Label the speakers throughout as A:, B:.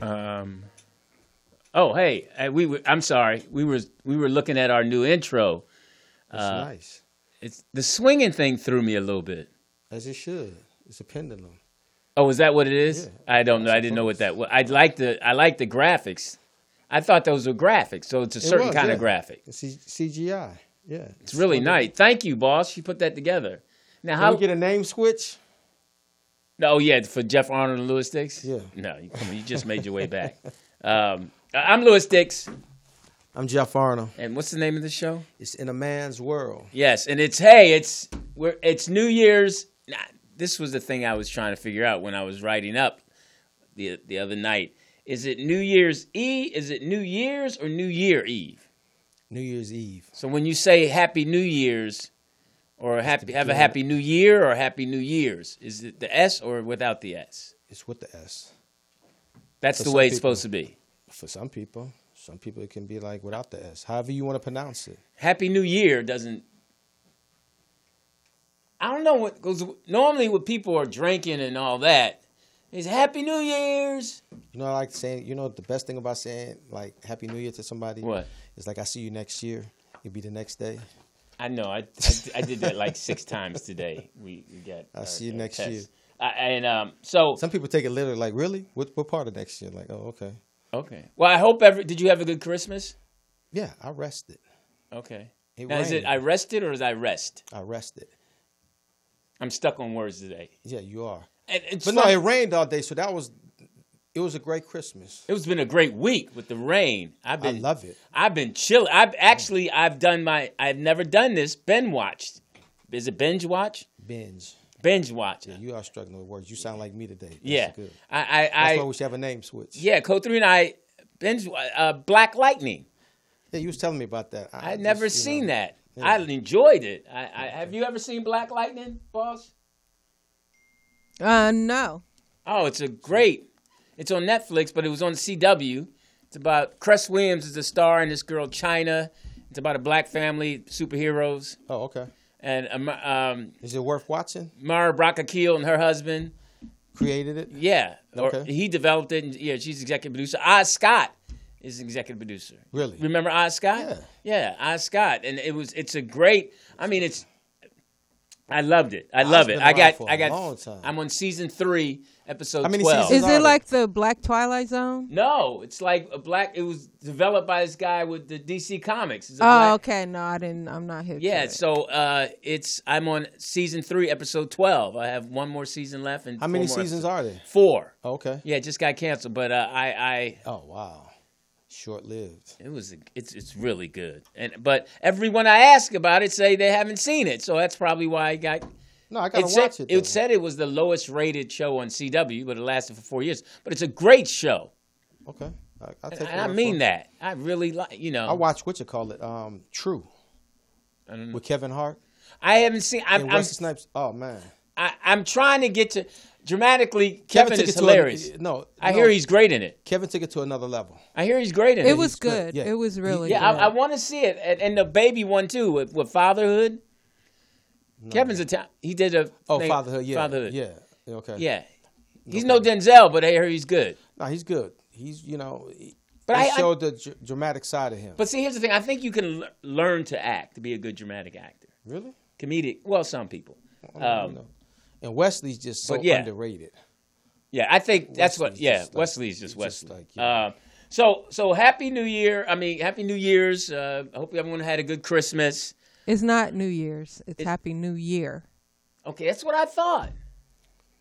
A: Um, oh, hey, uh, we were, I'm sorry. We were we were looking at our new intro.
B: That's
A: Uh,
B: nice.
A: It's the swinging thing threw me a little bit.
B: As it should. It's a pendulum.
A: Oh, is that what it is?
B: Yeah,
A: I don't know.
B: that's
A: I
B: a
A: didn't know what that
B: bonus.
A: was. I like the I like the graphics. I thought those were graphics, so it's a
B: It
A: certain
B: was,
A: kind
B: yeah.
A: of graphic.
B: It's C- CGI. Yeah.
A: It's really nice. Thank you, boss. She put that together. Now,
B: Can
A: how?
B: we get a name switch?
A: oh yeah, for Jeff Arnold and Lewis Dix.
B: Yeah.
A: No, you, come on, you just made your way back. Um, I- I'm Lewis Dix,
B: I'm Jeff Arnold.
A: and what's the name of the show?
B: It's in a man's world.
A: Yes, and it's hey, it's we're it's New Year's. Nah, this was the thing I was trying to figure out when I was writing up the the other night. Is it New Year's Eve? Is it New Year's or New Year Eve?
B: New Year's Eve.
A: So when you say Happy New Year's, or happy have a Happy New Year or Happy New Year's, is it the S or without the S?
B: It's with the S.
A: That's
B: For
A: the
B: some
A: way it's
B: people.
A: supposed to be.
B: For some people, some people it can be like without the S. However you want to pronounce it.
A: Happy New Year doesn't. I don't know what goes. Normally, when people are drinking and all that, is Happy New Year's.
B: You know, I like saying, you know, the best thing about saying like Happy New Year to somebody
A: What?
B: is like, I see you next year. It'll be the next day.
A: I know. I, I, I did that like six times today. We, we got.
B: I'll see you next
A: test.
B: year.
A: I, and um, so
B: Some people take it literally, like, really? What, what part of next year? Like, oh, okay.
A: okay. Well, I hope every. Did you have a good Christmas?
B: Yeah, I rested.
A: Okay.
B: It
A: Now, is it
B: rained.
A: I rested or is I rest?
B: I rested.
A: I'm stuck on words today.
B: Yeah, you are.
A: And it's
B: But
A: fun.
B: no, it rained all day, so that was it was a great Christmas.
A: It's been a great week with the rain. I've
B: I
A: been
B: love it.
A: I've been chilling. I've actually I've done my I've never done this. Binge watched. Is it binge watch?
B: Binge.
A: Binge watch. Yeah.
B: You are struggling with words. You sound like me today. That's good.
A: I I,
B: That's why
A: I
B: we should have a name switch.
A: yeah, Code 3 and I binge uh Black Lightning.
B: Yeah, you was telling me about that.
A: I never seen that.
B: yeah.
A: I enjoyed it. I, I have you ever seen Black Lightning, boss?
C: Uh, no.
A: Oh, it's a great. It's on Netflix, but it was on CW. It's about Cress Williams is the star and this girl China. It's about a black family, superheroes,
B: Oh, okay.
A: and um, um,
B: Is it worth watching?
A: Mara Brockakeel and her husband.
B: Created it.
A: Yeah, or
B: Okay.
A: he developed it. And, yeah, she's executive producer. Oz Scott is executive producer.
B: Really?
A: Remember Oz Scott? Yeah, Oz Scott, and it was. It's a great. I mean, it's. I loved it. I love
B: been
A: it. I got.
B: around for
A: I
B: a
A: got.
B: long time.
A: I'm on season three, episode
B: How many
A: twelve.
B: seasons
C: Is
B: Bizarre.
C: it like the Black Twilight Zone?
A: No, it's like a black. It was developed by this guy with the DC Comics. It's a
C: Oh,
A: black-
C: okay. No, I didn't. I'm not here.
A: Yeah,
C: So
A: so uh, it's I'm on season three, episode twelve. I have one more season left, and
B: How many
A: four more
B: seasons
A: episodes.
B: are there?
A: Four.
B: Oh, okay.
A: Yeah, it just got canceled, but uh, I, I,
B: Oh wow. Short lived.
A: it was, it's, it's really good. And but everyone I ask about it say they haven't seen it, so that's probably why I got.
B: No, I gotta
A: It
B: watch
A: said
B: it.
A: it,
B: Though.
A: said it was the lowest rated show on CW, but it lasted for four years. But it's a great show,
B: okay. I, I'll take
A: and
B: your
A: I
B: word for
A: mean
B: it.
A: that. I really like, you know.
B: I watched what you call it, um, True,
A: I don't know.
B: with Kevin Hart
A: I haven't seen. I'm,
B: and
A: I'm,
B: Wesley Snipes. Oh man,
A: I, I'm trying to get to dramatically.
B: Kevin
A: Kevin
B: took
A: is
B: it to a-
A: hilarious.
B: no,
A: I
B: no.
A: hear he's great in it.
B: Kevin took it to another level.
A: I hear he's great in it.
C: It was good.
B: good. Yeah.
C: It was really
A: Yeah, I, I
C: good.
A: want to see it, and, and the baby one too with, with fatherhood. Kevin's a ta- he did a
B: Oh,
A: thing-
B: Fatherhood. Yeah,
A: fatherhood
B: Yeah. Okay.
A: yeah. He's no Denzel, but I hear he's good.
B: No, he's good. He's you know. He,
A: But
B: but
A: I- I-
B: showed the dr- dramatic side of him.
A: But see, here's the thing: I think you can l- learn to act to be a good dramatic actor,
B: really,
A: comedic. Well, some people.
B: I don't
A: Um,
B: know. and Wesley's just so
A: but yeah.
B: underrated.
A: Yeah, I think that's what.
B: Wesley's
A: Yeah,
B: just like-
A: Wesley's just
B: he's just
A: Wesley.
B: like, yeah.
A: Uh, So so happy New Year. I mean, happy New Year's. Uh, I hope everyone had a good Christmas.
C: It's not New Year's. It's Happy New Year.
A: Okay, that's what I thought.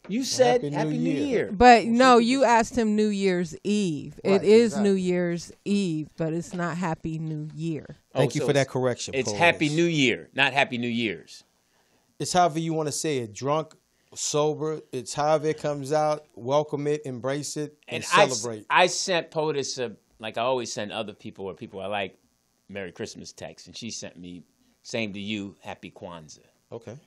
A: You said
B: Happy New
A: happy, New,
B: Year.
A: Year.
C: But no, you asked him New Year's Eve.
B: Right,
C: it is
B: exactly.
C: New Year's Eve, but it's not Happy New Year.
B: Thank
A: Oh,
B: you
A: so
B: for that
A: it's-
B: correction.
A: It's
B: Poise.
A: Happy New Year, not Happy New Year's.
B: It's however you want to say it. Drunk, sober. It's however it comes out. Welcome it, embrace it, and,
A: And I s-
B: celebrate.
A: I, sent POTUS a like I always send other people or people I like Merry Christmas text, and she sent me same to you, Happy Kwanzaa.
B: okay.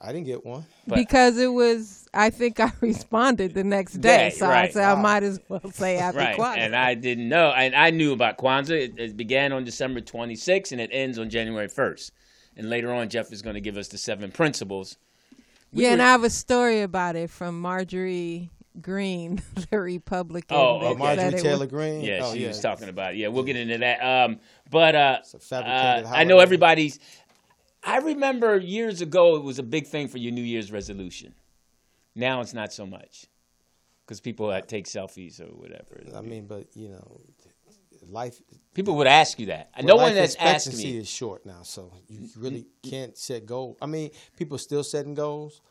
B: I didn't get one.
A: But-
C: because it was, I think I responded the next day,
A: Right,
C: so I
A: right.
C: said I might as well say happy
A: Right,
C: Kwanzaa.
A: and I didn't know, and I knew about Kwanzaa. It, it began on December 26th, and it ends on January 1st. And later on, Jeff is going to give us the seven principles.
C: yeah, and
A: were-
C: I have a story about it from Marjorie Green, the Republican.
A: Oh,
C: that
A: okay.
B: Oh,
C: said it
B: Marjorie
C: was-
B: Taylor Greene.
A: Yeah,
B: oh,
A: she was talking about it. Yeah, we'll get into that. Um, but uh,
B: a fabricated
A: uh, I know
B: holiday.
A: everybody's. I remember years ago it was a big thing for your New Year's resolution. Now it's not so much because people uh, take selfies or whatever.
B: I mean, but you know, life.
A: people would ask you that.
B: well,
A: no
B: life
A: one has asked
B: expectancy
A: me.
B: is short now, so you really can't set goals. I mean, people are still setting goals,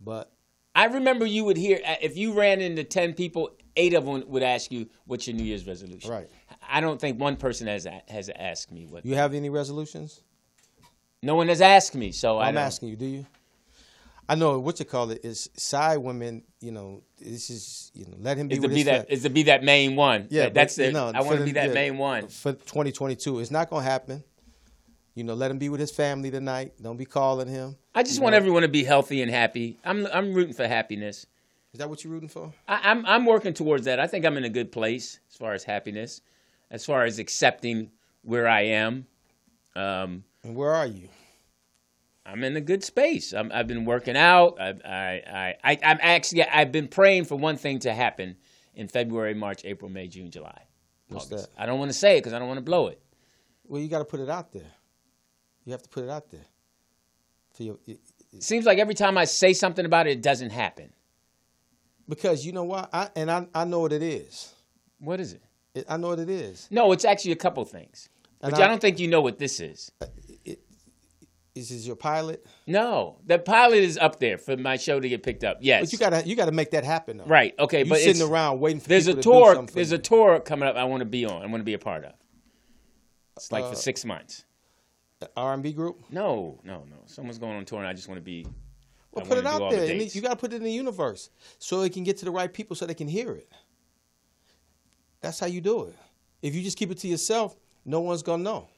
B: but
A: I remember you would hear uh, if you ran into ten people, eight of them would ask you what's your New Year's resolution.
B: Right.
A: I don't think one person has a- has asked me what.
B: you have any resolutions?
A: No one has asked me, so I
B: I'm
A: don't-
B: asking you, do you? I know what you call it is side women. You know, this is you know, let him be
A: Is to
B: with
A: be
B: his
A: that
B: friend.
A: is to be that main one. Yeah,
B: but,
A: that's it.
B: you know,
A: I want
B: for
A: to be
B: the-
A: that
B: yeah,
A: main one.
B: for 2022. It's not gonna happen. You know, let him be with his family tonight. Don't be calling him.
A: I just want everyone to be healthy and happy. I'm I'm rooting for happiness.
B: Is that what you're rooting for?
A: I, I'm I'm working towards that. I think I'm in a good place as far as happiness, as far as accepting where I am. Um,
B: And where are you?
A: I'm in a good space. I'm, I've been working out. I, I, I, I, I'm actually, I've been praying for one thing to happen in February, March, April, May, June, July.
B: What's
A: August.
B: that?
A: I don't want to say it because I don't want to blow it.
B: Well, you got to put it out there. You have to put it out there. For your, it- it-
A: It seems like every time I say something about it, it doesn't happen.
B: because you know why? I, and I, I know what it is.
A: What is it?
B: It, I know what it is.
A: No, it's actually a couple things.
B: And
A: Which I,
B: I-
A: don't think you know what this is.
B: This is your pilot.
A: No, the pilot is up there for my show to get picked up. Yes,
B: But you gotta you gotta make that happen. Though.
A: right. Okay,
B: You
A: but
B: sitting
A: it's-
B: around waiting for
A: There's a
B: people to do
A: tour.
B: something for
A: There's
B: you.
A: a tour coming up. I want to be on. I want to be a part of. It's like for
B: Uh,
A: six months.
B: R&B group.
A: No, no, no. Someone's going on tour, and I just want to be.
B: Well,
A: I
B: put
A: wanna
B: it
A: do all
B: out
A: the
B: there. And
A: dates.
B: you gotta put it in the universe so it can get to the right people so they can hear it. That's how you do it. If you just keep it to yourself, no one's gonna know.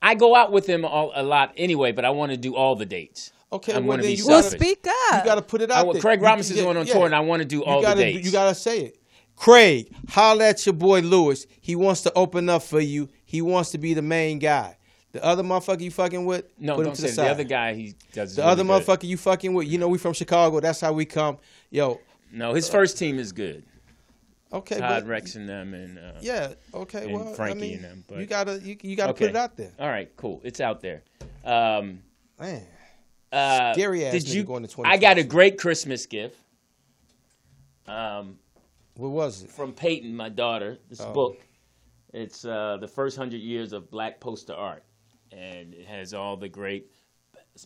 A: I go out with him all, a lot anyway, but I want to do all the dates.
B: Okay,
A: I'm
B: well,
A: gonna
B: then
A: be
B: you
C: Well,
B: gotta-
A: selfish.
C: speak up.
B: You gotta put it
A: I
B: out
A: want-
B: there.
A: Uh, Craig
B: You-
A: Robinson's
B: yeah,
A: going on
B: yeah.
A: tour, and I want to do all
B: you gotta,
A: the dates.
B: You gotta say it. Craig, holla at your boy Lewis. He wants to open up for you. He wants to be the main guy. The other motherfucker you fucking with,
A: no,
B: put him
A: don't
B: to
A: say
B: the
A: that.
B: side.
A: the other guy. He does
B: The
A: really
B: other
A: good.
B: motherfucker you fucking with, you know we from Chicago. That's how we come. Yo,
A: No, his first team is good.
B: okay,
A: Todd
B: but,
A: Rex and them, and uh,
B: yeah, okay.
A: and
B: well,
A: Frankie
B: I mean,
A: and them, but-
B: you gotta, you, you gotta
A: okay.
B: put it out there.
A: All right, cool. It's out there. Um,
B: Man,
A: uh,
B: Scary ass
A: did
B: nigga
A: you?
B: going to
A: I got a
B: 2022.
A: great Christmas gift. Um,
B: what was it?
A: from Peyton, my daughter, this
B: Oh.
A: book. It's uh, the first hundred years of black poster art, and it has all the great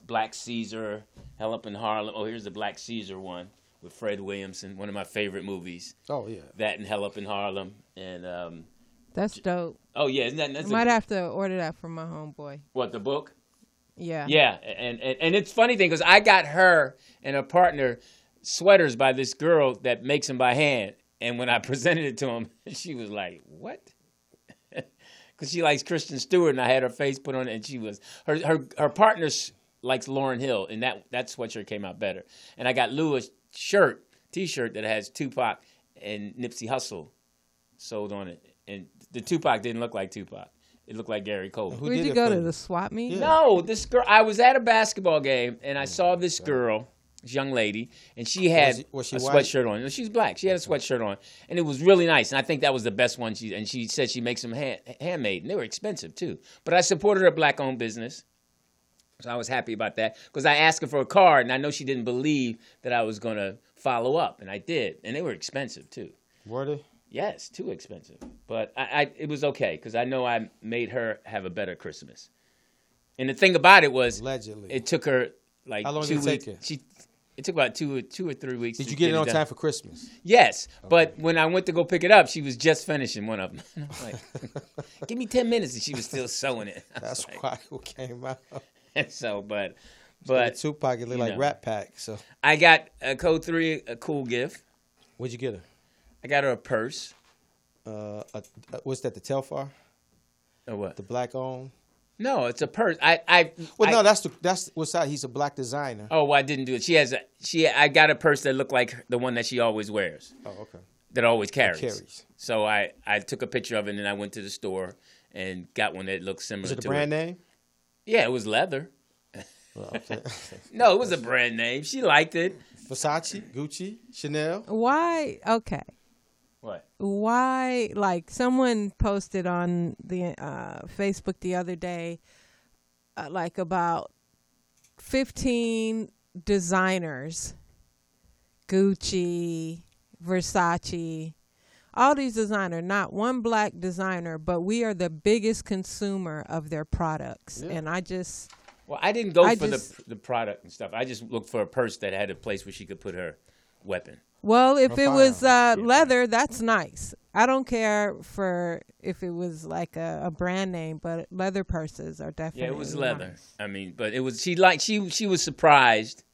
A: Black Caesar, Hell Up in Harlem. Oh, here's the Black Caesar one with Fred Williamson, one of my favorite movies.
B: Oh yeah,
A: That and Hell Up in Harlem, and um,
C: That's dope.
A: oh yeah, isn't that
C: I
A: that's a-
C: might have to order that from my homeboy.
A: what the book?
C: Yeah.
A: Yeah, and and, and it's funny thing because I got her and her partner sweaters by this girl that makes them by hand, and when I presented it to him, she was like, "What?" Because she likes Kristen Stewart, and I had her face put on it, and she was her her her partner s- likes Lauren Hill, and that that sweatshirt came out better. And I got Lou a shirt T-shirt that has Tupac and Nipsey Hussle sold on it, and the Tupac didn't look like Tupac; it looked like Gary Cole.
B: Who
C: Where'd
B: did
C: you
B: it
C: go
B: for
C: to
B: you?
C: the swap meet?
A: No, this girl. I was at a basketball game and I saw this girl, this young lady, and she had
B: Was- was she
A: a
B: white?
A: sweatshirt on. No, She's black. She had a sweatshirt on, and it was really nice. And I think that was the best one. She and she said she makes them hand, handmade, and they were expensive too. But I supported her black-owned business. So I was happy about that because I asked her for a card, and I know she didn't believe that I was going to follow up, and I did, and they were expensive too.
B: Were they?
A: Yes, too expensive. But I, I it was okay because I know I made her have a better Christmas. And the thing about it was,
B: Allegedly.
A: it took her like
B: How long
A: two
B: did it
A: weeks.
B: take her?
A: She, it took about two or two or three weeks.
B: Did
A: to
B: you get it on
A: done.
B: time for Christmas?
A: Yes, but when I went to go pick it up, she was just finishing one of them. And I'm like, give me ten minutes, and she was still sewing it. I was
B: That's why it came out.
A: like, so, but
B: But
A: but
B: Tupac it looked
A: you
B: like
A: know.
B: Rat Pack. So
A: I got a code three, a cool gift.
B: what'd you get her?
A: I got her a purse.
B: Uh, a, a- what's that? The Telfar,
A: Or what?
B: the black owned.
A: No, it's a purse. I I
B: Well,
A: I-
B: no, that's the that's what's out. He's a black designer.
A: Oh, well, I didn't do it. She has a she. I got a purse that looked like the one that she always wears,
B: Oh, okay.
A: that always carries.
B: carries.
A: So I I took a picture of it and then I went to the store and got one that looked similar
B: Is it a
A: to
B: brand
A: it.
B: name?
A: Yeah, it was leather.
B: Well, okay.
A: No, it was a brand name. She liked it.
B: Versace, Gucci, Chanel.
C: Why? Okay.
A: What?
C: why like someone posted on the uh Facebook the other day uh, like about 15 designers Gucci, Versace, all these designer, not one black designer, but we are the biggest consumer of their products. And I just
A: Well, I didn't go
C: I
A: for the
C: just-
A: the product and stuff. I just looked for a purse that had a place where she could put her weapon.
C: Well, if it was uh,
A: Yeah.
C: leather, that's nice. I don't care for if it was like a, a brand name, but leather purses are definitely.
A: Yeah, it was leather.
C: nice.
A: I mean, but it was she like she she was surprised.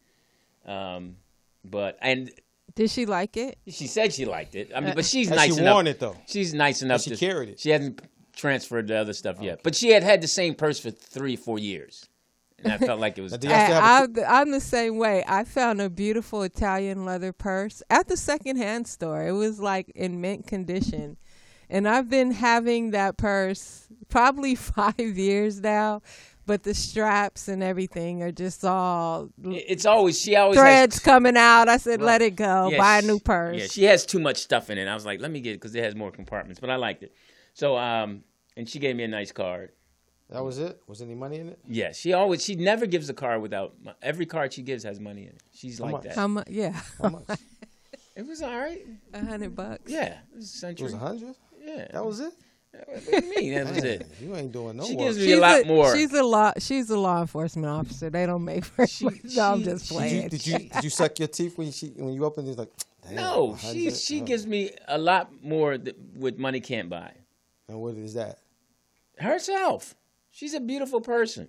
A: Um, but and
C: Did she like it?
A: She said she liked it. I mean, but she's
B: Uh, Has
A: nice
B: she
A: enough.
B: worn it, though?
A: She's nice enough.
B: she
A: to,
B: carried it?
A: She hasn't transferred the other stuff yet. But she had had the same purse for three, four years, and I felt like it was.
B: Now, do
A: time.
B: y'all
C: I,
B: still have a-
C: I'm the- I'm the same way. I found a beautiful Italian leather purse at the secondhand store. It was like in mint condition. And I've been having that purse probably five years now, but the straps and everything are just all
A: It's always she always
C: threads
A: Has,
C: coming out. I said, let it go.
A: Yeah,
C: Buy a
A: she-
C: new purse.
A: Yeah, she has too much stuff in it. I was like, let me get it because it has more compartments. But I liked it. So, um, and she gave me a nice card.
B: That was it. Was any money in it?
A: Yeah, she always she never gives a card without mo- every card she gives has money in it. She's like
B: much?
A: that.
C: How much? Yeah,
B: How much? it
A: It was all right.
C: a hundred bucks.
A: Yeah, it was a century.
B: was a hundred.
A: yeah,
B: That was it.
A: what do you mean? That was it.
B: Dang, You ain't doing no
A: She
B: work.
A: gives me a lot more.
C: She's a law. She's a law enforcement officer. They don't make very much. No, I'm
A: she-
C: just
A: she-
B: did, you,
C: playing.
B: did you did you suck your teeth when she when you opened it? Like damn,
A: No,
B: a
A: she
B: hundred?
A: she
B: Oh.
A: gives me a lot more that what money can't buy.
B: And what is that?
A: Herself, she's a beautiful person.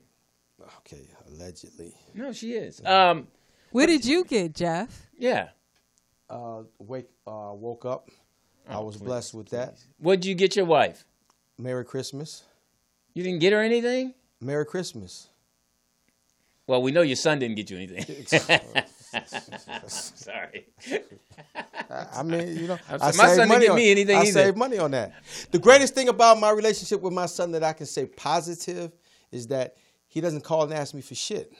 B: Okay, allegedly.
A: No, she is. Um,
C: what did you get, Jeff?
A: yeah.
B: Uh, wake uh, woke up.
A: Oh,
B: I was blessed with that.
A: What'd you get your wife?
B: Merry Christmas.
A: You didn't get her anything.
B: Merry Christmas.
A: Well, we know your son didn't get you anything. Sorry.
B: I I mean, you know,
A: I'm
B: I
A: sorry, my son
B: save
A: didn't
B: money
A: give
B: on,
A: me anything
B: I
A: either.
B: save money on that. The greatest thing about my relationship with my son that I can say positive is that he doesn't call and ask me for shit.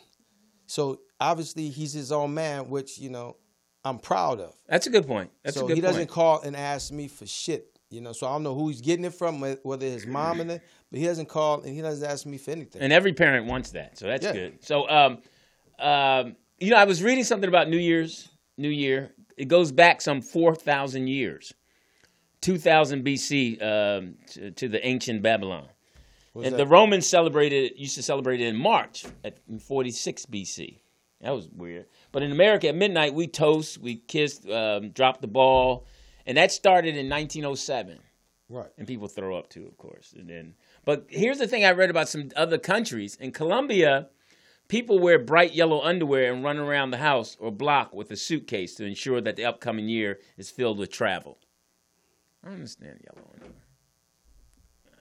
B: So obviously he's his own man, which you know I'm proud of.
A: That's a good point. That's
B: so
A: a good
B: he doesn't
A: point.
B: call and ask me for shit. You know, so I don't know who he's getting it from, wh- whether his mom or that, but he doesn't call and he doesn't ask me for anything.
A: and every parent wants that, so that's
B: Yeah.
A: good. So, um, um, you know, I was reading something about New Year's, New Year. It goes back some four thousand years, two thousand BC um, to, to the ancient Babylon,
B: What's
A: and
B: that?
A: the Romans celebrated used to celebrate it in March at forty six BC. That was weird. But in America, at midnight, we toast, we kissed, um, dropped the ball, and that started in nineteen oh seven
B: right.
A: and people throw up too, of course. And then, but here's the thing: I read about some other countries. In Colombia, people wear bright yellow underwear and run around the house or block with a suitcase to ensure that the upcoming year is filled with travel. I don't understand yellow underwear.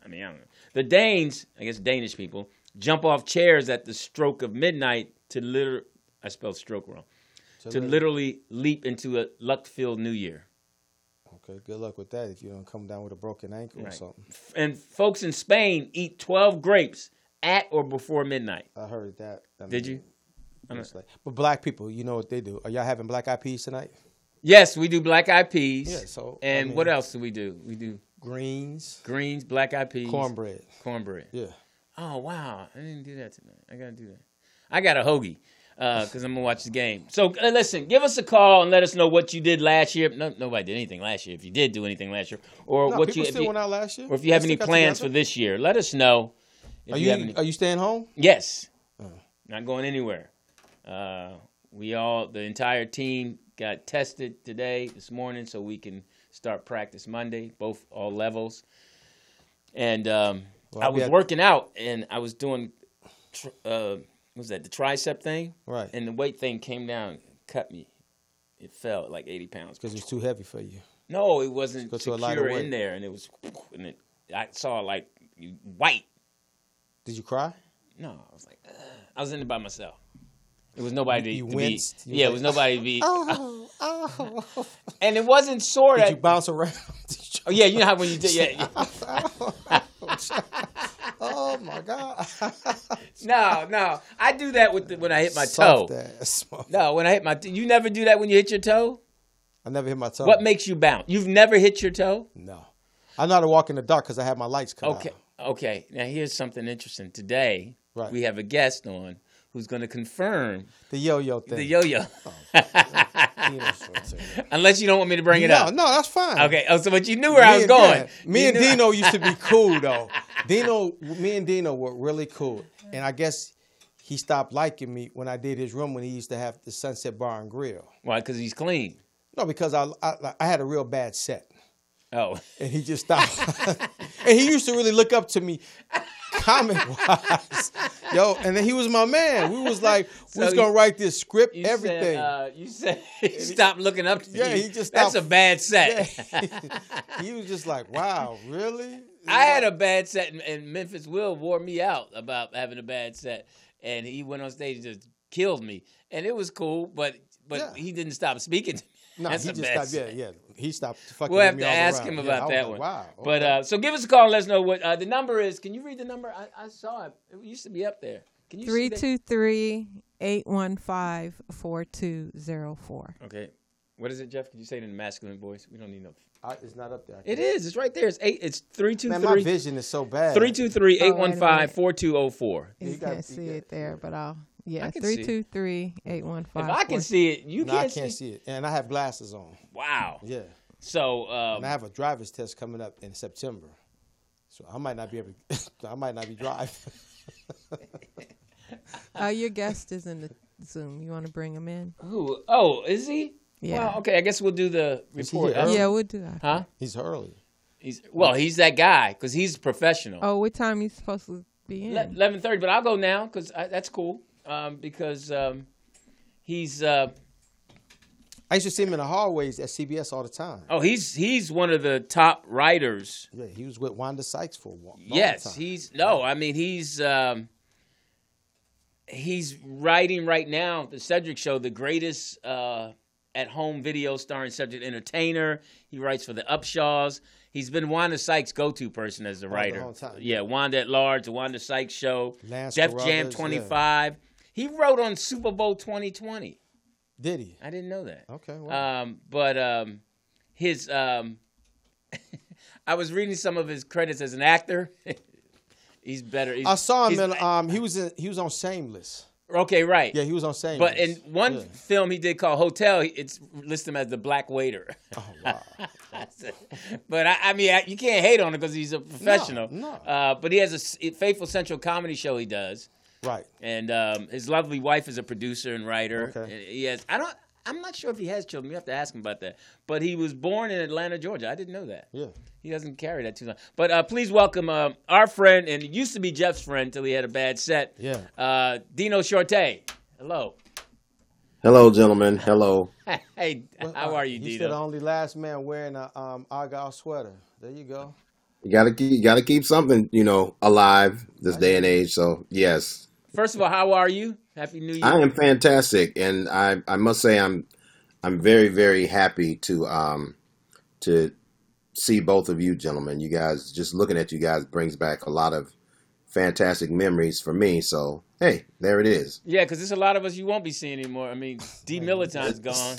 A: I mean, I don't know. The Danes, I guess Danish people, jump off chairs at the stroke of midnight to liter. I spelled stroke wrong. To literally leap into a luck-filled new year.
B: Okay, good luck with that if you don't come down with a broken ankle or
A: Right.
B: something.
A: and folks in Spain eat 12 grapes at or before midnight.
B: I heard that. I
A: Did
B: mean,
A: you? I'm
B: it's like- but black people, you know what they do. Are y'all having black eyed peas tonight?
A: Yes, we do black eyed peas.
B: Yeah, so, I
A: and what
B: mean-
A: else do we do? We do
B: Greens,
A: greens, black eyed peas,
B: cornbread.
A: cornbread.
B: Yeah.
A: Oh wow, I didn't do that tonight. I gotta do that. I got a hoagie. because I'm gonna watch the game. So uh, listen, give us a call and let us know what you did last year. No, nobody did anything last year. If you did do anything last year, or
B: No,
A: what
B: people
A: you, if
B: still
A: you-
B: went out last year.
A: or if you have
B: They
A: any
B: still got
A: plans for
B: together.
A: this year, let us know. If
B: Are
A: you,
B: you,
A: have any,
B: are you staying home?
A: yes, Mm. not going anywhere. Uh, we all, the entire team, got tested today, this morning, so we can start practice Monday, both all levels. And um,
B: Well,
A: I
B: I'll be
A: was
B: at-
A: working out, and I was doing, tr- uh, what was that the tricep thing?
B: Right.
A: And the weight thing came down, and cut me. It fell like eighty pounds.
B: Because it's too heavy for you.
A: No, it wasn't
B: Go to a
A: secure
B: lighter weight.
A: in there, and it was, and it, I saw like white.
B: Did you cry?
A: No, I was like, Ugh. I was in it by myself. It was nobody.
B: You- you
A: to be-
B: winced? You
A: yeah, it
B: was
A: was
B: like,
A: nobody to be,
B: Oh, oh.
A: and it wasn't sore.
B: Did you
A: At,
B: bounce around? Did
A: oh
B: you-
A: yeah, you know how when you did. Yeah, yeah.
B: oh my God.
A: no, no, I do that with the, when I hit my
B: Soft
A: toe.
B: ass.
A: No, when I hit my, t- you never do that when you hit your toe.
B: I never hit my toe.
A: What makes you bounce? You've never hit your toe.
B: No. I know how to walk in the dark because I have my lights cut
A: Okay, okay. Now here's something interesting. Today
B: Right.
A: we have a guest on who's going to confirm
B: The yo-yo thing.
A: the yo-yo,
B: You know what I'm saying.
A: unless you don't want me to bring it
B: no,
A: up.
B: no, that's fine.
A: Okay. Oh, so but you knew where I
B: Me
A: was
B: and-
A: going.
B: yeah, me
A: You
B: and
A: knew-
B: Dino used to be cool though. Dino, me and Dino were really cool, and I guess he stopped liking me when I did his room when he used to have the Sunset Bar and Grill.
A: Why? Because he's clean.
B: No, because I I, I had a real bad set,
A: Oh.
B: and he just stopped. and he used to really look up to me, comment wise, yo. And then he was my man. We was like, we was
A: So
B: gonna
A: you-
B: write this script,
A: You
B: everything.
A: Said, uh, you said he stopped looking up to
B: Yeah,
A: you.
B: he just
A: That's a
B: stopped-
A: bad set.
B: he was just like, wow, really?
A: I had a bad set, and- and Memphis Will wore me out about having a bad set, and he went on stage and just killed me, and it was cool, but but
B: Yeah.
A: he didn't stop speaking. To me.
B: No,
A: That's
B: he
A: a
B: just
A: bad
B: stopped.
A: set.
B: Yeah, yeah. He stopped fucking
A: We'll
B: with
A: have
B: me
A: to
B: all
A: ask
B: around.
A: him
B: Yeah,
A: about
B: I was
A: that one.
B: like, Wow.
A: But
B: okay.
A: uh, so give us a call. and Let us know what uh, the number is. Can you read the number? I, I saw it. It used to be up there. Can you see
C: Three
A: that?
C: two three eight one five four two zero four.
A: Okay. What is it, Jeff? Could you say it in masculine voice? We don't need no.
B: I, it's not up there.
A: It is. It's right there. It's eight. It's three two
B: Man, my
A: three.
B: vision is so bad.
A: 323
C: Oh, wait a
A: 815
C: minute.
A: 4204.
B: You
C: You
B: got-
C: can't
B: you
C: see
B: got-
C: it there, but I'll yeah.
A: I can see it.
C: Three two three eight one five.
A: If I can see it, you
B: No, I
A: can't,
B: can't
A: see.
B: see it, and I have glasses on.
A: Wow.
B: Yeah,
A: So, um,
B: and I have a driver's test coming up in September, so I might not be able. To, I might not be driving.
C: Uh, your guest is in the Zoom. You want to bring him in?
A: who? Oh, is he?
C: Yeah.
A: Wow, okay, I guess we'll um, do the
B: Is he
A: report.
B: here?
C: Yeah, we'll do that.
A: Huh?
B: He's early.
A: He's well. He's that guy because he's professional.
C: Oh, what time you supposed to be in?
A: Eleven thirty, but I'll go now because that's cool. Um, because um, he's uh,
B: I used to see him in the hallways at CBS all the time.
A: oh he's he's one of the top writers
B: Yeah, he was with Wanda Sykes for a while.
A: Yes, he's no. I mean, he's um, he's writing right now the Cedric Show, the greatest uh, at-home video starring Cedric entertainer. He writes for the Upshaws. He's been Wanda Sykes' go-to person as a writer.
B: whole time.
A: Yeah, Wanda at Large, the Wanda Sykes Show,
B: Lance
A: Def Jam
B: Carruthers,
A: 25. He wrote on Super Bowl 2020.
B: Did he?
A: I didn't know that.
B: Okay. Well,
A: Um, but um, his, um, I was reading some of his credits as an actor. he's better. He's,
B: I saw him
A: he's-
B: in. Um, he was in, he was on Shameless.
A: okay, right.
B: Yeah, he was on Shameless.
A: but in one
B: Yeah.
A: film he did called Hotel, it's listed him as the black waiter.
B: Oh, wow.
A: but I, I mean, I, you can't hate on him because he's a professional.
B: no.
A: Uh, but he has a s- faithful Central comedy show he does.
B: right.
A: and um, his lovely wife is a producer and writer.
B: Okay.
A: And He has. I don't. I'm not sure if he has children. You have to ask him about that. But he was born in Atlanta, Georgia. I didn't know that.
B: Yeah.
A: He doesn't carry that too long. But uh, please welcome uh, our friend, and it used to be Jeff's friend till he had a bad set.
B: Yeah.
A: Uh, Dino Shorte. Hello.
D: Hello, gentlemen. Hello.
A: hey, how
B: Uh,
A: are you,
B: He's still the
A: Dino?
B: only last man wearing a um, Argyle sweater. There you go.
D: You gotta keep, you gotta keep something, you know, alive this day and age. So yes,
A: First of all, how are you? Happy New Year.
D: I am fantastic, and I, I must say I'm, I'm very, very happy to, um, to see both of you, gentlemen. You guys, just looking at you guys brings back a lot of fantastic memories for me. So hey, there it is.
A: Yeah, because there's a lot of us you won't be seeing anymore. I mean, D. Militant's gone.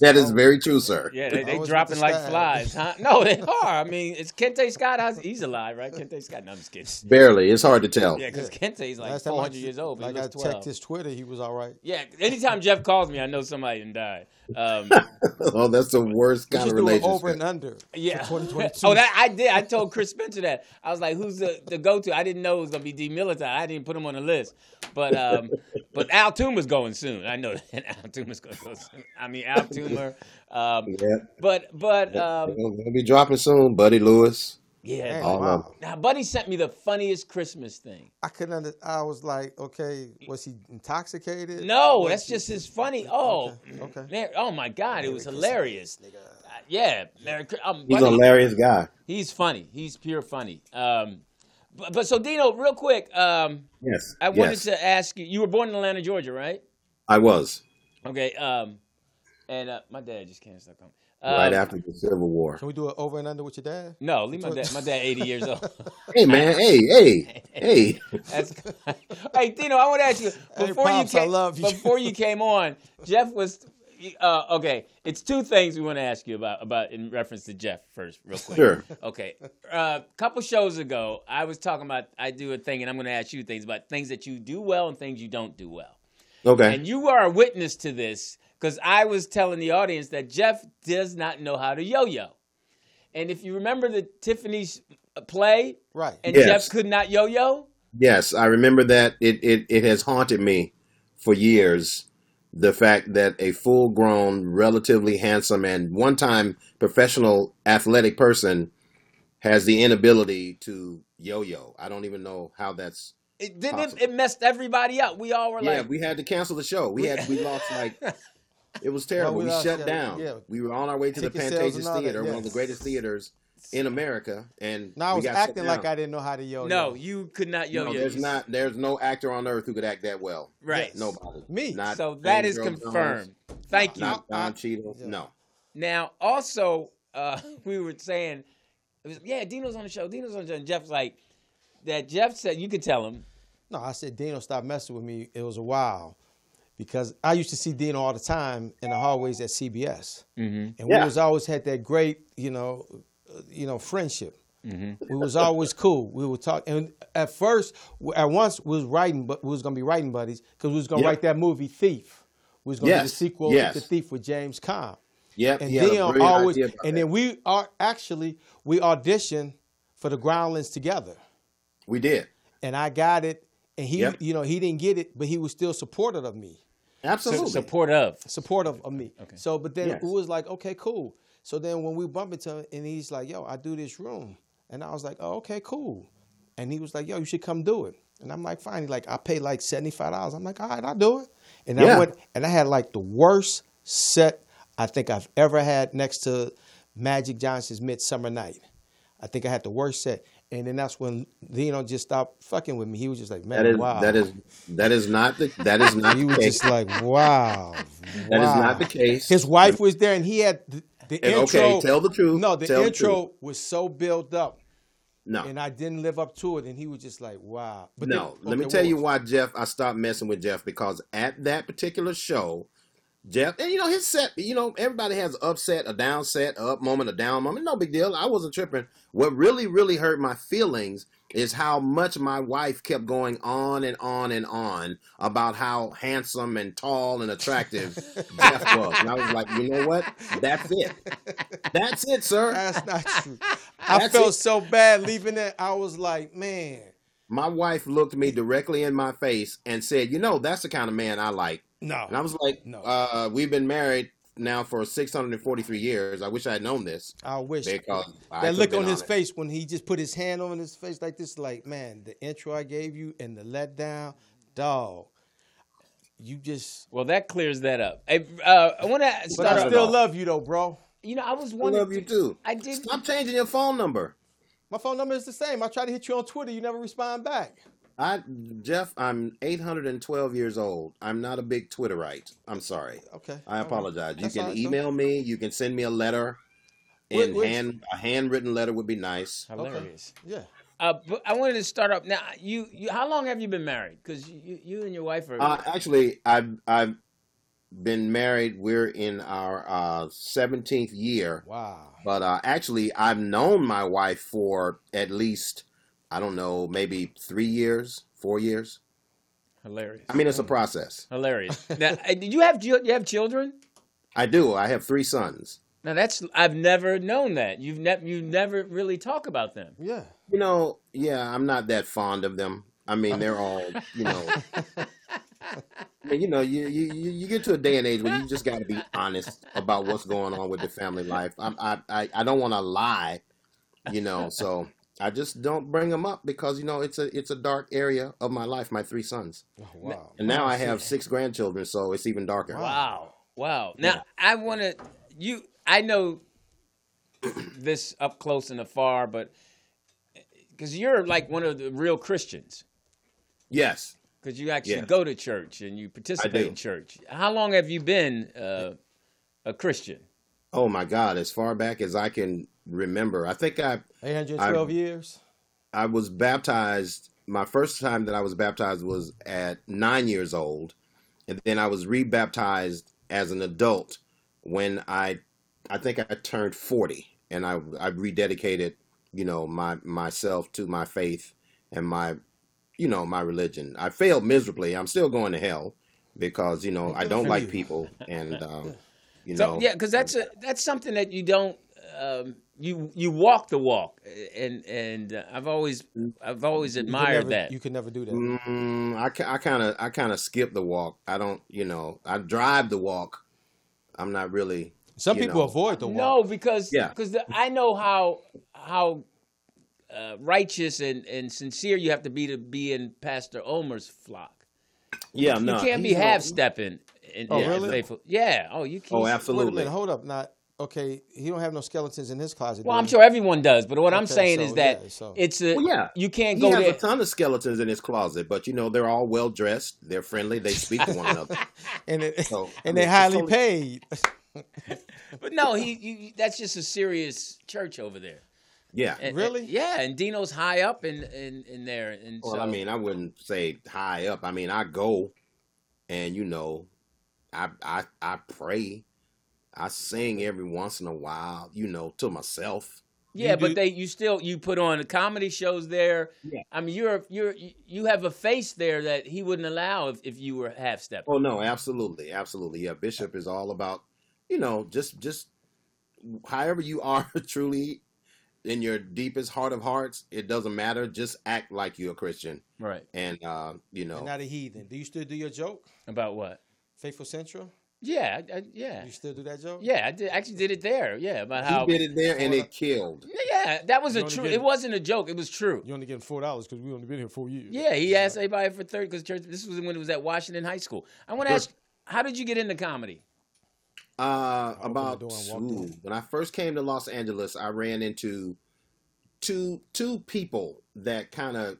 D: That is very true, sir.
A: Yeah, they, they
B: Always with
A: dropping
B: the
A: like
B: Scott.
A: flies, huh? No, they are. I mean, it's Kente Scott. How's, he's alive, right? Kente Scott. No, I'm just kidding.
D: Barely. It's hard to tell.
A: Yeah, because Kente's like
B: Last time I
A: 400
B: che-
A: years old. But
B: Like
A: he
B: I
A: looks 12.
B: checked his Twitter, he was all right.
A: Yeah, anytime Jeff calls me, I know somebody done died. Um,
D: oh, that's the worst
B: We
D: kind
B: should
D: of
B: do an
D: relationship.
B: over and under.
A: yeah.
B: For 2022.
A: oh, that I did. I told Chris Spencer that. I was like, "Who's the, the go-to?" I didn't know it was gonna be D. Military. I didn't put him on the list, but um, but Al Toomer's going soon. I know that Al Toomer's going to go soon. I mean, Al Toomer. Um,
D: yeah.
A: but but um,
D: They'll they'll be dropping soon, Buddy Lewis.
A: yeah.
B: Man,
D: Oh,
B: wow.
D: no.
A: Now, Buddy sent me the funniest Christmas thing.
B: I couldn't. Under, I was like, okay, was he intoxicated?
A: No,
B: Was
A: that's
B: he-
A: just his funny. Oh,
B: Oh, Okay, okay.
A: man, oh my God, it was hilarious. Uh, Yeah, Merry Chri- um,
D: He's a
A: Buddy-
D: hilarious guy.
A: He's funny. He's pure funny. Um, but, but so Dino, real quick, um,
D: Yes.
A: I wanted
D: yes.
A: to ask you. You were born in Atlanta, Georgia, right?
D: I was
A: Okay. Um, and uh, my dad just can't stop coming. Um,
D: right after the Civil War.
B: Can we do an over and under with your dad?
A: No, leave my dad. My dad, eighty years old.
D: Hey man, hey, hey, hey.
A: That's, hey, Dino, I want to ask you
B: Hey,
A: before
B: Pops,
A: you
B: I
A: came.
B: love you.
A: Before you came on, Jeff was uh, okay. It's two things we want to ask you about about in reference to Jeff first, real quick.
D: Sure.
A: Okay. A couple shows ago, I was talking about I do a thing, and I'm going to ask you things about things that you do well and things you don't do well.
D: Okay.
A: And you are a witness to this because I was telling the audience that Jeff does not know how to yo-yo. And if you remember the Tiffany's play,
B: Right.
A: and
D: Yes.
A: Jeff could not yo-yo.
D: Yes, I remember that it, it, it has haunted me for years the fact that a full grown, relatively handsome and one time professional athletic person has the inability to yo yo. I don't even know how that's
A: It didn't.
D: Possible.
A: It messed everybody up. We all were
D: Yeah,
A: like,
D: we had to cancel the show. We had we lost like it was terrible.
B: Well, we
D: we
B: lost,
D: shut
B: yeah,
D: down.
B: yeah.
D: We were on our way to the
B: Ticket sales and all that,
D: Pantages Theater, one of
B: yes.
D: the greatest theaters in America, and
B: Now I
D: we
B: was
D: got shut
B: acting like
D: down.
B: I didn't know how to yo.
A: "No, you could not
D: No,
A: yo-yo."
D: there's not. There's no actor on earth who could act that well.
A: Right.
D: Nobody.
B: Me.
D: Not
A: so that is
D: James Earl Jones,
A: confirmed. Thank you.
D: Not Don Cheadle.
B: Yeah.
D: No.
A: Now, also, uh, we were saying, it was, "Yeah, Dino's on the show. Dino's on the show." And Jeff's like, "That Jeff said you could tell him."
B: No, I said Dino, stop messing with me. It was a while because I used to see Dino all the time in the hallways at CBS, mm-hmm. and we
D: Yeah.
B: was always had that great, you know, uh, you know, friendship.
D: Mm-hmm.
B: We was always cool. We would talk, and at first, w- at once, we was writing, but we was gonna be writing buddies because we was gonna
D: Yep.
B: write that movie Thief. We was gonna do the
D: Yes,
B: sequel
D: yes.
B: to Thief with James Caan.
D: Yep.
B: And
D: he had a
B: Dion
D: brilliant
B: always,
D: idea
B: and
D: about that.
B: then we are actually we auditioned for the Groundlings together,
D: we did.
B: and I got it, and he,
D: Yep.
B: you know, he didn't get it, but he was still supportive of me,
D: Absolutely.
A: Support of.
B: supportive of me. So, but then
D: Yes.
B: it was like, okay, cool. So then when we bump into him, and he's like, yo, I do this room, and I was like, oh, okay, cool, and he was like, yo, you should come do it, and I'm like, fine. He's like, I pay like seventy five dollars. I'm like, all right, I'll do it, and I
D: Yeah.
B: went, and I had like the worst set I think I've ever had next to Magic Johnson's Midsummer Night. I think I had the worst set. And then that's when Leno just stopped fucking with me. He was just like, man,
D: That is
B: wow.
D: that is that is not the that is not
B: He
D: the
B: was
D: case.
B: just like, wow.
D: That is
B: wow."
D: not the case.
B: His wife was there and he had the, the
D: And
B: intro.
D: okay, tell the truth,
B: No, the
D: tell the
B: intro was so built up
D: no.
B: and I didn't live up to it. And he was just like, wow. But
D: no,
B: then-
D: let me
B: okay,
D: tell
B: what
D: you
B: was-
D: why Jeff. I stopped messing with Jeff because at that particular show, Jeff, and you know his set. You know everybody has upset, a down set, a up moment, a down moment. No big deal. I wasn't tripping. What really, really hurt my feelings is how much my wife kept going on and on and on about how handsome and tall and attractive Jeff was, and I was like, you know what? That's it. That's it, sir.
B: That's not true. I
D: That's
B: felt
D: it.
B: so bad leaving it. I was like, man,
D: my wife looked me directly in my face and said, "You know, that's the kind of man I like."
B: No.
D: And I was like,
B: No.
D: uh, we've been married now for 643 years. I wish I had known this."
B: I wish
D: Because I
B: that
D: could've
B: look
D: been
B: on his
D: honest.
B: face when he just put his hand on his face like this, like man, the intro I gave you and the letdown, dog. You just,
A: Well, that clears that up. Hey, uh, I want to
B: but
A: start.
B: I
D: not at
A: off-
B: still
D: all.
B: love you though, bro.
A: You know, I was
D: I
A: wondering.
D: love you too.
A: I did-
D: Stop changing your phone number.
B: My phone number is the same. I try to hit you on Twitter, you never respond back.
D: I Jeff, I'm 812 years old. I'm not a big Twitterite. I'm sorry.
B: Okay,
D: I
B: all right.
D: apologize.
B: Oh, That's
D: you
B: all
D: can
B: right, though.
D: email me. You can send me a letter.
B: What-
D: In
B: what's-
D: hand, a handwritten letter would be nice.
A: Hilarious.
B: Yeah,
A: Uh, but I wanted to start up now. You, you how long have you been married? Because you, you, you and your wife are.
D: Uh, actually, I've I've been married. We're in our uh, seventeenth year,
B: Wow.
D: but uh, actually, I've known my wife for at least I don't know, maybe three years, four years.
A: hilarious.
D: I mean, it's a process.
A: hilarious. now, uh, did you have chil- you have children?
D: I do. I have three sons.
A: Now that's I've never known that. You've never you never really talk about them.
B: Yeah.
D: You know, yeah, I'm not that fond of them. I mean, they're all, you know, I mean, you know, you, you you you get to a day and age where you just got to be honest about what's going on with the family life. I'm, I I I don't want to lie, you know, so I just don't bring them up because you know it's a it's a dark area of my life. My three sons,
B: Oh, wow.
D: and now I have six grandchildren, so it's even darker.
A: Wow. Wow. Now I want to you I know this up close and afar but cuz you're like one of the real Christians
D: Yes,
A: cuz you actually
D: Yes.
A: go to church and you participate
D: do.
A: in church. How long have you been uh, a Christian?
D: Oh my God! As far back as I can remember, I think I
B: 812 years.
D: I was baptized. My first time that I was baptized was at nine years old, and then I was rebaptized as an adult when I, I think I turned forty, and I I rededicated, you know, my myself to my faith and my, you know, my religion. I failed miserably. I'm still going to hell because you know I don't like people, and um, you
A: So
D: know,
A: yeah, cuz that's a that's something that you don't um, you you walk the walk and and uh, I've always I've always
B: You could
A: admired
B: never-
A: that.
B: You could never do that.
D: Mm, I kind of I kind of skip the walk. I don't, you know, I drive the walk. I'm not really.
B: Some
D: you
B: people
D: know.
B: avoid the walk.
A: No, because
D: Yeah.
A: because the, I know how how uh, righteous and, and sincere you have to be to be in Pastor Omer's flock.
D: Yeah, no.
A: you can't be
D: he's not-
A: half stepping. And,
B: Oh,
A: yeah,
B: really?
A: faithful. Yeah. Oh, you can't.
D: Oh,
B: Wait a
D: absolutely.
B: minute. Hold up. Not okay. He don't have no skeletons in his closet.
A: Well,
B: do
A: I'm
B: he?
A: sure everyone does, but what I'm
B: Okay,
A: saying
B: so,
A: is that
B: yeah, so-
A: it's a
D: Well, yeah.
A: you can't
D: He
A: go
D: has
A: there.
D: a ton of skeletons in his closet, but you know they're all well dressed. They're friendly. They speak to one another.
B: And it,
D: So, I
B: and
D: mean,
B: they
D: it's
B: highly
D: only-
B: paid.
A: But no, he you, that's just a serious church over there.
D: Yeah.
A: And-
B: Really?
A: and- yeah, and Dino's high up in in, in there, and
D: well,
A: so
D: I mean, I wouldn't say high up. I mean, I go, and you know, I I I pray. I sing every once in a while, you know, to myself.
A: Yeah,
B: You
A: but
B: do-
A: they you still you put on comedy shows there. I mean, you're you're you have a face there that he wouldn't allow if, if you were half step.
D: Oh no, absolutely, absolutely. Yeah, Bishop is all about, you know, just just however you are truly in your deepest heart of hearts, it doesn't matter. Just act like you're a Christian,
A: Right.
D: and uh, you know,
B: And not a heathen. Do you still do your joke?
A: About what?
B: Faithful Central?
A: Yeah, I, I, yeah,
B: You still do that joke?
A: yeah. I did, actually did it there. Yeah, about how.
D: he did it there, and it killed.
A: Yeah, that was a
B: You only
A: true.
B: did
A: It
B: it-
A: wasn't a joke. It was true.
B: You only getting four dollars because we only been here four years.
A: Yeah, he asked everybody for third because church. This was when it was at Washington High School. I want to ask, how did you get into comedy?
D: Uh,
B: the
D: about
B: door and walked
D: ooh,
B: in.
D: when I first came to Los Angeles, I ran into two two people that kind of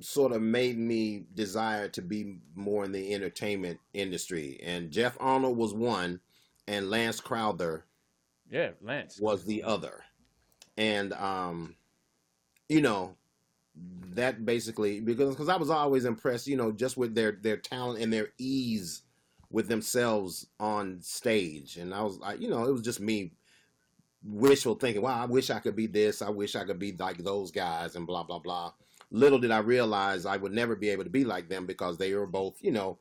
D: sort of made me desire to be more in the entertainment industry. And Jeff Arnold was one, and Lance Crowther
A: Yeah, Lance.
D: was the other. And um, you know, that basically because because I was always impressed, you know, just with their their talent and their ease with themselves on stage. And I was like, you know, it was just me wishful thinking, wow, I wish I could be this, I wish I could be like those guys and blah blah blah. Little did I realize I would never be able to be like them because they were both, you know,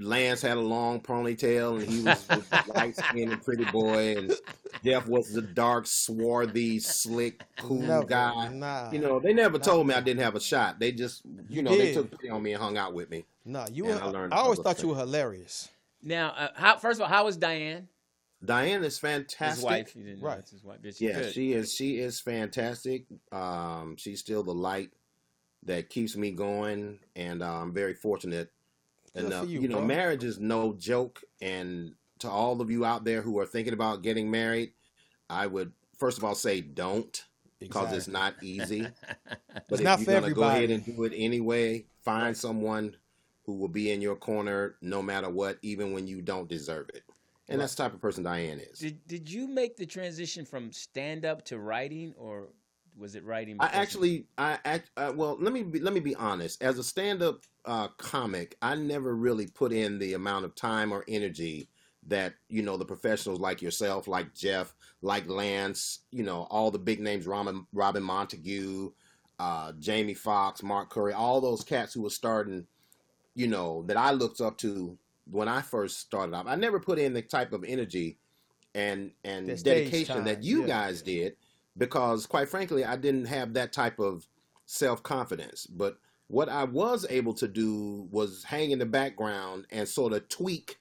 D: Lance had a long ponytail and he was the light skinned and pretty boy and Jeff was the dark, swarthy, slick, cool
B: Never.
D: guy.
B: Nah.
D: You know, they never told me I didn't have a shot. They just, you know, they
B: did.
D: took pity on me and hung out with me.
B: Nah. You.
D: And
B: Were,
D: I
B: I,
D: learned a
B: always
D: couple of
B: thought you were hilarious.
A: Now, uh, how, first of all, how is Diane?
D: Diane is
A: His
D: fantastic.
A: wife. You didn't know
B: Right.
A: that's his wife. but she's
D: Yeah,
A: good.
D: she is. She is fantastic. Um, she's still the light that keeps me going, and uh, I'm very fortunate
B: Good
D: enough.
B: for you,
D: You, know,
B: bro.
D: marriage is no joke, and to all of you out there who are thinking about getting married, I would first of all say don't because it's
B: Exactly.
D: not easy. But
B: It's
D: if
B: not
D: you're
B: for
D: gonna go ahead
B: everybody.
D: and do it anyway, find someone who will be in your corner no matter what, even when you don't deserve it. And that's the type of person Diane is.
A: Did did you make the transition from stand up to writing or Was it writing?
D: I
A: before-
D: actually, I act. Uh, well, let me be, let me be honest. As a stand-up uh, comic, I never really put in the amount of time or energy that you know the professionals like yourself, like Jeff, like Lance, you know, all the big names, Robin, Robin Montague, uh, Jamie Foxx, Mark Curry, all those cats who were starting, you know, that I looked up to when I first started off. I never put in the type of energy and and
B: That stage
D: dedication
B: time,
D: that you
B: yeah.
D: guys did because quite frankly i didn't have that type of self-confidence but what i was able to do was hang in the background and sort of tweak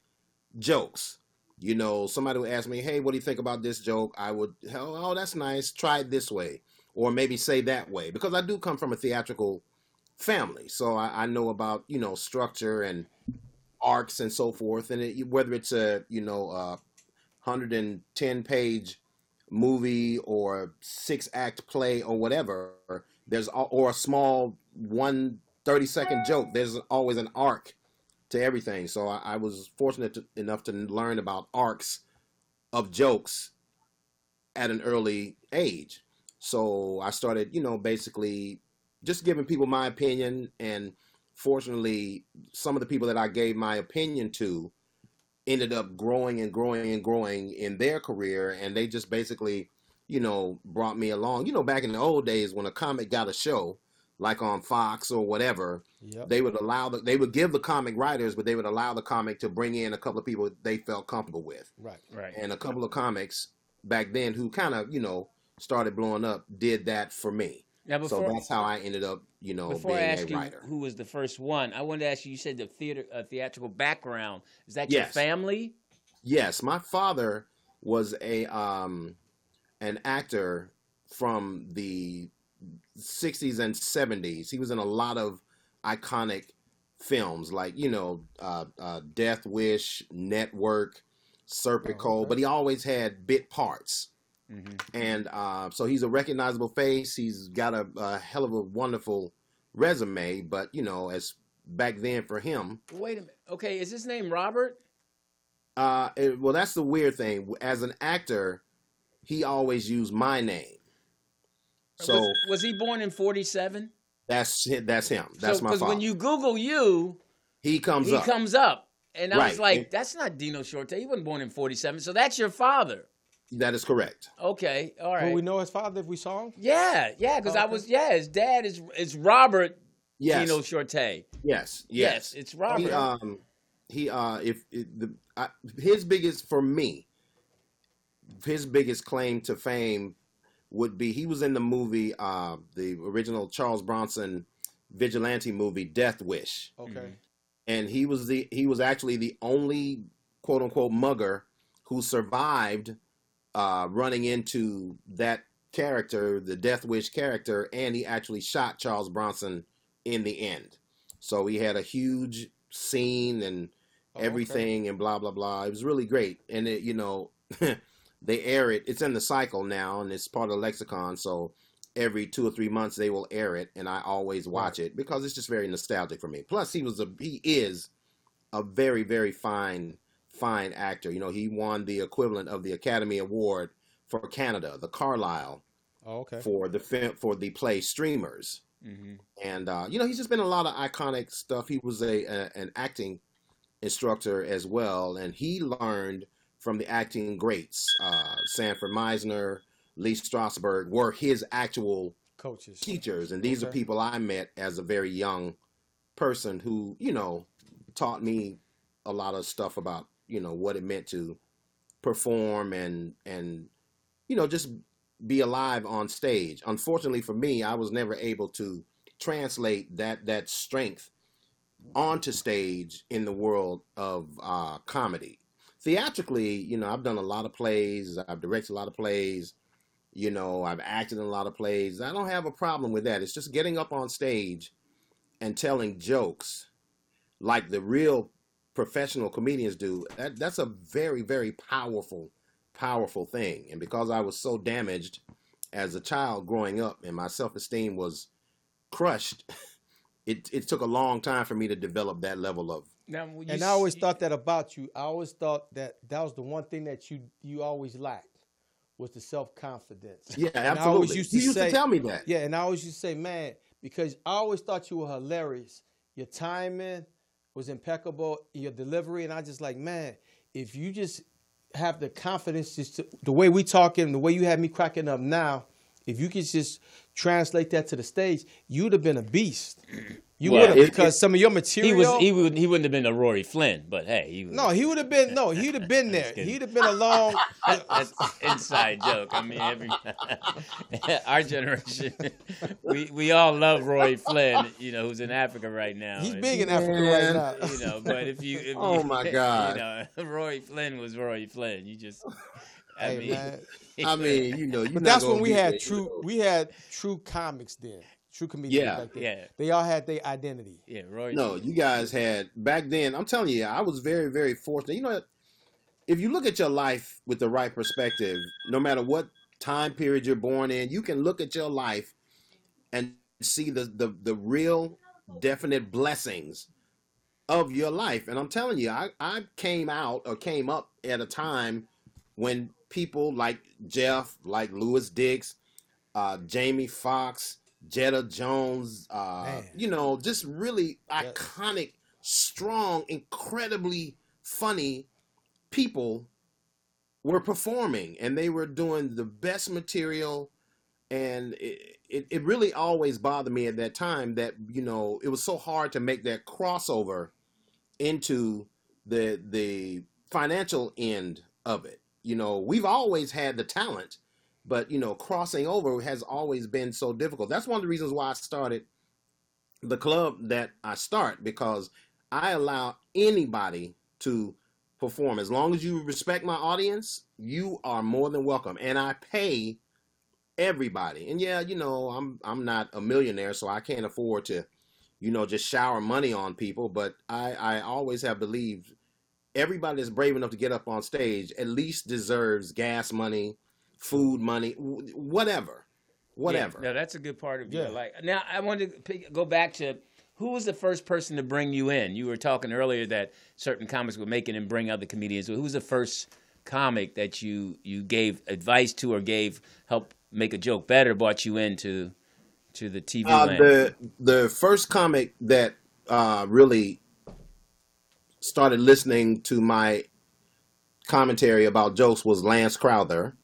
D: jokes you know somebody would ask me hey what do you think about this joke i would oh, oh that's nice try it this way or maybe say that way because i do come from a theatrical family so i, I know about you know structure and arcs and so forth and it, whether it's a you know a 110 page movie or six act play or whatever there's al- or a small one 30 second joke there's always an arc to everything so i, I was fortunate to, enough to learn about arcs of jokes at an early age so i started you know basically just giving people my opinion and fortunately some of the people that i gave my opinion to ended up growing and growing and growing in their career and they just basically you know brought me along you know back in the old days when a comic got a show like on fox or whatever
B: Yep.
D: they would allow the, they would give the comic writers but they would allow the comic to bring in a couple of people they felt comfortable with
B: Right.
A: right.
D: and a couple of comics back then who kind of you know started blowing up did that for me
A: Now
D: so
A: before
D: that's how i ended up you know
A: before I
D: being
A: ask
D: a
A: you
D: writer
A: who was the first one, I wanted to ask you. You said the theater, uh, theatrical background. Is that your
D: Yes.
A: family?
D: Yes, my father was a um an actor from the 60s and 70s. He was in a lot of iconic films like, you know, uh, uh Death Wish, Network, Serpico,
A: Oh,
D: but he always had bit parts.
A: Mm-hmm.
D: And uh, so he's a recognizable face. He's got a, a hell of a wonderful resume, but you know, as back then for him,
A: Wait a minute. Okay, is his name Robert?
D: uh, it- well, that's the weird thing. As an actor, he always used my name, so
A: was, was he born in '47?
D: that's hi- that's him. That's my
A: Because
D: father.
A: when you Google you,
D: he comes
A: he
D: up.
A: comes up, and I was
D: Right.
A: like,
D: And-
A: "That's not Dino Shorte. He wasn't born in '47, so that's your father."
D: that is correct.
A: Okay, all right.
B: Will we know his father if we saw him?
A: yeah, yeah, because I was yeah. His dad is is Robert
D: Yes,
A: Dino Shorte. Yes,
D: yes, yes.
A: it's Robert.
D: He um he uh if, if the I, his biggest for me, his biggest claim to fame would be he was in the movie uh the original Charles Bronson vigilante movie Death Wish.
B: Okay.
A: Mm-hmm.
B: Oh,
D: and he was the he was actually the only quote unquote mugger who survived uh, running into that character, the Death Wish character, and he actually shot Charles Bronson in the end. So he had a huge scene and
B: okay.
D: everything and blah blah blah. It was really great, and it you know they air it. It's in the cycle now, and it's part of the lexicon. So every two or three months they will air it, and I always watch it because it's just very nostalgic for me. Plus, he was a he is a very very fine fine actor. You know, he won the equivalent of the Academy Award for Canada, the Carlisle
B: Oh, okay.
D: for the film for the play Streamers
A: hmm
D: and uh, you know he's just been in a lot of iconic stuff. He was a, a an acting instructor as well, and he learned from the acting greats. Uh, Sanford Meisner, Lee Strasberg were his actual
B: Coaches.
D: teachers, and these are
B: Okay.
D: people I met as a very young person who you know taught me a lot of stuff about you know what it meant to perform and and you know just be alive on stage. Unfortunately for me, I was never able to translate that that strength onto stage in the world of uh, comedy. Theatrically, you know, I've done a lot of plays. I've directed a lot of plays. You know, I've acted in a lot of plays. I don't have a problem with that. It's just getting up on stage and telling jokes like the real professional comedians do. That that's a very very powerful powerful thing. And because I was so damaged as a child growing up and my self-esteem was crushed, it it took a long time for me to develop that level of
A: Now, when you
B: And I
A: s-
B: always thought that about you. I always thought that that was the one thing that you you always lacked was the self confidence.
D: Yeah,
B: And
D: absolutely.
B: I always used to
D: you used
B: say-
D: to tell me that.
B: Yeah, and I always used to say, man, because I always thought you were hilarious. Your timing was impeccable, your delivery, and I just like, man, if you just have the confidence, just to, the way we talking, the way you had me cracking up now, if you could just translate that to the stage, you'd have been a beast. You
A: Well,
B: would have
D: it-
B: because some of your material.
A: He was he would he wouldn't have been a Rory Flynn, but hey, he was,
B: no, he would have been no, he'd have been there.
A: kidding.
B: He'd have been along.
A: that's an inside joke. I mean, every our generation, we we all love Rory Flynn, you know, who's in Africa right now.
B: He's
A: And-
B: big in Africa right
D: Man.
B: now.
A: you know. But if you, if
D: Oh,
A: you-
D: my God.
A: you know, Rory Flynn was Rory Flynn. You just, I
B: Hey,
A: mean,
B: man.
D: I mean, you know, you're
B: But
D: not
B: that's when
D: gonna
B: we
D: be
B: had
D: there, you
B: true
D: know.
B: we had true comics then. True comedians
D: Yeah.
B: back then.
A: Yeah.
B: They all had their identity.
A: yeah, Rory.
D: No, you guys had back then. I'm telling you, I was very, very fortunate. You know, if you look at your life with the right perspective, no matter what time period you're born in, you can look at your life and see the the, the real, definite blessings of your life. And I'm telling you, I, I came out or came up at a time when people like Jeff, like Lewis Dix, uh, Jamie Foxx, Jetta Jones, uh,
B: Man.
D: you know, just really
B: Yeah.
D: iconic, strong, incredibly funny people were performing and they were doing the best material and it, it, it really always bothered me at that time that you know it was so hard to make that crossover into the the financial end of it you know we've always had the talent but you know crossing over has always been so difficult that's one of the reasons why i started the club that i start because i allow anybody to perform as long as you respect my audience you are more than welcome and i pay everybody. And yeah, you know, I'm I'm not a millionaire, so I can't afford to, you know, just shower money on people. But I I always have believed everybody that's brave enough to get up on stage at least deserves gas money, food money, wh- whatever, whatever.
A: Yeah, no, that's a good part of
B: Yeah.
A: your life. Now, I want to pick, go back to who was the first person to bring you in. You were talking earlier that certain comics were making and bring other comedians. Who was the first comic that you you gave advice to or gave help make a joke better? Brought you into to the TV
D: Uh,
A: land.
D: the the first comic that uh, really started listening to my commentary about jokes was Lance Crowther,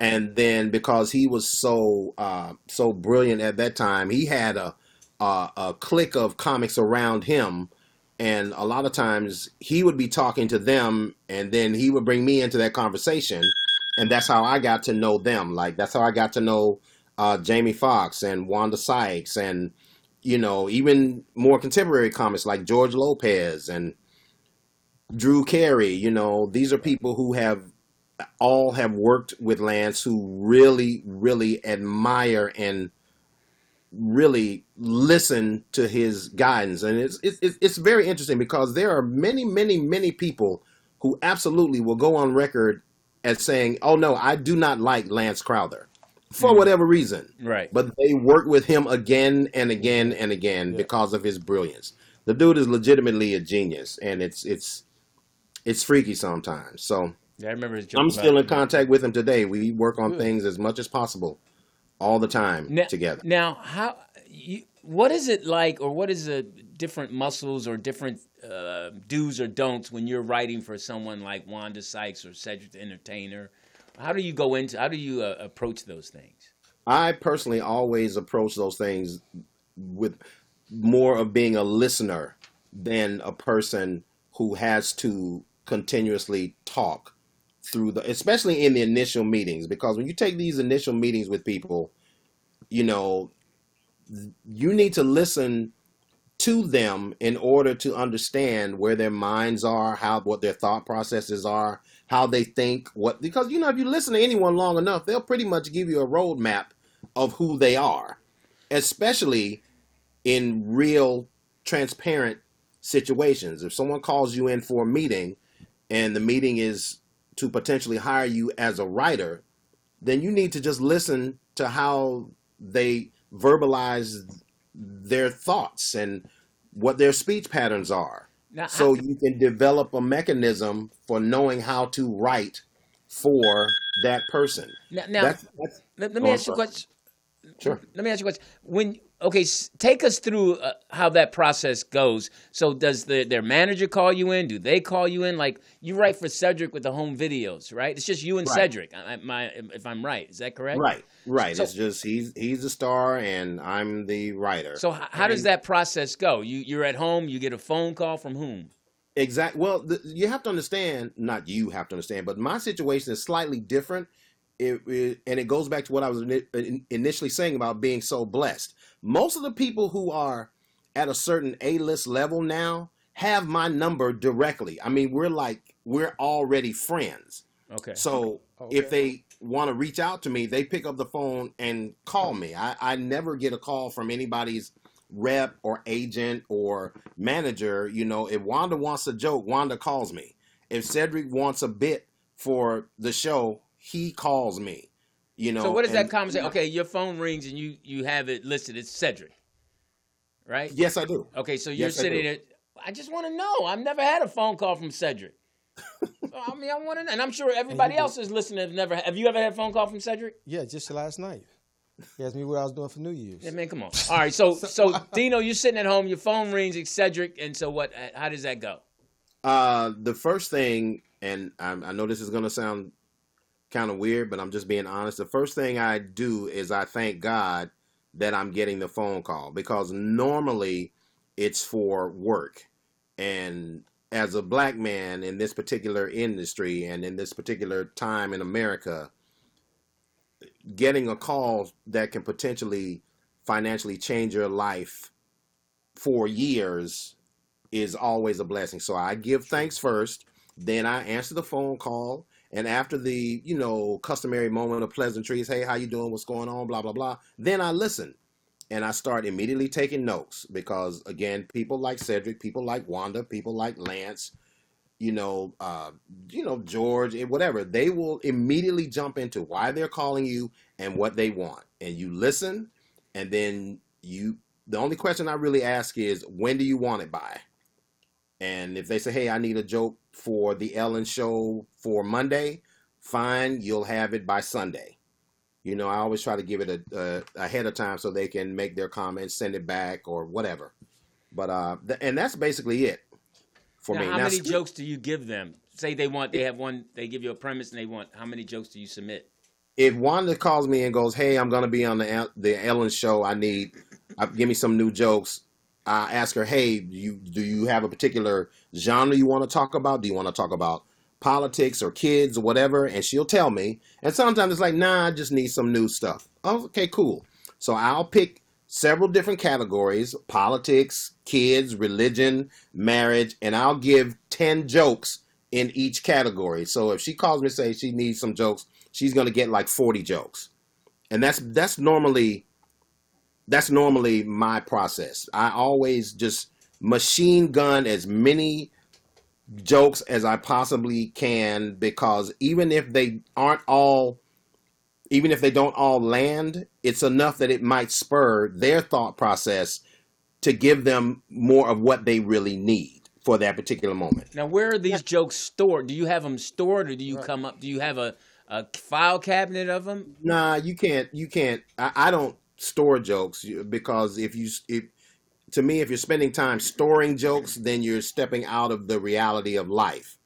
D: and then because he was so uh, so brilliant at that time, he had a, a a clique of comics around him, and a lot of times he would be talking to them, and then he would bring me into that conversation, and that's how I got to know them. Like that's how I got to know uh, Jamie Foxx and Wanda Sykes, and you know even more contemporary comics like George Lopez and Drew Carey, you know, these are people who have all have worked with Lance who really, really admire and really listen to his guidance. And it's it's it's it's very interesting because there are many, many, many people who absolutely will go on record as saying, "Oh no, I do not like Lance Crowther." For whatever reason,
A: Right.
D: But they work with him again and again and again because of his brilliance. The dude is legitimately a genius, and it's it's it's freaky sometimes. So
A: Yeah, I remember his joke.
D: I'm
A: about-
D: still in contact with him today. We work on things as much as possible, all the time
A: now,
D: together.
A: Now, how you, what is it like, or what is the different muscles or different uh, do's or don'ts when you're writing for someone like Wanda Sykes or Cedric the Entertainer? How do you go into? How do you uh, approach those things?
D: I personally always approach those things with more of being a listener than a person who has to continuously talk through the especially in the initial meetings because when you take these initial meetings with people you know you need to listen to them in order to understand where their minds are, how what their thought processes are, how they think, what because you know if you listen to anyone long enough, they'll pretty much give you a roadmap of who they are, especially in real transparent situations. If someone calls you in for a meeting and the meeting is to potentially hire you as a writer, then you need to just listen to how they verbalize their thoughts and what their speech patterns are.
A: Now,
D: so
A: how-
D: you can develop a mechanism for knowing how to write for that person.
A: Now, now
D: That's- that's-
A: let, let
D: Oh,
A: me
D: I'm
A: ask you a
D: sorry.
A: question.
D: sure.
A: Let me ask you a question. When okay, s- take us through uh, how that process goes. So, does the, their manager call you in? Do they call you in? Like you write for Cedric with the home videos, right? It's just you and
D: Right.
A: Cedric. I, I, my, if I'm right, is that correct?
D: Right, right.
A: So-
D: it's just he's he's the star and I'm the writer.
A: So, h- how does that process go? You you're at home. You get a phone call from whom?
D: Exactly. Well, the, you have to understand. Not you have to understand, but my situation is slightly different. It, it- and it goes back to what I was ini- in- initially saying about being so blessed. Most of the people who are at a certain A list level now have my number directly. I mean, we're like we're already friends.
A: Okay.
D: So if they want to reach out to me, they pick up the phone and call me. I, I never get a call from anybody's rep or agent or manager. You know, if Wanda wants a joke, Wanda calls me. If Cedric wants a bit for the show, he calls me. You know.
A: so, what is that
D: and-
A: conversation? Okay, your phone rings and you you have it listed. It's Cedric, right?
D: Yes, I do.
A: Okay, so you're
D: Yes, I
A: sitting
D: do.
A: there. I just want to know. I've never had a phone call from Cedric. I mean, I want to, and I'm sure everybody else is listening. Have never. Have you ever had a phone call from Cedric?
B: Yeah, just last night. He asked me what I was doing for New Year's.
A: Yeah, man, come on. All right, so so Dino, you're sitting at home. Your phone rings. It's Cedric, and so what? uh, How does that go?
D: Uh, the first thing, and I, I know this is going to sound kind of weird, but I'm just being honest. The first thing I do is I thank God that I'm getting the phone call because normally it's for work. And as a black man in this particular industry and in this particular time in America, getting a call that can potentially financially change your life for years is always a blessing. So I give thanks first, then I answer the phone call, and after the you know customary moment of pleasantries, hey, how you doing? What's going on? Blah blah blah. Then I listen, and I start immediately taking notes because again, people like Cedric, people like Wanda, people like Lance, you know, uh, you know George and whatever, they will immediately jump into why they're calling you and what they want, and you listen, and then you. The only question I really ask is, when do you want it by? And if they say, hey, I need a joke for the Ellen show for Monday, fine, you'll have it by Sunday. You know, I always try to give it a, a ahead of time so they can make their comments, send it back, or whatever. But uh, th- and that's basically it for
A: Now,
D: me.
A: how
D: Now,
A: many
D: Steve-
A: jokes do you give them? Say they want. They have one. They give you a premise, and they want. How many jokes do you submit?
D: if Wanda calls me and goes, "Hey, I'm gonna be on the El- the Ellen show. I need, uh, give me some new jokes." I ask her, "Hey, do you do you have a particular genre you want to talk about? Do you want to talk about politics or kids or whatever?" And she'll tell me. And sometimes it's like, "Nah, I just need some new stuff." Oh, okay, cool. So I'll pick several different categories: politics, kids, religion, marriage, and I'll give ten jokes in each category. So if she calls me and say she needs some jokes, she's gonna get like forty jokes, and that's that's normally that's normally my process. I always just machine gun as many jokes as I possibly can because even if they aren't all even if they don't all land, it's enough that it might spur their thought process to give them more of what they really need for that particular moment.
A: Now, where are these jokes stored? Do you have them stored, or do you come up? Do you have a, a file cabinet of them?
D: Nah, you can't. You can't. I, I don't store jokes you- because if you, if, to me, if you're spending time storing jokes, then you're stepping out of the reality of life.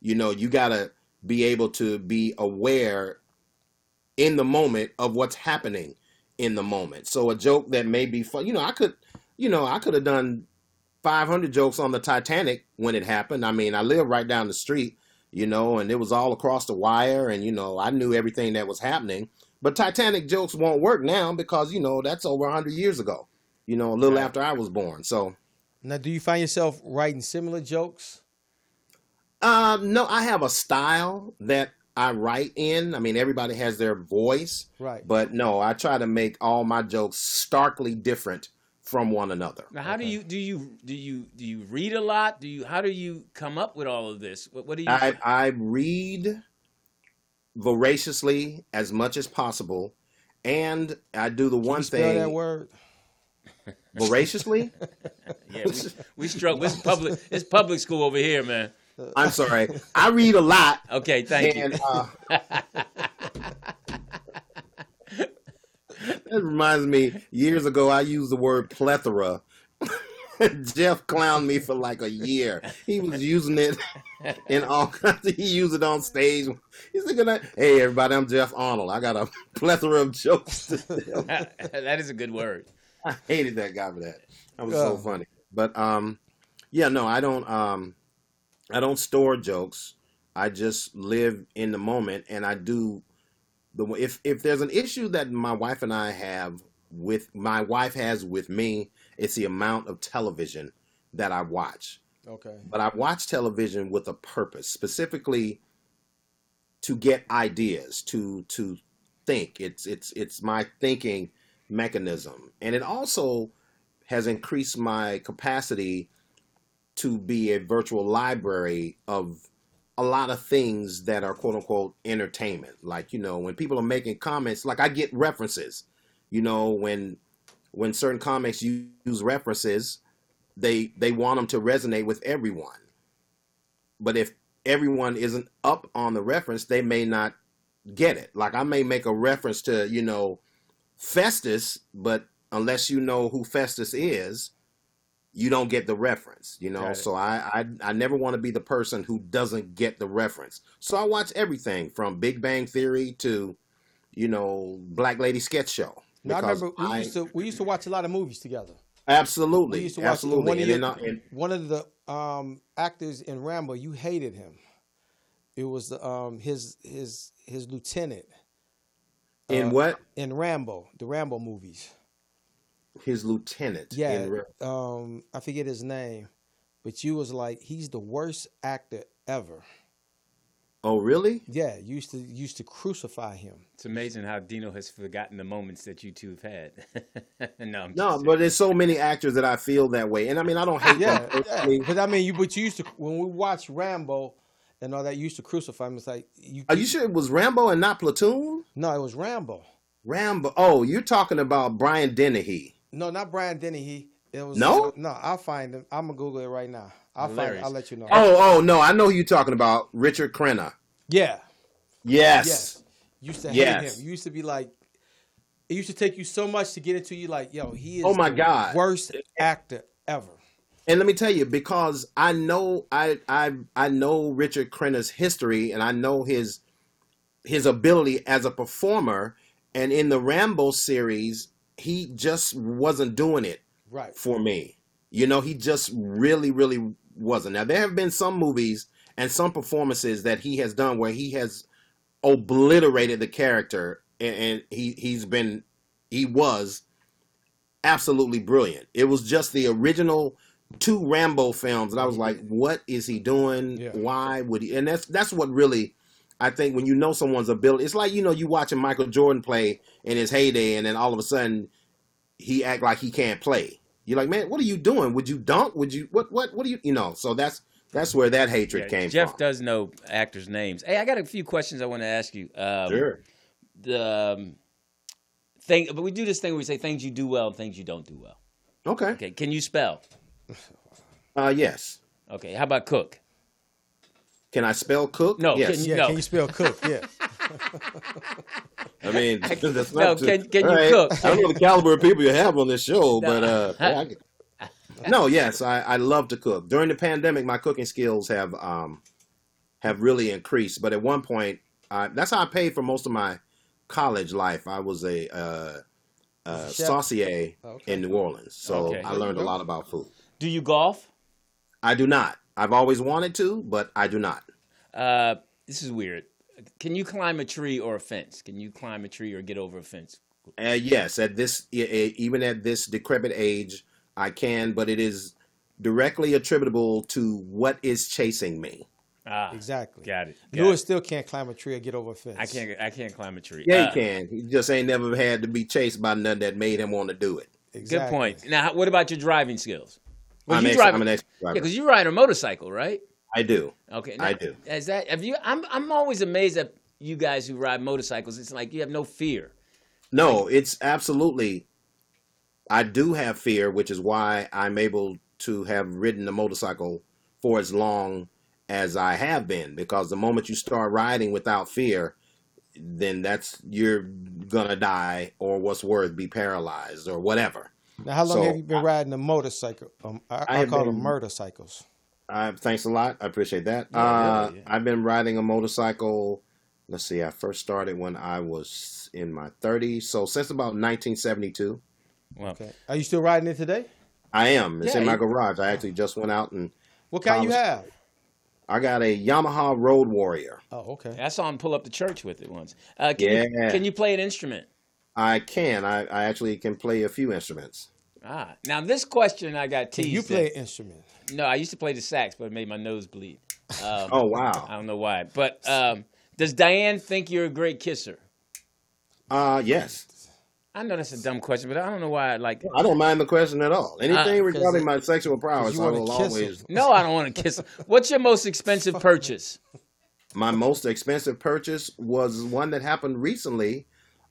D: You know, you gotta be able to be aware in the moment of what's happening in the moment. So a joke that may be fun. You know, I could. You know, I could have done 500 jokes on the Titanic when it happened. I mean, I lived right down the street, you know, and it was all across the wire, and you know, I knew everything that was happening. But Titanic jokes won't work now because you know that's over 100 years ago, you know, a little after I was born. So,
B: Now, do you find yourself writing similar jokes?
D: um, no, I have a style that I write in. I mean, everybody has their voice,
B: Right.
D: But no, I try to make all my jokes starkly different from one another.
A: Now, how do you do you do you do you read a lot? Do you how do you come up with all of this? What, what do you?
D: I, I read voraciously as much as possible, and I do the one
B: you spell that
D: thing
B: word.
D: voraciously.
A: yeah, we, we struggle. It's public. It's public school over here, man.
D: I'm sorry. I read a lot.
A: Okay, thank you.
D: and, Uh, that reminds me, years ago, I used the word plethora. Jeff clowned me for like a year. He was using it in all kinds. He used it on stage. He's thinking, "Hey, everybody, I'm Jeff Arnold. I got a plethora of jokes to tell."
A: that is a good word.
D: I hated that guy for that. That was so
B: Yeah.
D: funny. But um, yeah, no, I don't. Um, I don't store jokes. I just live in the moment, and I do the if if there's an issue that my wife and I have with my wife has with me, it's the amount of television that I watch
B: Okay.
D: but I watch television with a purpose, specifically to get ideas, to to think. It's it's it's my thinking mechanism, and it also has increased my capacity to be a virtual library of a lot of things that are quote unquote entertainment. Like you know, when people are making comments, like I get references. You know, when when certain comics u- use references, they they want them to resonate with everyone. But if everyone isn't up on the reference, they may not get it. Like I may make a reference to, you know, Festus, but unless you know who Festus is, you don't get the reference, you know.
A: Got it.
D: So I, I I never want to be the person who doesn't get the reference. So I watch everything from Big Bang Theory to, you know, Black Lady Sketch Show.
B: Now, I
D: Because
B: remember we used to we used to watch a lot of movies together.
D: absolutely,
B: We used to watch
D: absolutely,
B: one of
D: and,
B: your,
D: then I- and
B: one of the um, actors in Rambo. You hated him. It was um, his his his lieutenant uh,
D: in what
B: in Rambo, the Rambo movies.
D: his lieutenant.
B: Yeah,
D: in re-
B: um, I forget his name, but you was like he's the worst actor ever.
D: oh, really?
B: Yeah, you used to used to crucify him.
A: It's amazing how Dino has forgotten the moments that you two have had. no, I'm
D: No, but there's so many actors that I feel that way, and I mean I don't hate
B: Yeah,
D: them
B: yeah.
D: personally.
B: but I mean, you but you used to when we watched Rambo and all that, you used to crucify him. It's like you,
D: Are you sure it was Rambo and not Platoon?
B: no, it was Rambo.
D: Rambo. Oh, you're talking about Brian Dennehy.
B: No, not Brian Dennehy. It was
D: No?
B: no. I'll find him. I'm gonna Google it right now. I'll find.
A: Hilarious.
B: I'll let you know.
D: Oh, oh no, I know who you're talking about Richard Crenna.
B: Yeah.
D: Yes.
B: Yes. You used to hate
D: Yes.
B: him. You used to be like. It used to take you so much to get into you. Like, yo, he is.
D: Oh my
B: the
D: God.
B: Worst actor ever.
D: And let me tell you, because I know I I I know Richard Crenna's history and I know his his ability as a performer. And in the Rambo series, he just wasn't doing it.
B: Right.
D: for me. You know, he just really, really wasn't. Now there have been some movies and some performances that he has done where he has obliterated the character, and, and he he's been he was absolutely brilliant. It was just the original two Rambo films, and I was like, what is he doing?
B: Yeah.
D: Why would he? And that's that's what really. I think when you know someone's ability, it's like you know you watching Michael Jordan play in his heyday, and then all of a sudden he act like he can't play. You're like, man, what are you doing? Would you dunk? Would you what what what do you you know? So that's that's where that hatred
A: Yeah,
D: came
A: Jeff
D: from.
A: does know actors' names. Hey, I got a few questions I want to ask you. Um,
D: Sure.
A: The um, thing, but we do this thing where we say things you do well and things you don't do well.
D: Okay.
A: Okay, can you spell?
D: Uh yes.
A: Okay, how about cook?
D: Can I spell cook?
A: No,
D: Yes.
A: can you-
B: Yeah.
A: No.
B: Can you spell cook? Yeah.
D: I mean, that's
A: No,
D: not too-
A: can- can you
D: all
A: cook?
D: I don't know the caliber of people you have on this show, but uh, yeah, I can- no, yes, I, I love to cook. During the pandemic, my cooking skills have um have really increased. But at one point, I, that's how I paid for most of my college life. I was a uh, uh,
B: Chef. Oh,
D: saucier
B: Okay.
D: in New Orleans, so
A: Okay.
D: I learned a lot about food.
A: Do you golf?
D: I do not. I've always wanted to, but I do not.
A: Uh, this is weird. Can you climb a tree or a fence? Can you climb a tree or get over a fence?
D: Uh, yes, at this e- e- even at this decrepit age, I can, but it is directly attributable to what is chasing me.
A: Ah,
B: Exactly.
A: Got it. Got
B: Lewis
A: it.
B: still can't climb a tree or get over a fence.
A: I can't. I can't climb a tree.
D: Yeah,
A: Uh,
D: he can. He just ain't never had to be chased by nothing that made him want to do it.
A: Good
B: Exactly.
A: point. Now, how- what about your driving skills? Well,
D: I'm,
A: you
D: ex-
A: drive-
D: I'm an ex
A: Yeah,
D: driver.
A: because you ride a motorcycle, right?
D: I do.
A: Okay,
D: I
A: now,
D: do.
A: Is that have you? I'm I'm always amazed at you guys who ride motorcycles. It's like you have no fear.
D: No, it's absolutely. I do have fear, which is why I'm able to have ridden a motorcycle for as long as I have been because the moment you start riding without fear, then that's you're gonna die or what's worse be paralyzed or whatever.
B: Now, how long
D: So,
B: have you been
D: I-
B: riding a motorcycle? Um, I,
D: I
B: I,
D: have
B: call them
D: been-
B: motorcycles.
D: Uh, thanks a lot. I appreciate that.
A: Yeah,
D: uh,
A: yeah, yeah.
D: I've been riding a motorcycle. Let's see. I first started when I was in my 30s, so since about 1972.
A: Well,
B: Okay. Are you still riding it today?
D: I am. It's in
A: Yeah,
D: my
A: you-
D: garage. I actually just went out and
B: What kind you
D: College.
B: have?
D: I got a Yamaha Road Warrior.
B: Oh, okay.
A: I saw him pull up the church with it once. Uh, can, you,
D: Yeah.
A: can you play an instrument?
D: I can. I, I actually can play a few instruments.
A: Ah, now this question I got teased.
B: You
A: at.
B: play an instrument.
A: No, I used to play the sax, but it made my nose bleed. Um,
D: Oh wow.
B: Uh,
A: I don't know why. But um, does Diane think you're a great kisser?
D: Uh yes.
A: I know that's a dumb question, but I don't know why I like that.
D: I don't mind the question at all. Anything
A: Uh,
D: regarding my sexual prowess,
B: you
D: I
B: wanna
D: will
B: kiss him.
D: always.
A: No, I don't want to kiss. What's your most expensive purchase?
D: My most expensive purchase was one that happened recently.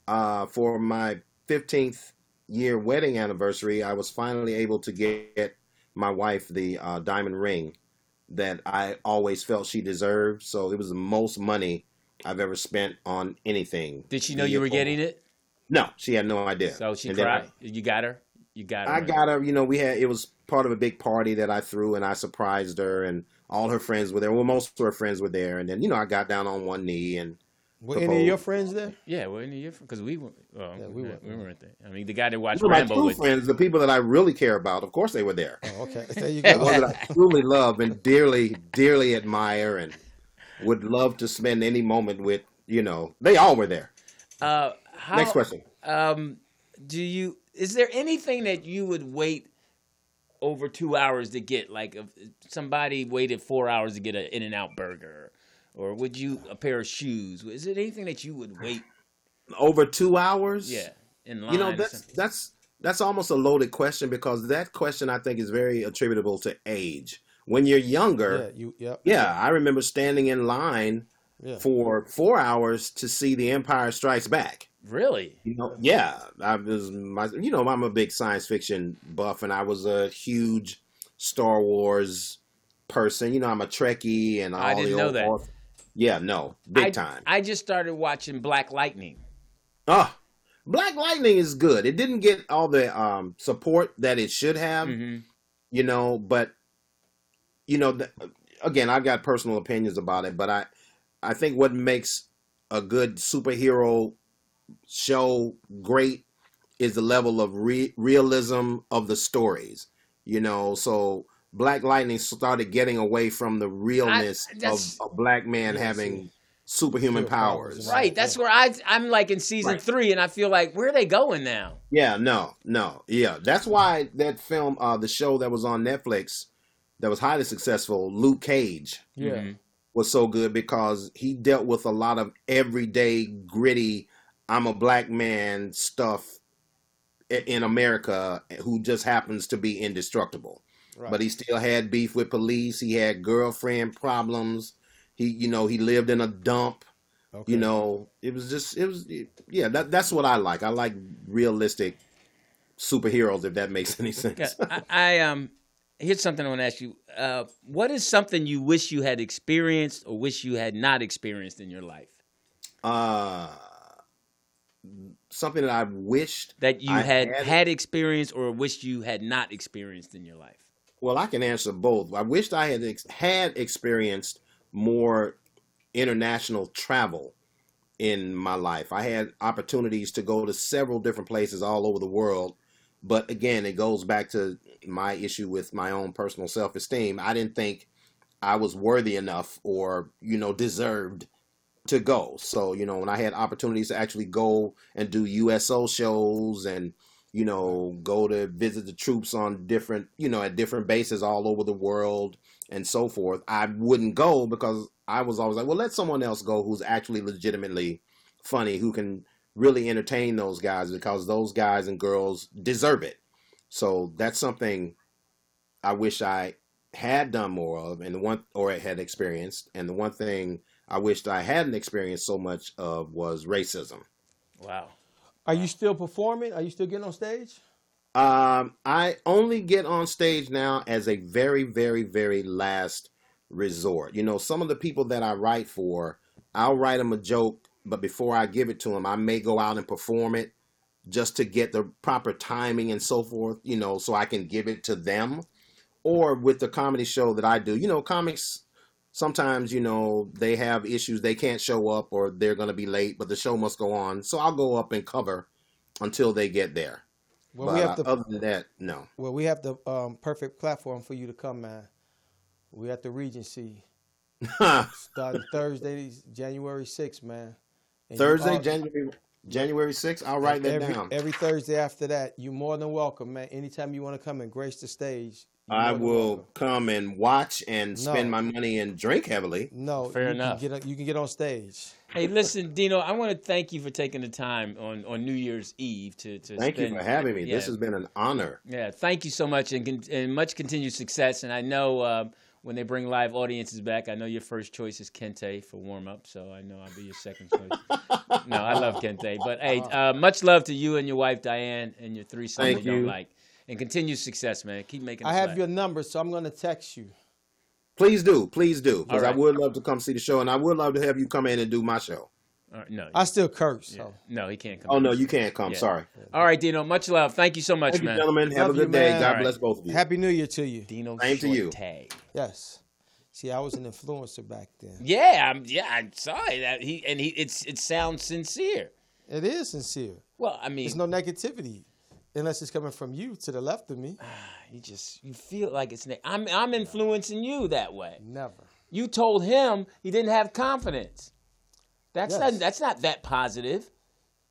D: Uh, for my 15th year wedding anniversary, I was finally able to get my wife the uh, diamond ring that I always felt she deserved. So it was the most money I've ever spent on anything.
A: Did she know you were getting it?
D: No, she had no idea.
A: So she
D: And then I-
A: cried. You got her. You got her.
D: I
A: right?
D: got her. You know, we had it was part of a big party that I threw, and I surprised her, and all her friends were there. Well, most of her friends were there, and then you know, I got down on one knee, and
B: Were any of your
D: Propose.
B: friends there?
A: Yeah, well, in the year because we were. Well,
B: Yeah,
A: we,
B: we
A: were,
B: weren't.
A: we weren't there. I mean, the guy that watched
D: These were my
A: Rambo
D: true
A: with.
D: friends, the people that I really care about, of course, they were there.
B: Oh, okay. There you
D: The ones
B: go.
D: that I truly love and dearly, dearly admire, and would love to spend any moment with. You know, they all were there.
A: Uh, how,
D: Next question.
A: Um, do you? Is there anything that you would wait over two hours to get? Like, if somebody waited four hours to get an In and Out burger, or would you a pair of shoes? Is it anything that you would wait?
D: Over two hours.
A: Yeah, in line.
D: you know
A: or
D: that's
A: something?
D: that's that's almost a loaded question because that question I think is very attributable to age. When you're
B: yeah,
D: younger,
B: you. Yep.
D: yeah, I remember standing in line
B: Yeah.
D: for four hours to see The Empire Strikes Back.
A: really.
D: You know, yeah, I was my, you know, I'm a big science fiction buff, and I was a huge Star Wars person. You know, I'm a Trekkie, and all
A: I didn't
D: the
A: know
D: old
A: that.
D: Orth- yeah, no, big
A: I,
D: time.
A: I just started watching Black Lightning.
D: Ah, Black Lightning is good. It didn't get all the um, support that it should have,
A: hmm
D: you know. But you know, th- again, I've got personal opinions about it, but I, I think what makes a good superhero show great is the level of re- realism of the stories, you know. So Black Lightning started getting away from the realness of
A: that's-
D: a black man
B: Yeah, I
D: having
B: see.
D: superhuman
B: Superpowers and
D: powers.
B: all
A: Right. That's where I I'm like in season
D: Right.
A: three, and I feel like where are they going now?
D: Yeah, no, no, yeah. That's why that film, uh, the show that was on Netflix, that was highly successful, Luke Cage,
B: Yeah.
A: Mhm.
D: was so good because he dealt with a lot of everyday gritty, I'm a black man stuff i- in America who just happens to be indestructible.
B: Right.
D: But he still had beef with police. He had girlfriend problems. He, you know, he lived in a dump
B: Okay.
D: you know it was just it was yeah that, that's what i like i like realistic superheroes if that makes any sense
A: Yeah, I, I um here's something I want to ask you. Uh, what is something you wish you had experienced or wish you had not experienced in your life
D: uh something that i wished
A: that you
D: I
A: had
D: had-
A: had experienced or wished you had not experienced in your life?
D: well i can answer both i wished i had ex- had experienced more international travel in my life i had opportunities to go to several different places all over the world but again it goes back to my issue with my own personal self-esteem i didn't think I was worthy enough or, you know, deserved to go. So, you know, when I had opportunities to actually go and do USO shows and, you know, go to visit the troops on different, you know, at different bases all over the world and so forth, I wouldn't go because I was always like, well, let someone else go who's actually legitimately funny, who can really entertain those guys because those guys and girls deserve it. So that's something I wish I had done more of and the one or had experienced and the one thing I wished I hadn't experienced so much of was racism.
A: Wow.
B: Are you still performing? Are you still getting on stage?
D: Um, I only get on stage now as a very, very, very last resort. You know, some of the people that I write for, I'll write them a joke, but before I give it to them, I may go out and perform it just to get the proper timing and so forth, you know, so I can give it to them. Or with the comedy show that I do, you know, comics sometimes, you know, they have issues, they can't show up or they're going to be late, but the show must go on. So I'll go up and cover until they get there.
B: Well,
D: but
B: we have
D: uh,
B: to.
D: other than that, no.
B: Well, we have the um, perfect platform for you to come, man. We at the Regency starting Thursday, January 6th, man. And you
D: Thursday,
B: all-
D: January January 6th, I'll write that
B: every,
D: down.
B: Every Thursday after that, you're more than welcome, man. Anytime you want to come and grace the stage, you're
D: I
B: more than
D: will
B: welcome.
D: come and watch and spend
B: No.
D: my money and drink heavily.
B: No,
A: Fair
B: you
A: enough.
B: Can get, on- you can get on stage.
A: Hey, listen, Dino, I want to thank you for taking the time on, on New Year's Eve to, to
D: Thank you
A: spend-
D: for having me. This
A: Yeah.
D: has been an honor.
A: Yeah, thank you so much, and, con- and much continued success. And I know uh, when they bring live audiences back, I know your first choice is Kente for warm up, so I know I'll be your second choice. no, I love Kente, but hey, uh, much love to you and your wife Diane and your three sons
D: Oh. Thank
A: you don't
D: you.
A: like, and continued success, man. Keep making.
B: I
A: us
B: have
A: laugh.
B: your number, so I'm going to text you.
D: Please do, please do, because
A: All right.
D: I would love to come see the show, and I would love to have you come in and do my show.
A: All right, no,
B: I still curse. So.
A: no, he can't come.
D: Oh no, you can't come.
A: Yeah.
D: Sorry.
A: All right, Dino, much love. Thank you so much,
D: Thank you,
A: man.
D: gentlemen. Have a
B: Love you,
D: good day.
B: man.
D: God
A: All right.
D: bless both of you.
B: Happy New Year to you.
A: Dino,
D: Same to you.
A: Shorte.
B: Yes. See, I was an influencer back then.
A: Yeah, I'm, yeah, I'm sorry that he and he. It's it sounds sincere.
B: It is sincere.
A: Well, I mean,
B: There's no negativity, unless it's coming from you to the left of me.
A: You just you feel like it's ne- I'm I'm influencing you that way.
B: Never.
A: You told him he didn't have confidence. That's
B: Yes.
A: not that's not that positive.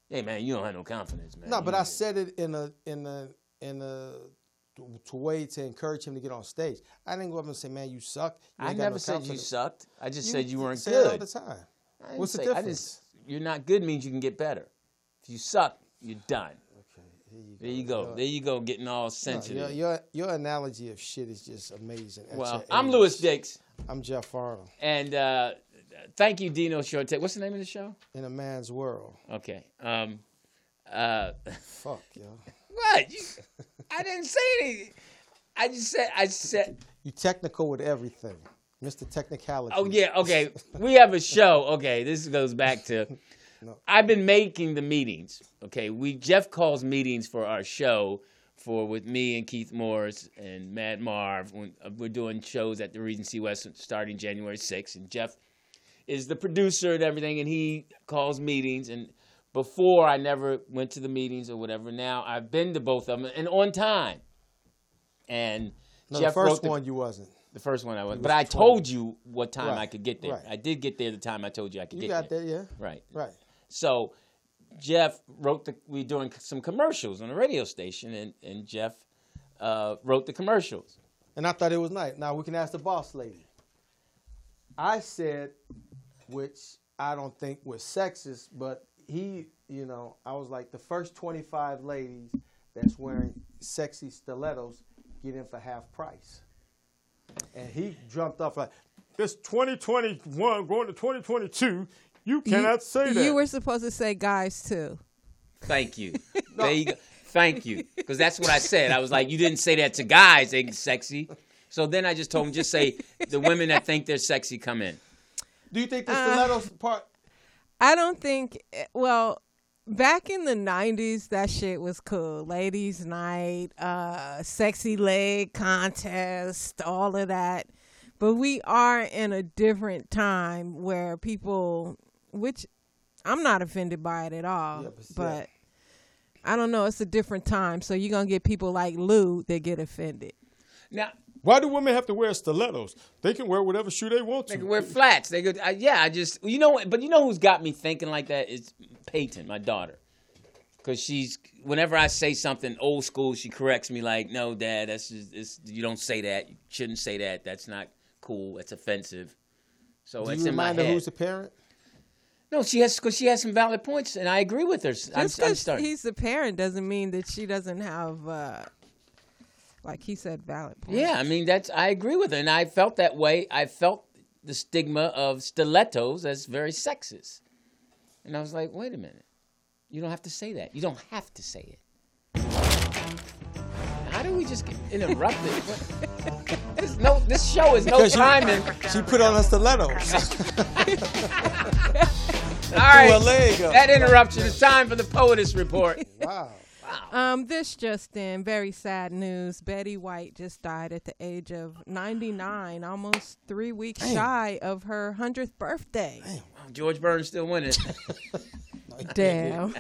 A: Hey man, you don't have no confidence, man.
B: No, but
A: You-
B: I said it in a in a in a to, to way to encourage him to get on stage. I didn't go up and say, "Man, you suck." You
A: I
B: ain't got
A: never
B: no
A: said you
B: confidence."
A: sucked. I just said you weren't
B: say it all
A: good.
B: the time.
A: I didn't
B: What's the
A: say- I didn't s-
B: difference?
A: you're not good means you can get better. If you suck, you're done. There you go. There you go. Getting all
B: No, your,
A: sensitive.
B: your your analogy of shit is just amazing. at
A: well,
B: your
A: I'm
B: age.
A: Lewis Dix,
B: I'm Jeff Arnold
A: and uh, thank you, Dino Shorte. What's the name of the show?
B: in a man's world.
A: Okay. Um, uh,
B: Fuck yo.
A: What? You, I didn't say anything. I just said I said
B: You technical with everything, Mr. Technicality.
A: oh yeah, okay. We have a show. Okay, this goes back to I've been making the meetings. Okay. We Jeff calls meetings for our show for with me and Keith Morris and Matt Marv. When, uh, we're doing shows at the Regency West starting January 6th and Jeff is the producer and everything, and he calls meetings. And before, I never went to the meetings or whatever. Now I've been to both of them and on time. And
B: No,
A: Jeff
B: the first
A: wrote the,
B: one you wasn't.
A: the first one I was,
B: was
A: but I
B: 20.
A: told you what time I
B: Right,
A: could get there.
B: right.
A: I did get there the time I told you I could
B: You
A: get
B: got
A: there.
B: that, yeah?
A: Right.
B: Right.
A: So Jeff wrote the we were doing some commercials on a radio station, and and Jeff uh, wrote the commercials.
B: And I thought it was nice. Now we can ask the boss lady. I said, which I don't think was sexist, but he, you know, I was like the first 25 ladies that's wearing sexy stilettos get in for half price. And he jumped off like, this 2021 going to 2022, you cannot say that.
C: You were supposed to say guys too.
A: Thank you. There you go. Thank you. Because that's what I said. I was like, you didn't say that to guys, they ain't sexy. So then I just told him, just say the women that think they're sexy come in.
B: Do you think the stilettos part?
C: I don't think. eh, Well, back in the '90s, that shit was cool. Ladies' night, uh, sexy leg contest, all of that. But we are in a different time where people, which I'm not offended by it at all,
B: Yeah, but-
C: but. I don't know. It's a different time, so you're gonna get people like Lou that get offended.
A: Now
B: Why do women have to wear stilettos? They can wear whatever shoe they want to.
A: they could wear flats. They could, I, yeah. I just, you know, what- but you know who's got me thinking like that is Peyton, my daughter, because she's whenever I say something old school, she corrects me like, "No, Dad, that's just, it's, you don't say that. You shouldn't say that. That's not cool. That's offensive." So
B: Do
A: it's
B: you
A: in my
B: remind her
A: head.
B: who's the parent?
A: No, she has because she has some valid points, and I agree with her. I'm,
C: Just
A: I'm
C: because
A: starting.
C: he's the parent doesn't mean that she doesn't have, uh, like he said, valid points.
A: Yeah, I mean that's I agree with her, and I felt that way. I felt the stigma of stilettos as very sexist, and I was like, wait a minute, you don't have to say that. You don't have to say it. How do we just get interrupted? What- This no, this show is no
B: Because you-
A: timing.
B: She put on her stilettos.
A: All right,
B: her leg up.
A: that interruption is time for the poetess report.
B: Wow.
C: Um, this just in, very sad news. Betty White just died at the age of 99, almost three weeks shy of her 100th birthday.
A: Oh, George Burns still winning.
C: Damn.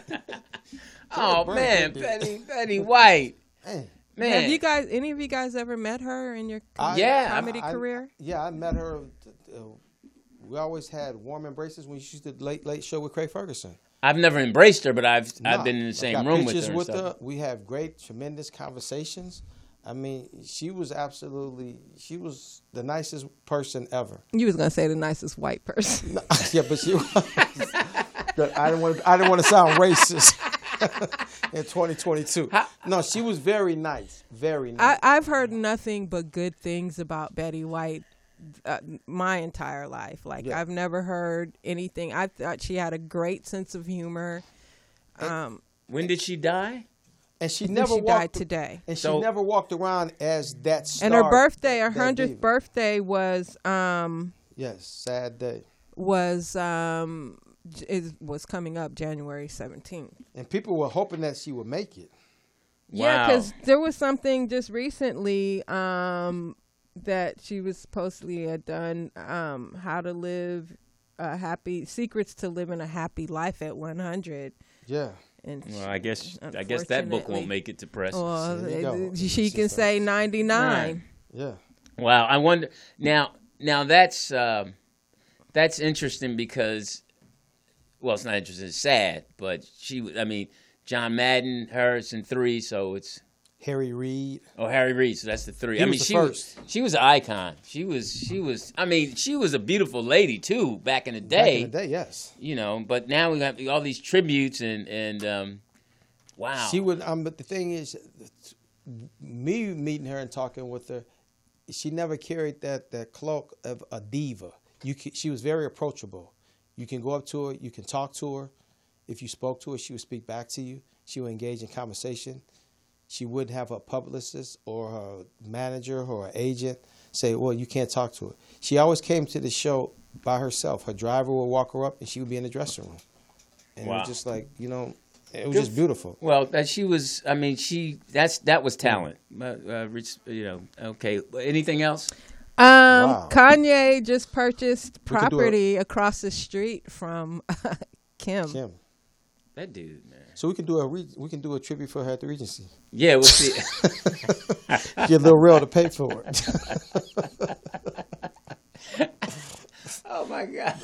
A: Oh man,
B: did.
A: Betty, Betty White,
B: Man.
A: man.
C: Have you guys, any of you guys ever met her in your com-
B: I-
A: Yeah.
C: comedy
B: I-
C: career?
B: Yeah, I met her. uh, we always had warm embraces when she used the late late show with Craig Ferguson.
A: I've never embraced her, but I've I've
B: Nah,
A: been in the
B: I've
A: same
B: got
A: room with her.
B: pictures
A: and stuff.
B: We have great, tremendous conversations. I mean, she was absolutely. She was the nicest person ever.
C: You was going to say the nicest white person.
B: yeah, but she. Was, but I didn't want. To, I didn't want to sound racist. In 2022, no, she was very nice, very nice.
C: I, I've heard nothing but good things about Betty White uh, my entire life. Like
B: Yeah.
C: I've never heard anything. I thought she had a great sense of humor. Um,
A: When did she die?
B: and she
C: never
B: never
C: she
B: walked.
C: died today.
B: And she
A: So-
B: never walked around as that star.
C: And her birthday, her
B: that diva.
C: hundredth birthday, was um
B: Yes, sad day.
C: was um j- is was coming up January seventeenth.
B: And people were hoping that she would make it.
C: Yeah,
A: Wow.
C: because there was something just recently um, that she was supposedly had done um, how to live a happy secrets to living a happy life at 100
B: Yeah.
C: and
A: Well, I guess I guess that book won't
C: Unfortunately.
A: make it to press.
C: well,
B: There you go.
C: it- she can say 99
B: Yeah.
A: Wow, I wonder now. Now that's um that's interesting because, well, it's not interesting. It's sad, but she. w- I mean, John Madden, her, it's in three, so it's
B: Harry Reid.
A: oh Harry Reid. So that's the three.
B: He
A: I mean,
B: was the
A: she
B: first.
A: was she was an icon. She was she was. I mean, she was a beautiful lady too back in the day.
B: Back in the day, yes.
A: You know, but now we got all these tributes and and um, wow.
B: She would. Um, but the thing is, me meeting her and talking with her, she never carried that that cloak of a diva. You can, she was very approachable. You can go up to her. You can talk to her. If you spoke to her, she would speak back to you. She would engage in conversation. She wouldn't have her publicist or her manager or her agent say, "Well, you can't talk to her." She always came to the show by herself. Her driver would walk her up, and she would be in the dressing room. And it
A: Wow.
B: was just like you know, it was
A: Good
B: just beautiful.
A: Well, that she was. I mean, she. That's that was talent. Uh, uh, Rich, you know. Okay. Anything else?
C: um
B: Wow.
C: kanye just purchased
B: We could do a-
C: property across the street from kim.
B: Kim.
A: That dude, man.
B: So we can do a re- we can do a tribute for her at the Regency.
A: Yeah, we'll see.
B: Get a little real to pay for it.
A: oh my God,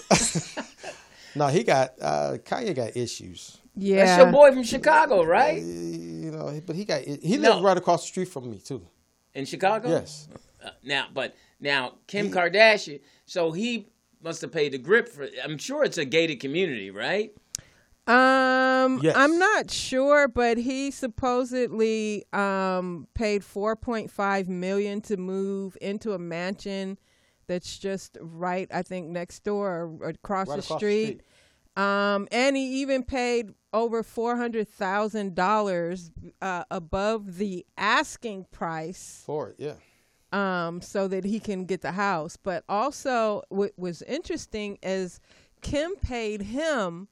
B: no, he got uh, Kanye got issues.
C: yeah
A: that's your boy from Chicago, right?
B: Eh, You know, but he got he
A: No.
B: lived right across the street from me too.
A: In Chicago.
B: Yes,
A: Uh, now, but now Kim Kardashian. So he must have paid the grip for. I'm sure it's a gated community, right?
C: Um,
B: Yes.
C: I'm not sure, but he supposedly um paid 4.5 million to move into a mansion that's just right, I think, next door or across,
B: right
C: the,
B: across
C: street. Um, and he even paid over four hundred thousand dollars uh, above the asking price
B: for it. Yeah,
C: um, so that he can get the house. But also, what was interesting is Kim paid him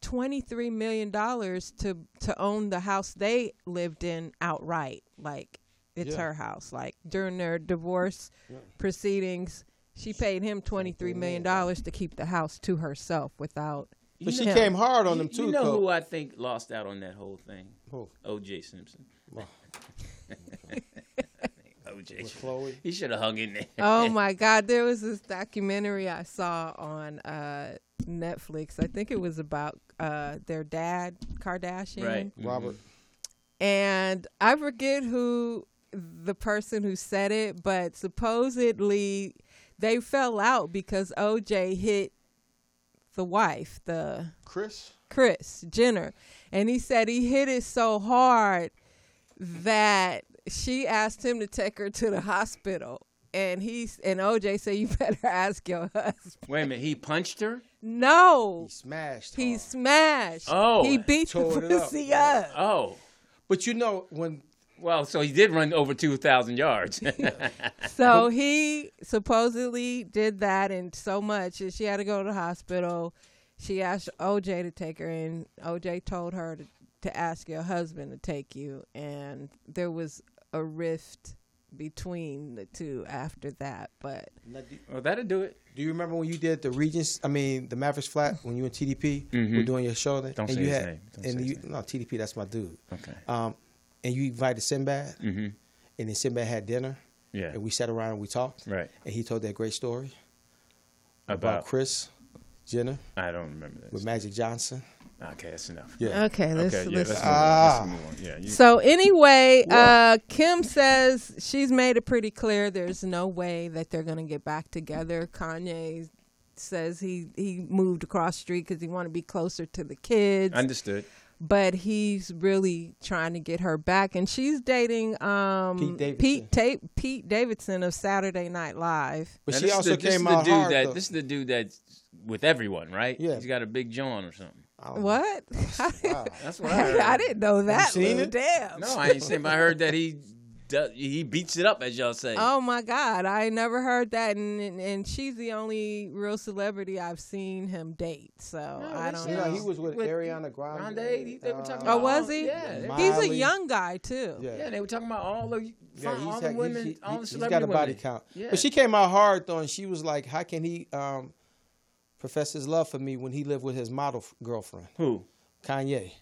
C: twenty three million dollars to to own the house they lived in outright. Like it's
B: Yeah.
C: her house. Like during their divorce proceedings, she paid him twenty three million dollars to keep the house to herself without.
B: but she
C: know-
B: came hard on him too.
A: You know
B: though.
A: who I think lost out on that whole thing?
B: Who?
A: O.J. Simpson. O.J.
B: Chloe.
A: He should have hung in there.
C: Oh my God! There was this documentary I saw on uh, Netflix. I think it was about uh, their dad, Kardashian,
A: Right.
B: Robert.
C: and I forget who the person who said it, but supposedly they fell out because OJ hit the wife, the
B: Chris.
C: Chris Jenner, and he said he hit it so hard that she asked him to take her to the hospital. And he and OJ said, "You better ask your husband."
A: Wait a minute. He punched her.
C: No,
B: He smashed.
C: he
B: hard.
C: smashed.
A: Oh.
C: he beat the
B: Tore it up.
C: pussy up.
A: Oh.
B: But you know when
A: Well, so he did run over 2,000 yards.
C: So he supposedly did that, and so much that she had to go to the hospital. She asked OJ to take her, and OJ told her to, to ask your husband to take you. And there was a rift between the two after that. But
A: well, that'll do it.
B: Do you remember when you did the Regents? I mean, the Mavericks flat when you were in TDP, we're doing your show. Don't
A: say
B: you
A: his name. Don't
B: and
A: say his
B: you, no TDP, that's my dude.
A: Okay.
B: Um, and you invited Sinbad, mm-hmm. and then Sinbad had dinner.
A: Yeah.
B: And we sat around and we talked.
A: Right.
B: And he told that great story about,
A: About,
B: Chris Jenner
A: I don't remember
B: with
A: this.
B: Magic Johnson.
A: Okay, that's enough.
B: Yeah.
C: okay, let's
A: Okay, yeah,
C: let's
A: that's
B: Ah.
A: Yeah, you,
C: So anyway, uh, Kim says she's made it pretty clear there's no way that they're gonna get back together. Kanye says he he moved across the street because he wanted to be closer to the kids,
A: understood.
C: but he's really trying to get her back, and she's dating um,
B: Pete Davidson.
C: Pete, Ta- Pete Davidson of Saturday Night Live.
B: But
A: Now,
B: she
A: this is
B: also
A: the- this is
B: came
A: the
B: out
A: dude
B: hard.
A: that
B: though.
A: this is the dude that's with everyone, right?
B: Yeah.
A: he's got a big John or something.
B: I don't know.
C: What?
A: That's what I heard.
C: I didn't know that.
B: seen
C: Lou.
B: it?
C: Damn.
A: No, I ain't saying. but I heard that he does, he beats it up, as y'all say.
C: Oh my God, I never heard that, and, and and she's the only real celebrity I've seen him date. So I don't
B: You know,
C: know.
B: he was um, with,
A: With
B: Ariana Grande.
A: Grande, he- they were talking
C: Oh,
A: about-
C: was he?
A: Yeah, they-
C: He's a
B: Miley.
C: young guy too.
B: Yeah.
A: Yeah, they were talking about all the
B: Yeah, he's,
A: all
B: had-
A: the
B: he's-
A: women,
B: he,
A: all the
B: has
A: celebrity
B: got a body
A: women.
B: count.
A: Yeah.
B: But she came out hard though, and she was like, "How can he um, profess his love for me when he lived with his model f- girlfriend,
A: who?
B: Kanye?"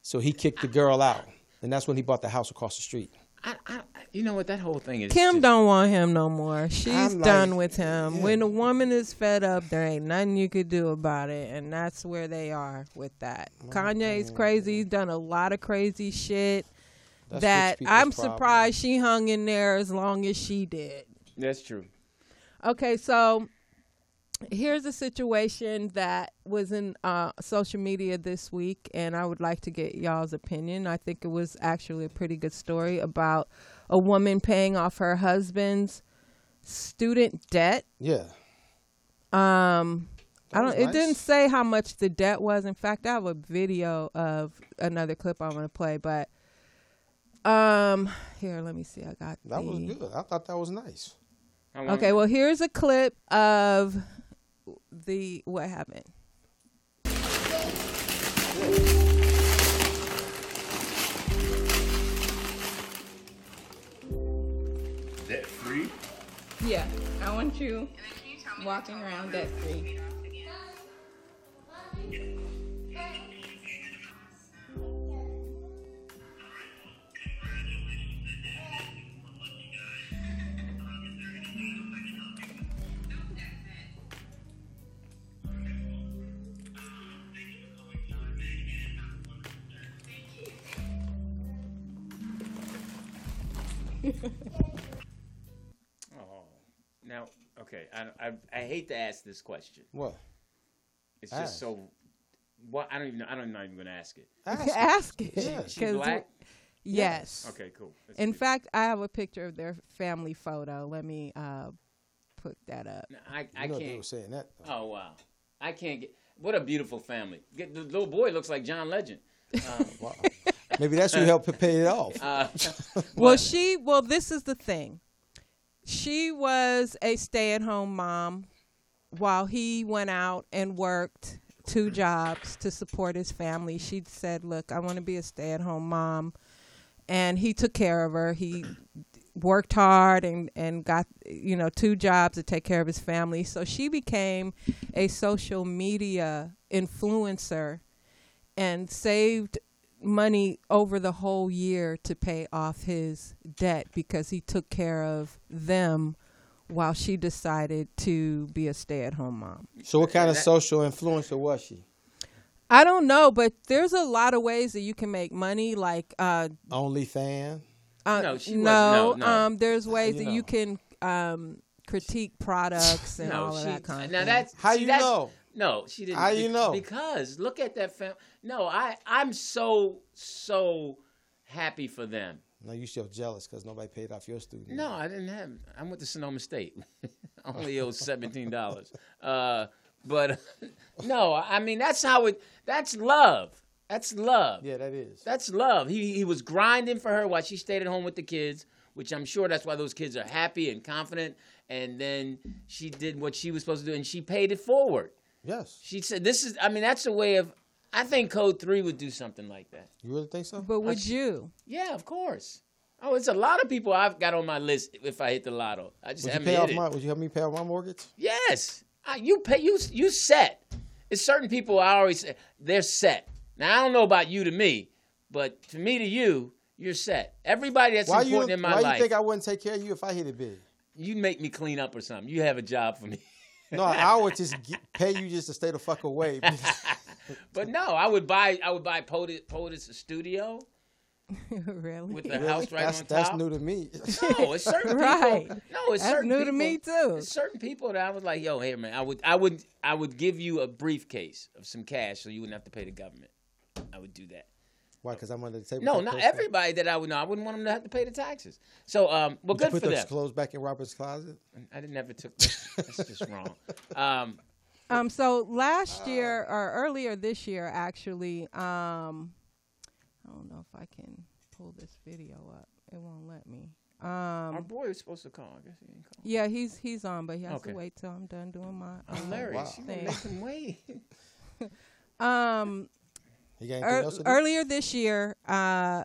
B: So he kicked the girl out, and that's when he bought the house across the street.
A: I, I, you know what? That whole thing is
C: Kim
A: just-
C: don't want him no more. She's
B: I'm like,
C: done with him.
B: yeah.
C: When a woman is fed up, there ain't nothing you could do about it, and that's where they are with that.
B: Oh,
C: Kanye's crazy. He's done a lot of crazy shit.
B: That's
C: that
B: rich people's
C: I'm
B: problem.
C: surprised she hung in there as long as she did.
A: That's true.
C: Okay, so here's a situation that was in uh, social media this week, and I would like to get y'all's opinion. I think it was actually a pretty good story about a woman paying off her husband's student debt.
B: Yeah,
C: Um, I
B: was
C: don't. It
B: nice.
C: didn't say how much the debt was. In fact, I have a video of another clip I'm going to play, but um, here, let me see. I got
B: that was
C: the-
B: good. I thought that was nice.
A: How long-
C: Okay, well, here's a clip of the what happened.
E: debt free.
F: Yeah, I want you walking around debt free.
A: Oh, now, okay, I, I, I hate to ask this question.
B: What?
A: It's
B: Ask.
A: just so. Well, I don't even. know. I'm not even going to ask it.
B: Ask.
C: Ask it.
B: Yeah.
A: She
C: 'cause-
A: black?
C: Yes.
A: Okay, cool. That's
C: In
A: good.
C: fact, I have a picture of their family photo. Let me uh, put that up.
A: I, I
B: You know they were
A: can't.
B: saying that. though.
A: Oh wow, I can't get. What a beautiful family. Get- The little boy looks like John Legend.
B: Wow. Maybe that's who helped pay it off.
A: Uh,
C: Well, she. Well, this is the thing. She was a stay-at-home mom while he went out and worked two jobs to support his family. She said, "Look, I want to be a stay-at-home mom," and he took care of her. He worked hard and and got you know two jobs to take care of his family. So she became a social media influencer and saved money over the whole year to pay off his debt because he took care of them while she decided to be a stay-at-home mom.
B: So what kind of social influencer was she?
C: I don't know, but there's a lot of ways that you can make money like uh,
B: Only fan.
C: uh
A: No, she wasn't.
C: no,
A: No, no.
C: um there's ways
B: you
C: that you
B: know?
C: can um critique products and all of that kind of
A: now
C: thing.
A: that's
B: How
A: see,
B: you
A: that's-
B: know?
A: No, she didn't.
B: How you know?
A: Because look at that family. No, I I'm so so happy for them.
B: No, you still jealous because nobody paid off your student.
A: No, I didn't have. I went to Sonoma State. I Only owed seventeen dollars. Uh, but no, I mean that's how it. That's love. That's love.
B: Yeah, that is.
A: That's love. He he was grinding for her while she stayed at home with the kids, which I'm sure that's why those kids are happy and confident. And then she did what she was supposed to do, and she paid it forward.
B: yes.
A: She said, "This is. I mean, that's a way of. I think Code Three would do something like that.
B: You really think so?
C: But would you?
A: Yeah, of course. Oh, it's a lot of people I've got on my list. If I hit the lotto, I just
B: would you
A: haven't
B: pay
A: hit
B: off
A: it.
B: my? Would you help me pay off my mortgage?
A: Yes, I, you pay you you set. It's certain people I always say they're set. Now I don't know about you to me, but to me to you, you're set. Everybody that's
B: Why you?
A: important in my
B: why
A: life,
B: you think I wouldn't take care of you if I hit it big?
A: you make me clean up or something. You have a job for me.
B: No, I would just get, pay you just to stay the fuck away.
A: But no, I would buy I would buy POTUS, POTUS a studio
C: really?
A: with the house right
B: that's
A: on
B: that's
A: top.
B: new to me.
A: No, it's certain
C: Right.
A: people. No, it's
C: That's
A: certain
C: new to
A: people-
C: me, too.
A: It's certain people that I was like, yo, hey man, I would I would I would give you a briefcase of some cash so you wouldn't have to pay the government. I would do that.
B: Why? Because I'm under the table.
A: No,
B: type
A: not
B: person?
A: everybody that I would know. I wouldn't want them to have to pay the taxes. So, um, well, good
B: Put
A: for
B: those
A: them.
B: clothes back in Robert's closet.
A: I didn't ever took. That's, that's just wrong. Um,
C: Um, so
B: Uh.
C: last year or earlier this year, actually, um, I don't know if I can pull this video up. It won't let me. Um,
A: our boy was supposed to call. I guess he didn't call.
C: Yeah, he's he's on, but he has
A: Okay.
C: to wait till I'm done doing my.
B: Oh,
C: um,
A: Hilarious. You gonna
C: Thanks.
A: make him wait.
C: Um,
B: You got anything
C: er-
B: else to do?
C: earlier this year, uh,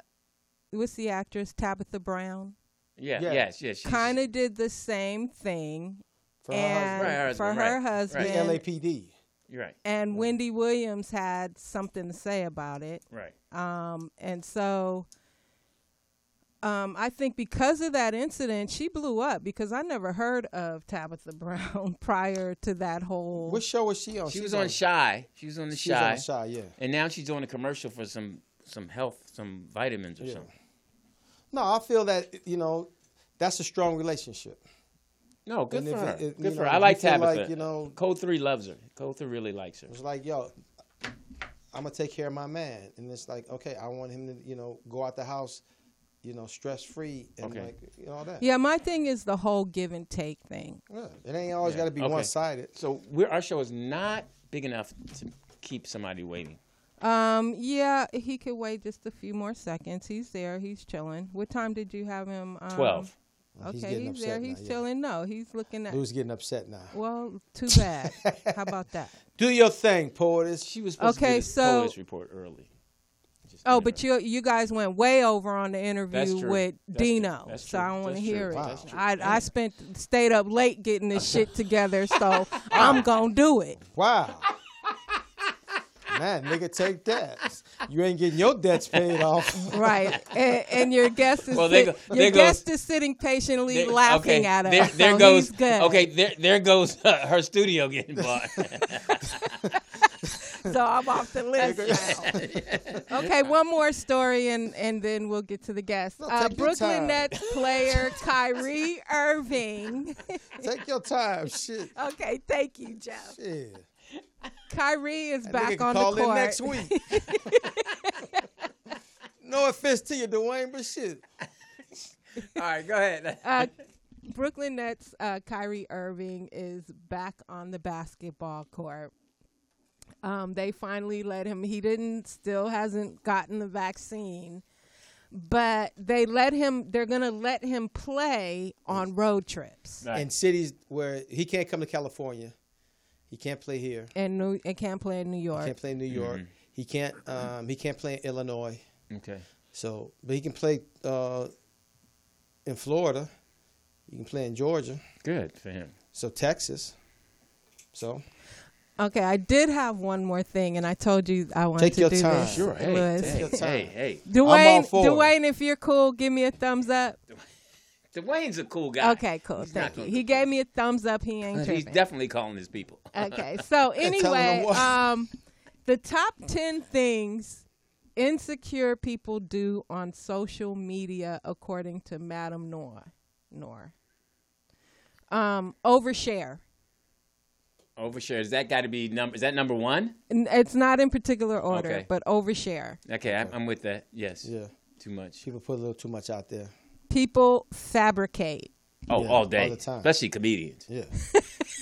C: what's the actress Tabitha Brown?
A: Yeah.
B: Yeah.
A: Yes. Yes. she's-
C: Kind of did the same thing,
B: For her
C: and
A: Right, her husband,
C: for her
A: right, right.
C: husband,
A: The
B: LAPD.
A: You're right.
C: and Wendy Williams had something to say about it.
A: Right.
C: Um, and so um, I think because of that incident, she blew up because I never heard of Tabitha Brown prior to that whole.
B: What show was she on?
A: She
B: Oh, She's
A: was on Shy. She was on the
B: She was
A: Shy.
B: on Shy. Yeah.
A: And now she's doing a commercial for some some health, some vitamins or
B: Yeah.
A: something.
B: No, I feel that you know that's a strong relationship.
A: No, good
B: And
A: for
B: if
A: her.
B: it- it-
A: good
B: you
A: for
B: know,
A: her. I
B: you
A: like
B: feel like,
A: Tabitha.
B: you know-
A: Code Three loves her. Code Three really likes her.
B: It's like, yo, I'm gonna take care of my man, and it's like, okay, I want him to, you know, go out the house, you know, stress free, and
A: Okay.
B: like, you know, all that.
C: Yeah, my thing is the whole give and take thing.
B: Yeah. It ain't always got to be
A: Okay.
B: one sided.
A: So we're, our show is not big enough to keep somebody waiting.
C: Um, yeah, he could wait just a few more seconds. He's there. He's chilling. What time did you have him? Um,
A: Twelve.
B: He's
C: Okay,
B: getting
C: he's,
B: upset
C: there.
B: now,
C: He's
B: yeah.
C: chilling. No, he's looking at.
B: Lou's getting upset now.
C: Well, too bad. How about that?
B: Do your thing, Portis.
A: She was supposed
C: Okay,
A: to do this
C: so-
A: police report early. Just
C: Oh,
A: never-
C: but you you guys went way over on the interview
A: true.
C: with
A: That's
C: Dino,
A: true. That's
C: so
A: true.
C: I don't want to
A: That's true.
C: hear it.
A: Wow.
B: That's true.
C: I I spent stayed up late getting this shit together, so I'm gonna do it.
B: Wow. Man, nigga, take that. You ain't getting your debts paid off.
C: Right, and, and your guest is
A: Well, there
C: sit- your
A: go- there goes-
C: guest is sitting patiently
A: There-
C: laughing
A: okay,
C: at us.
A: There, there
C: so
A: goes.
C: he's good.
A: Okay, there there goes uh, her studio getting bought.
C: so I'm off the list now. okay, one more story, and and then we'll get to the guests. uh,
B: take your
C: Brooklyn
B: time.
C: Nets player Kyrie Irving.
B: take your time. Shit.
C: okay, thank you, Joe.
B: Shit.
C: Kyrie is
B: That nigga
C: back
B: can
C: on
B: call
C: the court.
B: in next week. no offense to you, Dwayne, but shit.
A: All right, go ahead.
C: uh, Brooklyn Nets uh, Kyrie Irving is back on the basketball court. Um, they finally let him. He didn't, still hasn't gotten the vaccine, but they let him. They're gonna let him play on road trips
B: In cities where he can't come to California, he can't play here.
C: and New, and can't play in New
B: He
C: York.
B: can't play in New York. He can't. Um, he can't play in Illinois.
A: okay.
B: So, but he can play uh, in Florida. He can play in Georgia.
A: Good for him.
B: So Texas. So
C: Okay, I did have one more thing, and I told you I wanted
B: Take
C: to
B: your
C: do
B: time.
C: this.
A: Sure. Hey,
C: was-
A: hey,
B: your time.
A: hey, hey.
B: I'm all
C: Dwayne,
B: for it.
C: Dwayne, if you're cool, give me a thumbs up.
A: Dwayne's a cool guy.
C: Okay, cool.
A: He's not
C: Thank you.
A: gonna
C: He
A: do
C: gave me a thumbs up. He ain't
A: Uh, He's
C: tripping.
A: definitely calling his people.
C: okay, so anyway,
B: what.
C: um, the top ten things insecure people do on social media, according to Madam Noor. Noor. Um, overshare.
A: Overshare. Is that got to be number? Is that number one?
C: N- It's not in particular order,
A: Okay.
C: but overshare.
A: Okay, I'm, I'm with that. Yes.
B: yeah,
A: Too much.
B: people put a little too much out there.
C: People fabricate.
A: Oh,
B: Yeah,
A: all day.
B: all the time.
A: Especially comedians.
B: Yeah,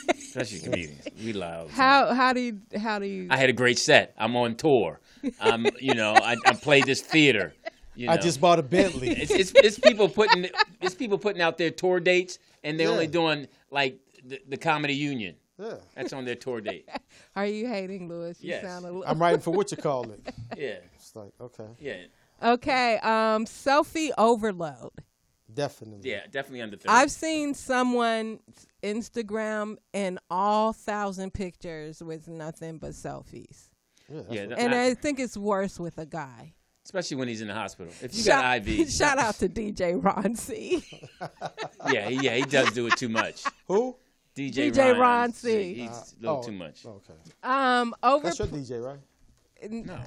A: especially comedians. We loud.
C: How how do you how do you?
A: I had a great set. I'm on tour. I'm, you know, I, I play this theater. You know.
B: I just bought a Bentley.
A: it's, it's it's people putting it's people putting out their tour dates, and they're
B: Yeah.
A: only doing like the, the comedy union.
B: yeah.
A: That's on their tour date.
C: Are you hating Lewis? You
A: Yes.
C: sound a little.
B: I'm writing for what you call it.
A: Yeah,
B: It's like okay,
A: yeah,
C: Okay, um, selfie overload.
B: definitely.
A: yeah. Definitely under thirty.
C: I've seen someone's Instagram and all thousand pictures with nothing but selfies,
B: Yeah, that's
A: yeah,
B: what-
A: that-
C: and
A: I-
C: I think it's worse with a guy.
A: especially when he's in the hospital. If you
C: Shout-
A: got IV,
C: Shout out to DJ Ron C.
A: yeah, he- yeah, he does do it too much.
B: Who?
A: DJ,
C: DJ
A: Ron,
C: Ron
A: he's-
C: C.
A: he's
B: Uh,
A: a little
B: oh,
A: too much.
B: Okay.
C: Um, over.
B: That's your DJ, right?
A: No,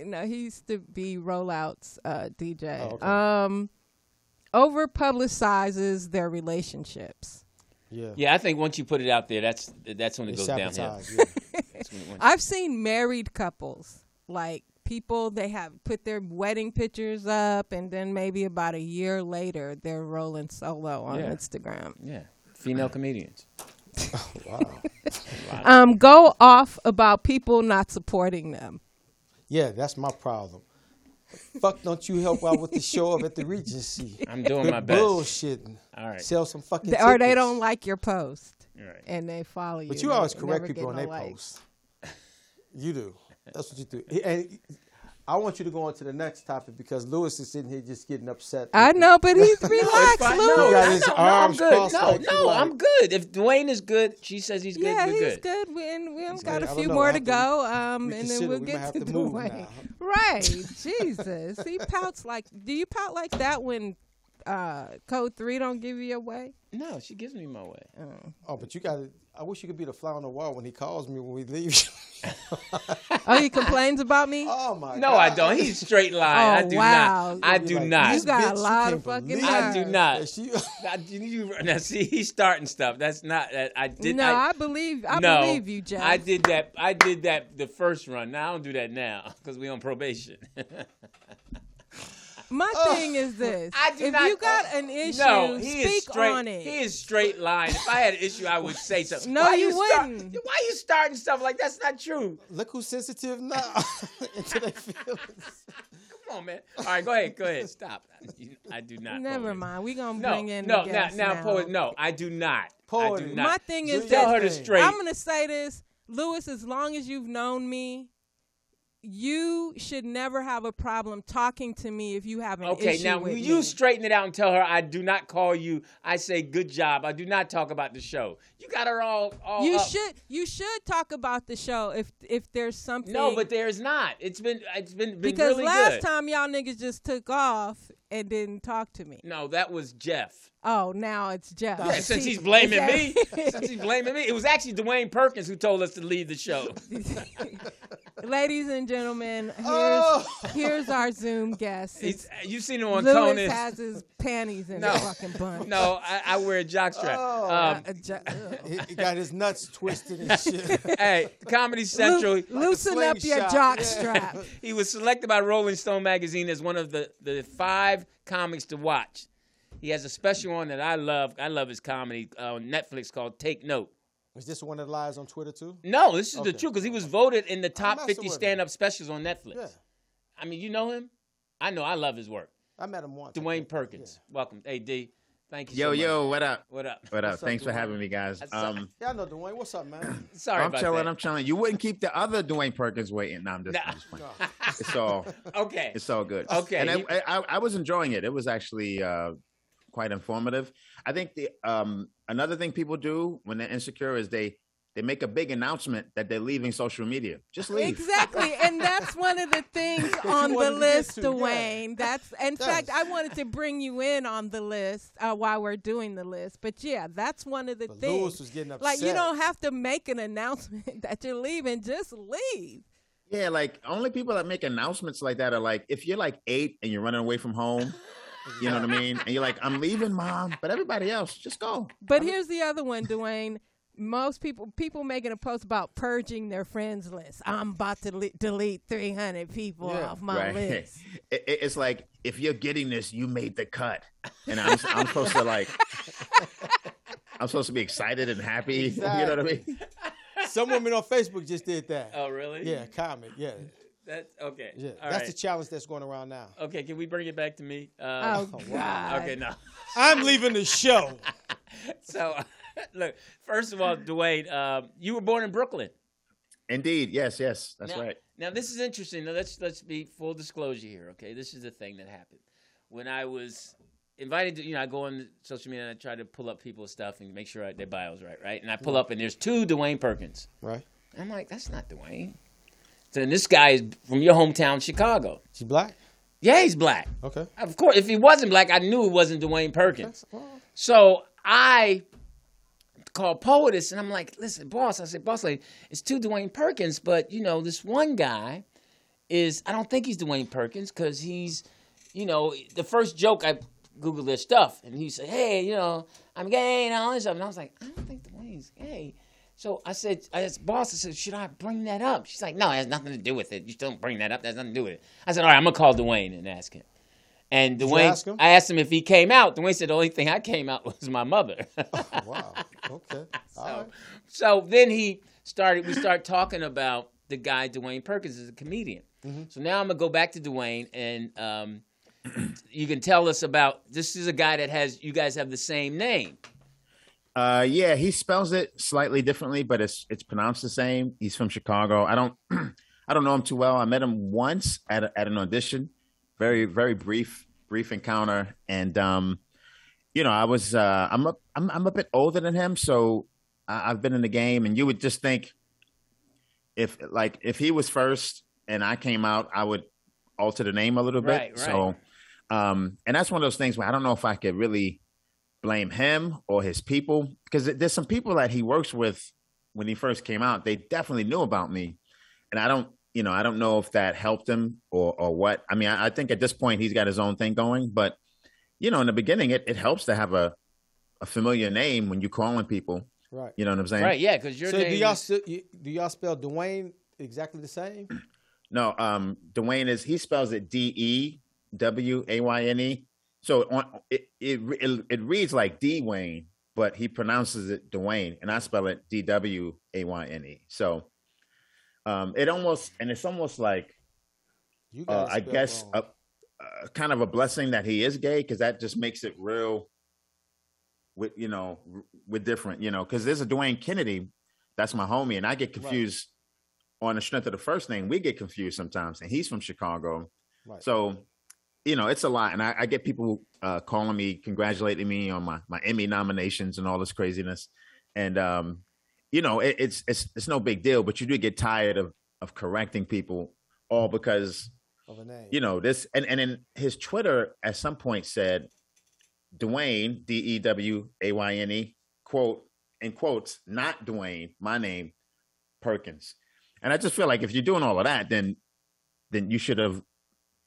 C: No, he used to be Rollout's uh, DJ.
B: Oh, okay.
C: Um, over publicizes their relationships.
B: Yeah.
A: yeah, I think once you put it out there, that's that's when it
B: They
A: goes downhill.
B: sabotage. Yeah.
A: That's when it went-
C: I've seen married couples, like people they have put their wedding pictures up, and then maybe about a year later they're rolling solo on
A: Yeah.
C: Instagram.
A: yeah, female comedians.
B: wow.
C: Um, go off about people not supporting them.
B: Yeah, that's my problem. Fuck, don't you help out with the show up at the Regency?
A: I'm doing
B: Quit
A: my best.
B: bullshitting.
A: All right.
B: Sell some fucking.
C: They- or they
B: tickets.
C: don't like your post,
A: All right.
C: and they follow you.
B: But you
C: and
B: always
C: never
B: correct
C: get
B: people on
C: no
B: their
C: likes.
B: posts. You do. That's what you do. And I want you to go on to the next topic because Lewis is sitting here just getting upset.
C: I know, but he's
A: It's
C: relaxed,
A: fine.
C: Lou.
A: No,
B: He got
A: no,
B: his
A: no,
B: arms
A: no, I'm
B: crossed
A: good.
B: like
A: No, no,
B: like-
A: I'm good. If Dwayne is good, she says he's good.
C: Yeah,
A: we're
C: he's
A: good.
C: good. We and we
B: He's
C: got
B: good.
C: a
B: I
C: few
B: don't know.
C: more
B: I
C: to
B: have to
C: go. Um, and
B: reconsider.
C: then we'll
B: We might
C: get
B: have
C: to
B: to move
C: Dwayne.
B: now.
C: Right, Jesus, he pouts like. Do you pout like that when uh, Code Three don't give you your way?
A: No, she gives me my way.
B: Oh, but you got to. I wish you could be the fly on the wall when he calls me when we leave.
C: Oh, he complains about me.
B: oh my.
A: No,
B: God.
A: I don't. He's straight lying.
C: Oh,
A: I do
C: wow.
A: not. I
B: You're
A: do
B: like,
A: not.
C: You got
B: bitch,
C: a
B: you
C: lot
B: can't
C: of fucking
B: believe
C: nerves.
B: it.
A: I do not.
B: Yeah, she-
A: I- you- you- now see, he's starting stuff. That's not. That, I did.
C: no, I,
A: I,
C: believe. I
A: no,
C: believe you, Jeff.
A: I did that. I did that the first run. Now I don't do that now because we on probation.
C: My thing is this:
A: I do
C: if
A: not- Oh.
C: you got an issue,
A: no, he is
C: speak
A: straight.
C: on it.
A: He is straight lying. If I had an issue, I would say something.
C: No,
A: why
C: you
A: start-
C: wouldn't.
A: why you starting stuff like that's not true?
B: Look who's sensitive now. Into their feelings.
A: Come on, man. All right, go ahead. Go ahead. Stop. You- I do not.
C: Never
A: poet.
C: mind. We gonna
A: No,
C: bring in
A: no,
C: the
A: now,
C: guests
A: now,
C: now.
A: poet. No, I do not. I
B: Poetry.
A: do not.
C: My thing
B: Do
C: is
B: your
C: this.
A: tell her to
B: thing.
A: straight.
C: I'm gonna say this, Lewis. As long as you've known me, you should never have a problem talking to me if you have an
A: Okay,
C: issue
A: now
C: with
A: will you
C: me.
A: straighten it out and tell her I do not call you. I say good job. I do not talk about the show. You got her all. all
C: you
A: up.
C: should you should talk about the show if if there's something.
A: No, but there's not. It's been it's been, been
C: because
A: really
C: last
A: good.
C: time y'all niggas just took off and didn't talk to me.
A: No, that was Jeff.
C: Oh, now it's Jeff.
A: Yeah, since he's blaming me, since he's blaming me, it was actually Dwayne Perkins who told us to leave the show.
C: Ladies and gentlemen, here's here's our Zoom guest.
A: Oh. He's, you've seen him on
C: Lewis
A: Conan.
C: has his panties in
A: No.
C: a fucking bunch.
A: No, I, I wear a jockstrap.
B: Oh.
A: Um,
C: A jo-
B: He, he got his nuts twisted and shit.
A: hey, Comedy Central.
C: Loo- loosen
B: a
C: up your
B: slingshot.
C: jock
B: Yeah.
C: strap.
A: He was selected by Rolling Stone magazine as one of the, the five comics to watch. He has a special on that I love. I love his comedy uh, on Netflix called Take Note.
B: Is this one that lies on Twitter too?
A: No, this is the
B: Okay.
A: truth because he was voted in the top
B: messing
A: 50
B: with him.
A: stand up specials on Netflix.
B: Yeah,
A: I mean, you know him? I know. I love his work.
B: I met him once. I
A: Dwayne
B: think.
A: Perkins. Welcome. Hey, D. Thank you so
G: Yo,
A: much.
G: yo, what up?
A: What up?
G: What up?
B: What's up,
G: Thanks for
B: Dwayne?
G: having me, guys.
A: That's-
G: Um,
B: Yeah, I know Dwayne. What's up, man?
A: Sorry
G: I'm
A: about
G: chilling. I'm
A: that.
G: chilling. You wouldn't keep the other Dwayne Perkins waiting. No, I'm just,
A: Nah.
G: I'm just playing. It's all,
A: okay.
G: it's all good.
A: Okay,
G: And I,
A: you-
G: I, I was enjoying it. It was actually uh, quite informative. I think the um, another thing people do when they're insecure is they they make a big announcement that they're leaving social media. Just leave.
C: Exactly, and that's one of the things on
B: wanted
C: the
B: to get
C: list,
B: to, yeah.
C: Dwayne. That's in fact,
B: Yes.
C: I wanted to bring you in on the list uh, while we're doing the list. But yeah, that's one of the
B: But
C: things.
B: Lewis was getting upset.
C: like you don't have to make an announcement that you're leaving. Just leave.
G: Yeah, like only people that make announcements like that are like if you're like eight and you're running away from home, you know what I mean, and you're like I'm leaving, mom. But everybody else, just go.
C: But here's the other one, Dwayne. Most people people making a post about purging their friends list. I'm about to le- delete 300 people
B: Yeah.
C: off my list.
G: It, it- it's like if you're getting this, you made the cut, and I'm, I'm supposed to like. I'm supposed to be excited and happy. You know what I mean?
B: Some women on Facebook just did that.
A: Oh, really?
B: Yeah, comment. Yeah,
A: That's okay.
B: yeah.
A: All
B: that's
A: right.
B: the challenge that's going around now.
A: okay, can we bring it back to me? Uh,
F: Oh, God.
A: Okay, no.
B: I'm leaving the show.
A: So, look, first of all, Dwayne, um, you were born in Brooklyn.
G: Indeed. Yes. Yes. That's
A: now,
G: right.
A: Now this is interesting. Now let's let's be full disclosure here. Okay, this is the thing that happened when I was invited. to, You know, I go on social media and I try to pull up people's stuff and make sure I, their bios right, right. And I pull up and there's two Dwayne Perkins.
B: Right?
A: I'm like, that's not Dwayne. Then this guy is from your hometown, Chicago.
B: She black?
A: Yeah, he's black.
B: Okay.
A: Of course, if he wasn't black, I knew it wasn't Dwayne Perkins.
B: Well,
A: So I called Poetess and I'm like, listen, boss. I said, boss lady, it's two Dwayne Perkins, but you know, this one guy is, I don't think he's Dwayne Perkins because he's, you know, the first joke I Googled their stuff and he said, hey, you know, I'm gay and all this stuff. And I was like, I don't think Dwayne's gay. So I said, I asked boss, I said, should I bring that up? She's like, no, it has nothing to do with it. You don't bring that up. That has nothing to do with it. I said, all right, I'm going to call Dwayne and ask him. And
B: you
A: Dwayne,
B: ask him?
A: I asked him if he came out. Dwayne said, the only thing I came out was my mother.
B: Wow. Okay. All right.
A: So then he started. We start talking about the guy Dwayne Perkins is a comedian.
B: Mm-hmm.
A: So now I'm gonna go back to Dwayne, and um, you can tell us about this is a guy that has you guys have the same name.
G: Uh, yeah, he spells it slightly differently, but it's it's pronounced the same. He's from Chicago. I don't I don't know him too well. I met him once at a, at an audition, very very brief brief encounter, and um, you know I was uh, I'm a I'm I'm a bit older than him, so I, I've been in the game, and you would just think if like if he was first and I came out, I would alter the name a little bit.
A: Right, right.
G: So, um, and that's one of those things where I don't know if I could really blame him or his people because there's some people that he works with when he first came out they definitely knew about me and i don't you know i don't know if that helped him or or what i mean i, I think at this point he's got his own thing going but you know in the beginning it, it helps to have a a familiar name when you're calling people
B: Right.
G: you know what i'm saying
A: Right? Yeah, because your
B: So do
A: name.
B: y'all
A: is-
B: still, you, do y'all spell Dwayne exactly the same?
G: no um dwayne is he spells it E d-e-w-a-y-n-e E. so on it it, re- it, it reads like dwayne but he pronounces it dwayne and i spell it d-w-a-y-n-e E. so um it almost and it's almost like
B: You
G: uh,
B: gotta
G: i
B: spell
G: guess
B: wrong.
G: a, uh, kind of a blessing that he is gay because that just makes it real with you know r- with different you know because there's a dwayne kennedy that's my homie and i get confused on the strength of the first name we get confused sometimes and he's from chicago
B: Right.
G: so you know it's a lot and i, I get people uh, calling me congratulating me on my, my emmy nominations and all this craziness and um you know it, it's it's it's no big deal but you do get tired of of correcting people all because
B: of a name.
G: you know this and and then his twitter at some point said dwayne E d-e-w-a-y-n-e E, quote in quotes not dwayne my name perkins and i just feel like if you're doing all of that then then you should have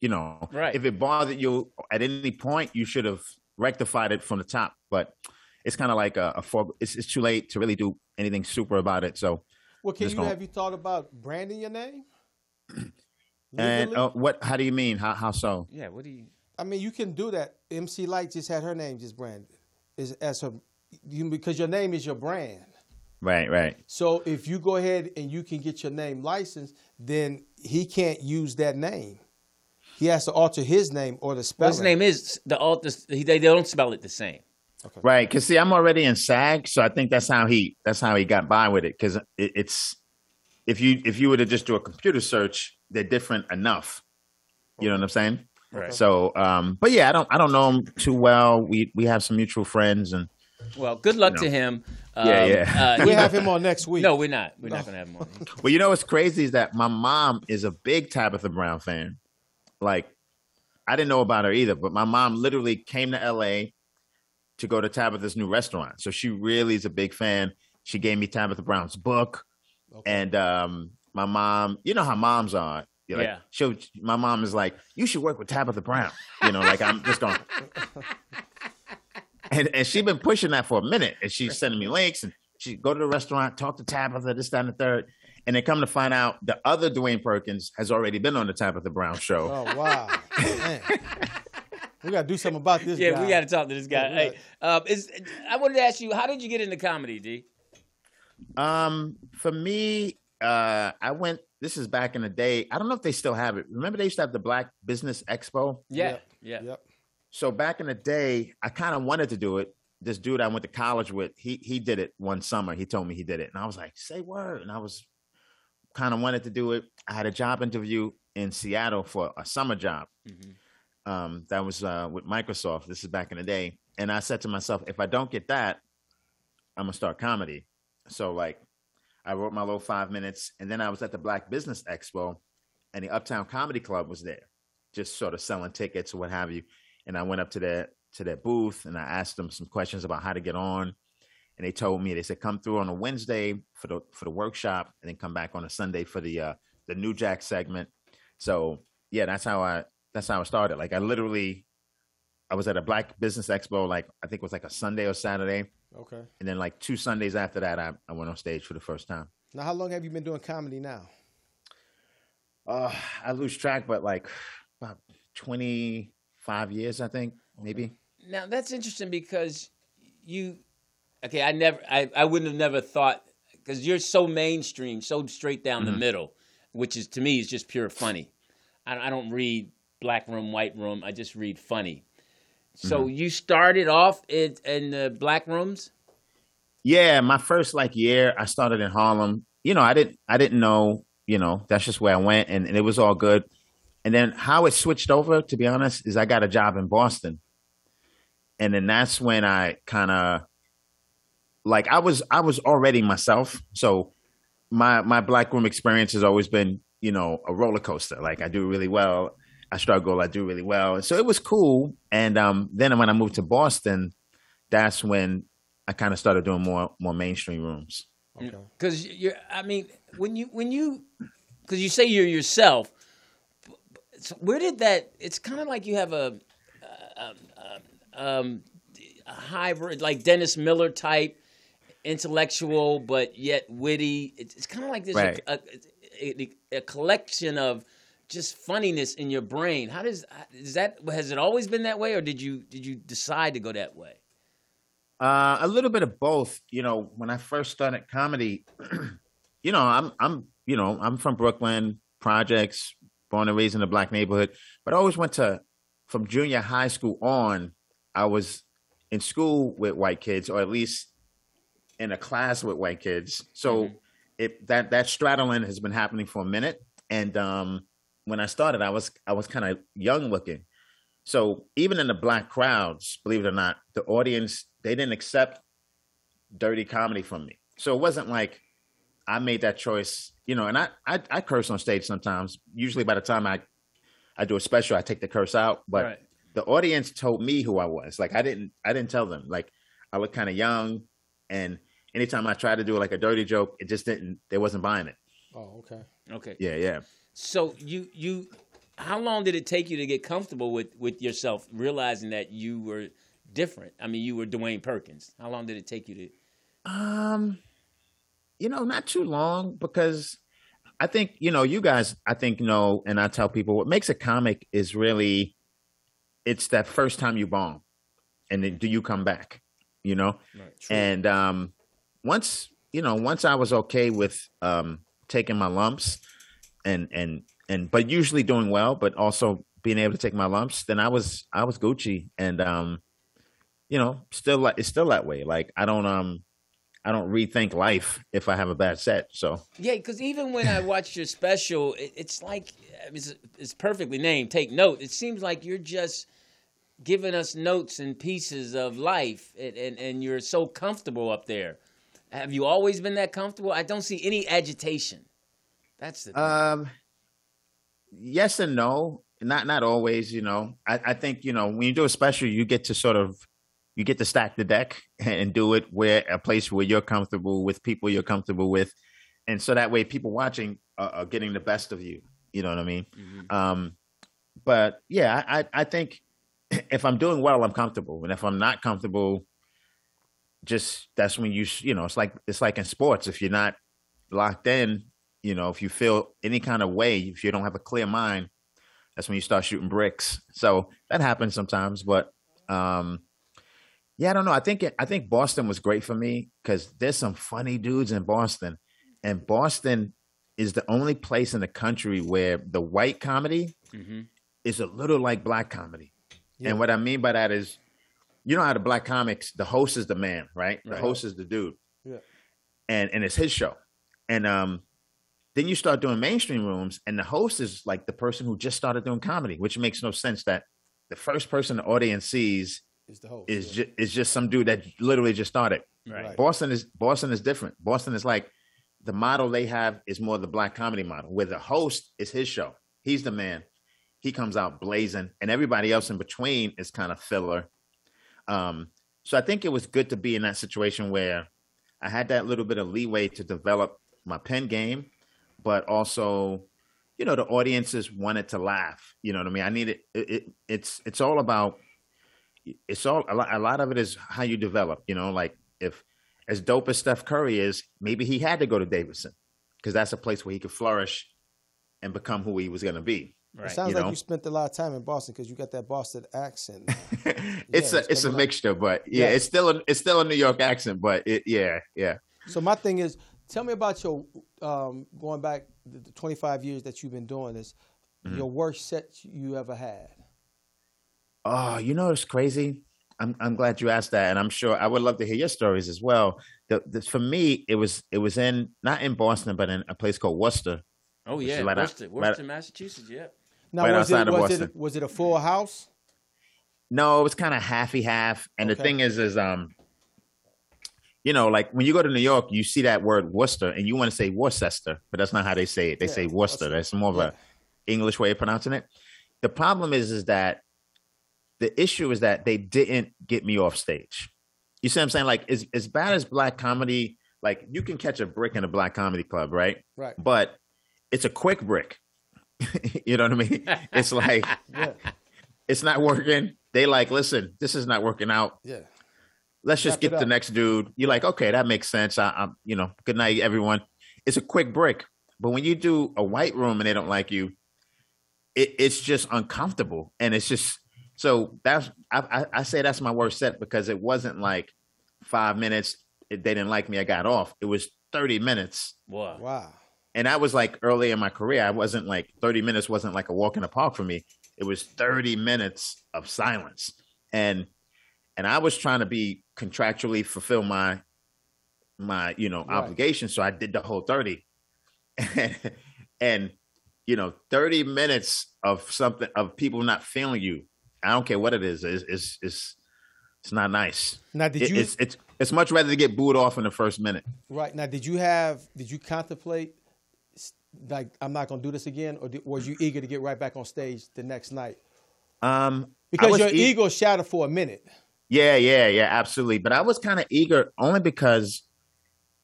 G: you know
A: Right.
G: if it bothered you at any point you should have rectified it from the top but it's kind of like a, a fore- it's, it's too late to really do anything super about it so
B: well, can
G: just
B: you
G: gonna-
B: have you thought about branding your name?
G: and
B: Legally?
G: uh, what how do you mean how, how so
A: yeah. What do you?
B: I mean, you can do that. MC Light just had her name just branded is as her you, because your name is your brand.
G: right right
B: So if you go ahead and you can get your name licensed, then he can't use that name. He has to alter his name or the spelling.
A: His name is the alt. this- They they don't spell it the same.
G: Right, because see, I'm already in SAG, so I think that's how he that's how he got by with it. Because it, it's if you if you were to just do a computer search, they're different enough. You know what I'm saying?
A: Right.
G: So, um, but yeah, I don't I don't know him too well. We we have some mutual friends, and
A: Well, good luck
G: No.
A: to him.
G: Yeah, yeah.
A: uh,
B: We have him on next week.
A: no, we're not. We're not
B: No.
A: gonna have him on.
G: well, you know what's crazy is that my mom is a big Tabitha Brown fan. Like, I didn't know about her either, but my mom literally came to LA to go to Tabitha's new restaurant. So she really is a big fan. She gave me Tabitha Brown's book, and um, my mom. You know how moms are. You're like,
A: Yeah.
G: She'll, my mom is like, you should work with Tabitha Brown. You know, like I'm just going. and and she's been pushing that for a minute, and she's sending me links, and she go to the restaurant, talk to Tabitha, this, that, and the third. And then come to find out, the other Dwayne Perkins has already been on the Tabitha Brown show.
B: Oh wow. Man. Oh, We gotta do something about this.
A: Yeah,
B: guy.
A: we got to talk to this guy.
B: Yeah, right.
A: Hey, um, is, I wanted to ask you, how did you get into comedy, D?
G: Um, for me, uh, I went. This is back in the day. I don't know if they still have it. Remember, they used to have the Black Business Expo.
A: Yeah,
B: Yep.
A: yeah.
B: Yep.
G: So back in the day, I kind of wanted to do it. This dude I went to college with, he he did it one summer. He told me he did it, and I was like, "Say word!" And I was kind of wanted to do it. I had a job interview in Seattle for a summer job.
A: Mm-hmm.
G: Um, that was uh, with Microsoft. This is back in the day, and I said to myself, "If I don't get that, I'm gonna start comedy." So like, I wrote my little five minutes, and then I was at the Black Business Expo, and the Uptown Comedy Club was there, just sort of selling tickets or what have you and I went up to their to their booth and I asked them some questions about how to get on. And they told me they said come through on a Wednesday for the for the workshop and then come back on a Sunday for the uh, the New Jack segment. So yeah, that's how I that's how I started. Like I literally I was at a Black Business Expo like I think it was like a Sunday or Saturday,
B: Okay.
G: and then like two Sundays after that I, I went on stage for the first time.
B: Now, how long have you been doing comedy now?
G: Uh, I lose track, but like about twenty five years I think maybe.
A: Now that's interesting because you, okay, I never, I, I wouldn't have never thought because you're so mainstream, so straight down the middle, which is to me is just pure funny. I, I don't read black room, white room. I just read funny. So you started off in, in the black rooms.
G: Yeah, my first like year, I started in Harlem. You know, I didn't I didn't know, you know, that's just where I went and, and it was all good. And then how it switched over, to be honest, is I got a job in Boston. And then that's when I kinda like I was I was already myself. So my my black room experience has always been, you know, a roller coaster. Like I do really well, I struggle, I do really well. So it was cool. And um then when I moved to Boston, that's when I kind of started doing more more mainstream rooms.
B: Okay.
A: because you're i mean when you when you because you say you're yourself b- b- so where did that it's kind of like you have a, a, a, um, a hybrid like dennis miller type intellectual but yet witty it's, it's kind of like this
G: Right.
A: a, a, a collection of just funniness in your brain how does is that has it always been that way or did you did you decide to go that way
G: Uh, a little bit of both. You know, when I first started comedy, you know, I'm I'm you know I'm from Brooklyn, projects, born and raised in a black neighborhood, but I always went to from junior high school on. I was in school with white kids, or at least in a class with white kids. So it that that straddling has been happening for a minute. And um, when I started, I was I was kind of young looking. So even in the black crowds, believe it or not, the audience they didn't accept dirty comedy from me. So it wasn't like I made that choice, you know. And I I, I curse on stage sometimes. Usually by the time I I do a special, I take the curse out. But
A: Right.
G: the audience told me who I was. Like I didn't I didn't tell them. Like I look kind of young, and anytime I tried to do like a dirty joke, it just didn't. They wasn't buying it.
B: Oh, okay.
A: okay
G: Yeah, yeah.
A: So you you how long did it take you to get comfortable with with yourself realizing that you were different? I mean, you were Dwayne Perkins. How long did it take you to
G: Um, you know, not too long because I think you know you guys. I think know, and I tell people what makes a comic is really it's that first time you bomb, and then do you come back? You know, and um, once you know, once I was okay with um taking my lumps, and and and but usually doing well, but also being able to take my lumps, then I was I was Gucci, and um, you know, still like it's still that way. Like I don't um. I don't rethink life if I have a bad set. So
A: Yeah, because even when I watched your special, it, it's like I mean, it's, it's perfectly named. Take note. It seems like you're just giving us notes and pieces of life, and, and and you're so comfortable up there. Have you always been that comfortable? I don't see any agitation. That's the thing.
B: Uh,
G: Um, yes and no. Not not always. You know, I, I think you know when you do a special, you get to sort of you get to stack the deck and do it where a place where you're comfortable with people you're comfortable with, and so that way people watching are, are getting the best of you. You know what I mean?
A: Mm-hmm.
G: Um, but yeah, I I- I think if I'm doing well, I'm comfortable, and if I'm not comfortable, just that's when you sh- you know it's like it's like in sports if you're not locked in you know if you feel any kind of way if you don't have a clear mind That's when you start shooting bricks. So that happens sometimes, but um, yeah, I don't know. I think it, I think Boston was great for me because there's some funny dudes in Boston, and Boston is the only place in the country where the white comedy
A: Mm-hmm.
G: is a little like black comedy. And what I mean by that is, you know how the black comics, the host is the man, right? The host is the dude,
B: Yeah.
G: and and it's his show, and um, then you start doing mainstream rooms, and the host is like the person who just started doing comedy, which makes no sense that the first person the audience sees
B: Is the host.
G: is ju- is just some dude that literally just started.
A: Right.
B: Right.
G: Boston is Boston is different. Boston is like the model they have is more the black comedy model, where the host is his show. He's the man. He comes out blazing, and everybody else in between is kind of filler. Um, so I think it was good to be in that situation where I had that little bit of leeway to develop my pen game, but also, you know, the audiences wanted to laugh. You know what I mean? I needed it, it it's it's all about it's all a lot, a lot of it is how you develop you know like if as dope as steph curry is maybe he had to go to davidson because that's a place where he could flourish and become who he was going to be
B: It
A: Right.
B: sounds
G: you
B: like
G: know?
B: you spent a lot of time in Boston because you got that Boston accent.
G: it's
B: Yeah,
G: a it's a
B: definitely.
G: mixture but yeah,
B: Yeah.
G: it's still a, it's still a new york accent but it yeah yeah
B: so my thing is, tell me about your um, going back the, the 25 years that you've been doing this.
G: Mm-hmm.
B: Your worst set you ever had.
G: oh you know it's crazy I'm, I'm glad you asked that and i'm sure i would love to hear your stories as well the, the, for me it was it was in not in boston but in a place called worcester
A: Oh
G: Which is
A: yeah,
G: right out-
A: Worcester,
G: right-
A: Worcester, Massachusetts. Yep.
B: Now,
G: Right
B: was it
G: outside of
B: was it
G: Boston.
B: was it a full house?
G: No, it was kind of halfy half. And
B: Okay.
G: the thing is, is um, you know, like when you go to New York, you see that word Worcester, and you want to say Worcester, but that's not how they say it. They say Worcester. That's more of a English way of pronouncing it. The problem is, is that the issue is that they didn't get me off stage. You see what I'm saying? Like as as bad as black comedy, like you can catch a brick in a black comedy club, right?
B: Right.
G: But it's a quick brick. you know what I mean? It's like
B: Yeah.
G: it's not working. They like, listen, this is not working out.
B: Yeah.
G: Let's just
B: Wrap it
G: get the
B: up.
G: next dude. You're like, okay, that makes sense. I, I'm, you know, good night, everyone. It's a quick break. But when you do a white room and they don't like you, it, it's just uncomfortable, and it's just so that's I, I, I say that's my worst set because it wasn't like five minutes. If they didn't like me, I got off. It was thirty minutes
A: Wow.
B: Wow.
G: and I was like early in my career. I wasn't like 30 minutes wasn't like a walk in the park for me. It was 30 minutes of silence. And and I was trying to be contractually fulfill my my, you know,
B: Right.
G: obligation. So I did the whole 30. And, and you know, 30 minutes of something of people not feeling you. I don't care what it is. It's it's it's, it's not nice.
B: Now, did
G: It-
B: you-
G: it's it's it's much rather to get booed off in the first minute.
B: Right now, did you have? Did you contemplate? s- Like, I'm not gonna do this again, or did, was you eager to get right back on stage the next night?
G: Um I
B: Because
G: was
B: your
G: eager-
B: ego shattered for a minute.
G: Yeah, yeah, yeah, absolutely. But I was kind of eager only because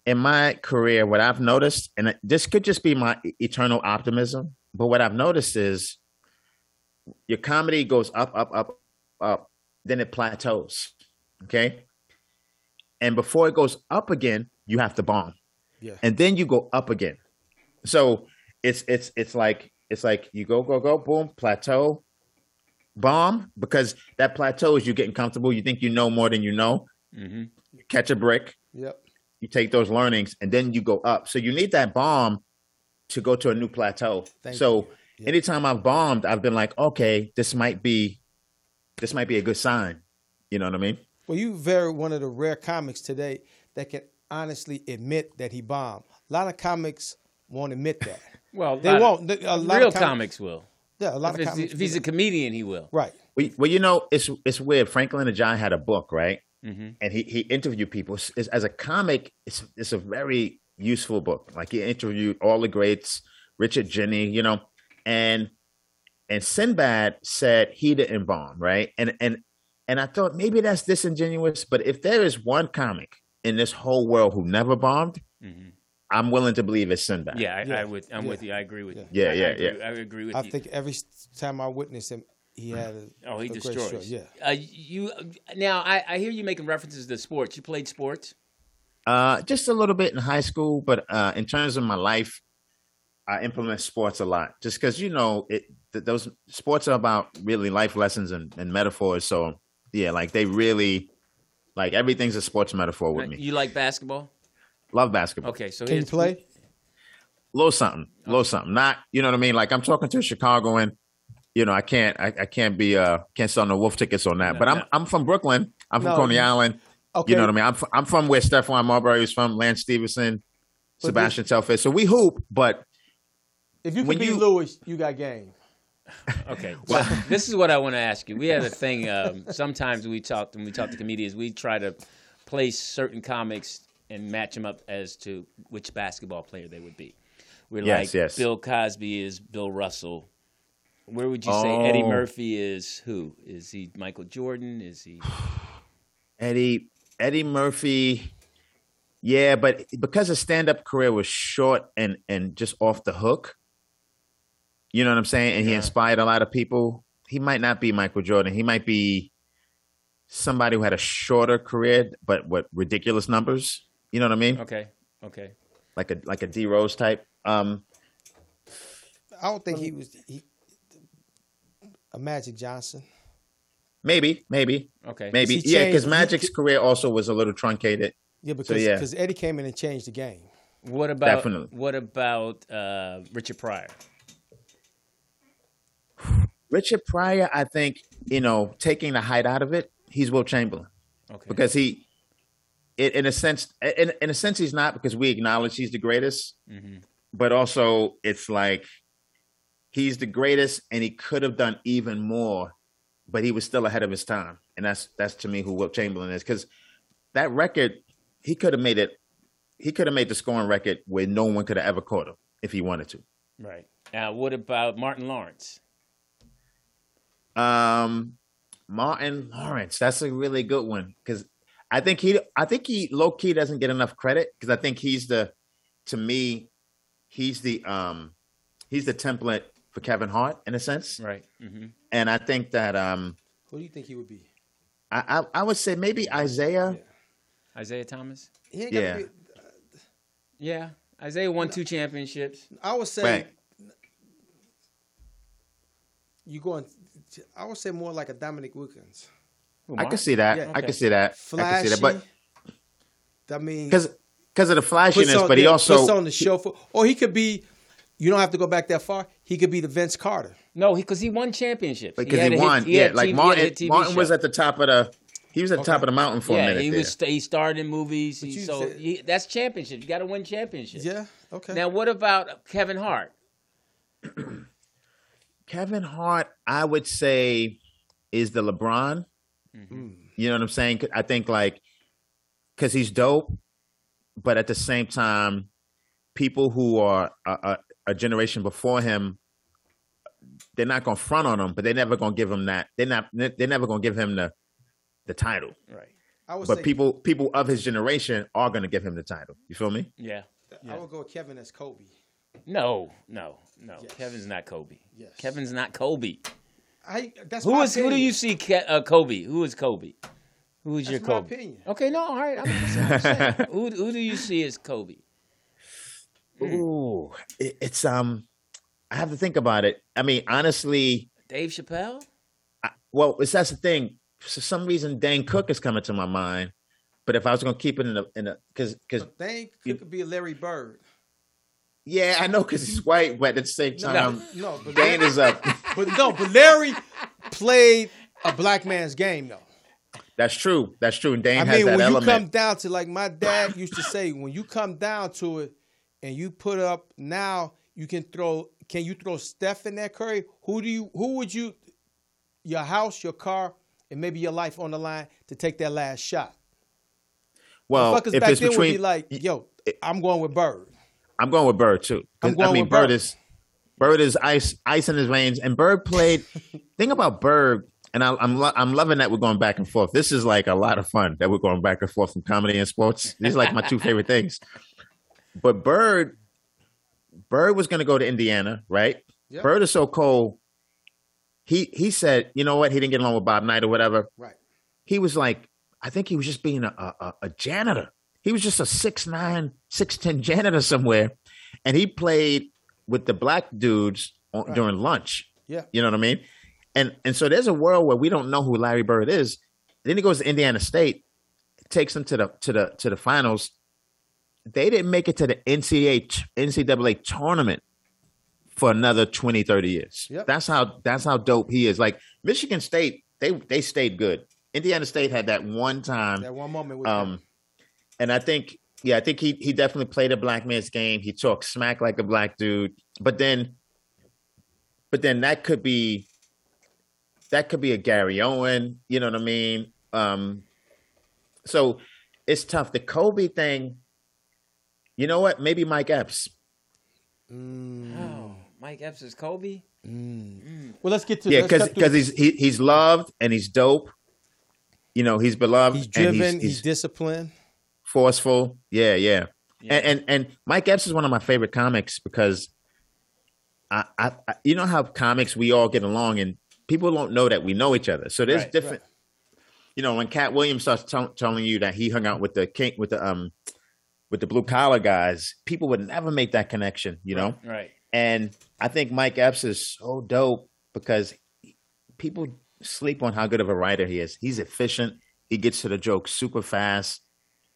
G: in my career, what I've noticed, and this could just be my e- eternal optimism, but what I've noticed is your comedy goes up, up, up, up, then it plateaus. Okay. And before it goes up again, you have to bomb.
B: Yeah.
G: And then you go up again. So it's it's it's like it's like you go, go, go, boom, plateau, bomb, because that plateau is you getting comfortable. You think you know more than you know.
A: Mm-hmm.
G: You catch a brick
B: Yep.
G: you take those learnings and then you go up. So you need that bomb to go to a new plateau.
B: Thank
G: so
B: Yeah.
G: anytime I've bombed, I've been like, okay, this might be this might be a good sign. You know what I mean?
B: Well, you very one of the rare comics today that can honestly admit that he bombed. A lot of comics won't admit that.
A: Well, a
B: They
A: lot of-
B: won't. The- a lot of
A: real
B: comics-
A: comics will.
B: yeah, a lot
A: If,
B: of
A: it's-
B: comics.
A: if he's a
B: do that.
A: comedian, he will.
B: right.
G: Well, you- well, you know, it's it's weird. Franklin and John had a book, right?
A: Mhm.
G: And he he interviewed people. It's- it's- as a comic, it's it's a very useful book. Like he interviewed all the greats, Richard Jenny, you know, and and Sinbad said he didn't bomb, right? And and and I thought maybe that's disingenuous, but if there is one comic in this whole world who never bombed, Mm-hmm. I'm willing to believe it's Sinbad.
A: Yeah, I,
B: Yeah.
A: I would. I'm
B: Yeah.
A: with you. I agree with you.
G: Yeah, yeah,
A: I agree,
G: yeah.
A: I agree with
B: I
A: you.
B: think every s- time I witnessed him, he had a
A: oh, he
B: a great
A: destroys.
B: show. Yeah.
A: Uh, you now, I, I hear you making references to sports. You played sports.
G: Uh, just a little bit in high school, but uh, in terms of my life, I implement sports a lot just because you know it. th- those sports are about really life lessons and, and metaphors. So yeah, like they really like everything's a sports metaphor
B: Uh,
G: with me.
A: You like basketball?
G: Love basketball.
A: Okay, so
B: Can you
A: here's-
B: play?
G: little something, little something. Not, you know what I mean? Like I'm talking to a Chicagoan, you know, I can't, I, I can't be, uh, can't sell no wolf tickets on that. but I'm,
A: no.
G: I'm from Brooklyn. I'm from
B: No,
G: Coney
B: you-
G: Island.
B: Okay.
G: You know what I mean? I'm, f- I'm from where Stephon Marbury was from, Lance Stevenson,
B: But
G: Sebastian Telfair. So we hoop, but
B: If you can
G: When
B: be
G: you-
B: Lewis, you got game.
A: Okay. Well, this is what I want to ask you. We had a thing. Um, sometimes we talked when we talk to comedians, we try to place certain comics and match them up as to which basketball player they would be. We're
G: Yes,
A: like
G: yes.
A: Bill Cosby is Bill Russell. Where would you say Eddie
G: Oh.
A: Murphy is who? Is he Michael Jordan? Is he
G: Eddie, Eddie Murphy. Yeah, but because his stand-up career was short and and just off the hook, you know what I'm saying? And he inspired a lot of people. He might not be Michael Jordan. He might be somebody who had a shorter career, but with ridiculous numbers. You know what I mean?
A: okay? Okay.
G: Like a like a D Rose type. Um,
B: I don't think he was he, a Magic Johnson.
G: maybe, maybe,
A: Okay.
G: maybe.
B: He
G: yeah,
B: changed-
G: because
B: he-
G: Magic's career also was a little truncated.
B: Yeah, because
G: yeah.
B: because Eddie came in and changed the game.
A: What about
G: Definitely.
A: what about uh, Richard Pryor?
G: Richard Pryor, I think, you know, taking the height out of it, he's Will Chamberlain.
A: Okay.
G: because he in, in a sense in, in a sense he's not because we acknowledge he's the greatest
A: Mm-hmm.
G: but also it's like he's the greatest and he could have done even more but he was still ahead of his time and that's that's to me who Will Chamberlain is because that record he could have made it he could have made the scoring record where no one could have ever caught him if he wanted to
A: right. Now, what about Martin Lawrence?
G: Um, Martin Lawrence. That's a really good one because I think he, I think he low key doesn't get enough credit because I think he's the, to me, he's the um, he's the template for Kevin Hart in a sense,
A: Right. hmm
G: and I think that um,
B: Who do you think he would be?
G: I I, I would say maybe Isaiah.
A: Isaiah Thomas.
B: He ain't gotta
G: Yeah.
B: be-
A: Yeah, Isaiah won two championships.
B: I would say
G: Right.
B: you going. I would say more like a Dominic Wilkins,
G: I could see that.
B: Yeah.
G: I could see that. I could
B: flashy.
G: see that. But
B: I mean,
G: because because of the
B: puts
G: flashiness,
B: on-
G: but he
B: yeah,
G: also
B: puts on the show for. Or he could be. You don't have to go back that far. He could be the Vince Carter.
A: No, because he, won championships.
G: because
A: had
G: he,
A: a hit-
G: won.
A: he had
G: yeah,
A: TV
G: like
A: he had
G: Martin.
A: a TV
G: Martin was
A: show.
G: at the top of the. He was at the top of the mountain for a
A: yeah.
G: minute.
A: He
G: there.
A: was he starred in movies. He,
B: you
A: so
B: said-
A: he, that's championships. You got to win championships.
B: Yeah. Okay.
A: Now, what about Kevin Hart?
G: Kevin Hart, I would say, is the LeBron.
B: Hmm.
G: You know what I'm saying? 'Cause I think like because he's dope, but at the same time, people who are a, a, a generation before him, they're not gonna front on him, but they're never gonna give him that. They're not. They're never gonna give him the the title.
A: Right.
B: I would
G: But
B: say,
G: people people of his generation are gonna give him the title. You feel me?
A: Yeah.
B: I would go with Kevin as Kobe.
A: No, no, no.
B: Yes.
A: Kevin's not Kobe.
B: Yes.
A: Kevin's not Kobe.
B: I. That's
A: Who
B: my
A: is? Who do
B: opinion.
A: you see? Ke- uh, Kobe. Who is Kobe? Who is your
B: That's my
A: Kobe?
B: opinion.
G: Oh,
A: Okay. No. All right. I'm just, I'm saying. who who do you see as Kobe?
G: Ooh, it, it's um, I have to think about it. I mean, honestly.
A: Dave Chappelle.
G: I- well, it's that's the thing. For some reason, Dan Cook is coming to my mind. But if I was gonna keep it in a in a because because
B: But They
G: You-
B: could, could be a Larry Bird.
G: yeah, I know because he's white, but at the same
B: No,
G: time,
B: no, but
G: Dan is up.
B: But no, but Larry played a black man's game though.
G: that's true. That's true. And Dan
B: I
G: has
B: mean,
G: that
B: when
G: element.
B: you come down to like my dad used to say, when you come down to it, and you put up now, you can throw. Can you throw Steph in that Curry? Who do you? Who would you? Your house, your car, and maybe your life on the line to take that last shot.
G: well,
B: Fuckers
G: Um, if
B: back
G: it's
B: then would be
G: between,
B: like, yo, I'm going with Bird.
G: I'm going with Bird too. 'Cause,
B: I'm going
G: I mean,
B: with
G: Bird
B: Bird.
G: is Bird is ice ice in his veins, and Bird played. thing about Bird, and I, I'm lo- I'm loving that we're going back and forth. This is like a lot of fun that we're going back and forth from comedy and sports. These are like my two favorite things. But Bird, Bird was going to go to Indiana, right?
B: Yep.
G: Bird is so cold. He he said, you know what? He didn't get along with Bob Knight or whatever
B: Right.
G: he was like, I think he was just being a a, a- a janitor. He was just a six nine, six ten janitor somewhere, and he played with the black dudes on, during lunch.
B: Yeah.
G: You know what I mean? And and so there's a world where we don't know who Larry Bird is. Then he goes to Indiana State, takes them to the to the to the finals. They didn't make it to the NCAA t- NCAA tournament for another 20, 30 years.
B: Yep.
G: That's how that's how dope he is. Like Michigan State, they they stayed good. Indiana State had that one time
B: That one moment. With
G: um, and I think, yeah, I think he he definitely played a black man's game. He talked smack like a black dude, but then, but then that could be, that could be a Gary Owen. You know what I mean? Um, so it's tough. The Kobe thing. You know what? Maybe Mike Epps.
B: Mm.
G: Mm.
A: Oh, Mike Epps is Kobe.
B: well, let's get to
G: Yeah,
B: let's
G: because
B: cut through-
G: because he's he, he's loved and he's dope. You know, he's beloved.
B: he's
G: and
B: driven, he's, disciplined.
G: forceful. Yeah, yeah. And, and and Mike Epps is one of my favorite comics because I, I, I you know how comics we all get along and people don't know that we know each other. So there's
A: Right,
G: different. You know, when Cat Williams starts tell telling you that he hung out with the king with the um with the blue collar guys, people would never make that connection. You know,
A: Right.
G: and I think Mike Epps is so dope because people sleep on how good of a writer he is. He's efficient. He gets to the joke super fast,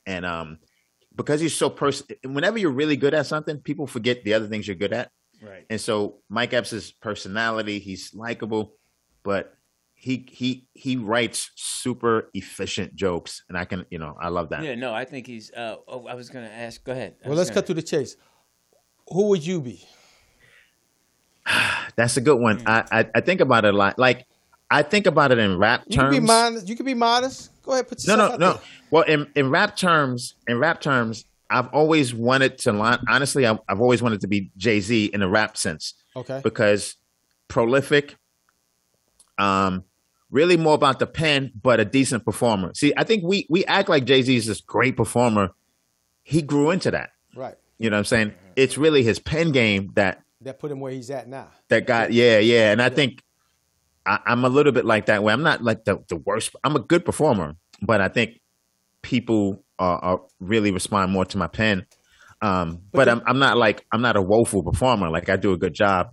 G: and um, because he's so person. Whenever you're really good at something, people forget the other things you're good at.
A: Right.
G: And so Mike Epps' personality, he's likable, but he he he writes super efficient jokes, and I can you know I love that.
A: Yeah. No, I think he's. Uh, oh, I was gonna ask. Go ahead. I
B: Well,
A: was
B: let's
A: gonna-
B: cut to the chase. Who would you be?
G: That's a good one. I, I I think about it a lot. Like I think about it in rap
B: You
G: terms.
B: can be modest. You can be modest. Go ahead, put
G: no
B: yourself
G: no
B: out
G: no
B: there.
G: well in, in rap terms in rap terms i've always wanted to line honestly I've, I've always wanted to be jay-z in a rap sense
B: Okay.
G: because prolific um really more about the pen but a decent performer see i think we we act like jay-z is this great performer he grew into that
B: Right.
G: you know what i'm saying it's really his pen game that
B: That put him where he's at now.
G: that guy yeah yeah and i think I, i'm a little bit like that way i'm not like the, the worst i'm a good performer but i think people are, are really respond more to my pen um but, I'm, I'm not like i'm not a woeful performer like i do a good job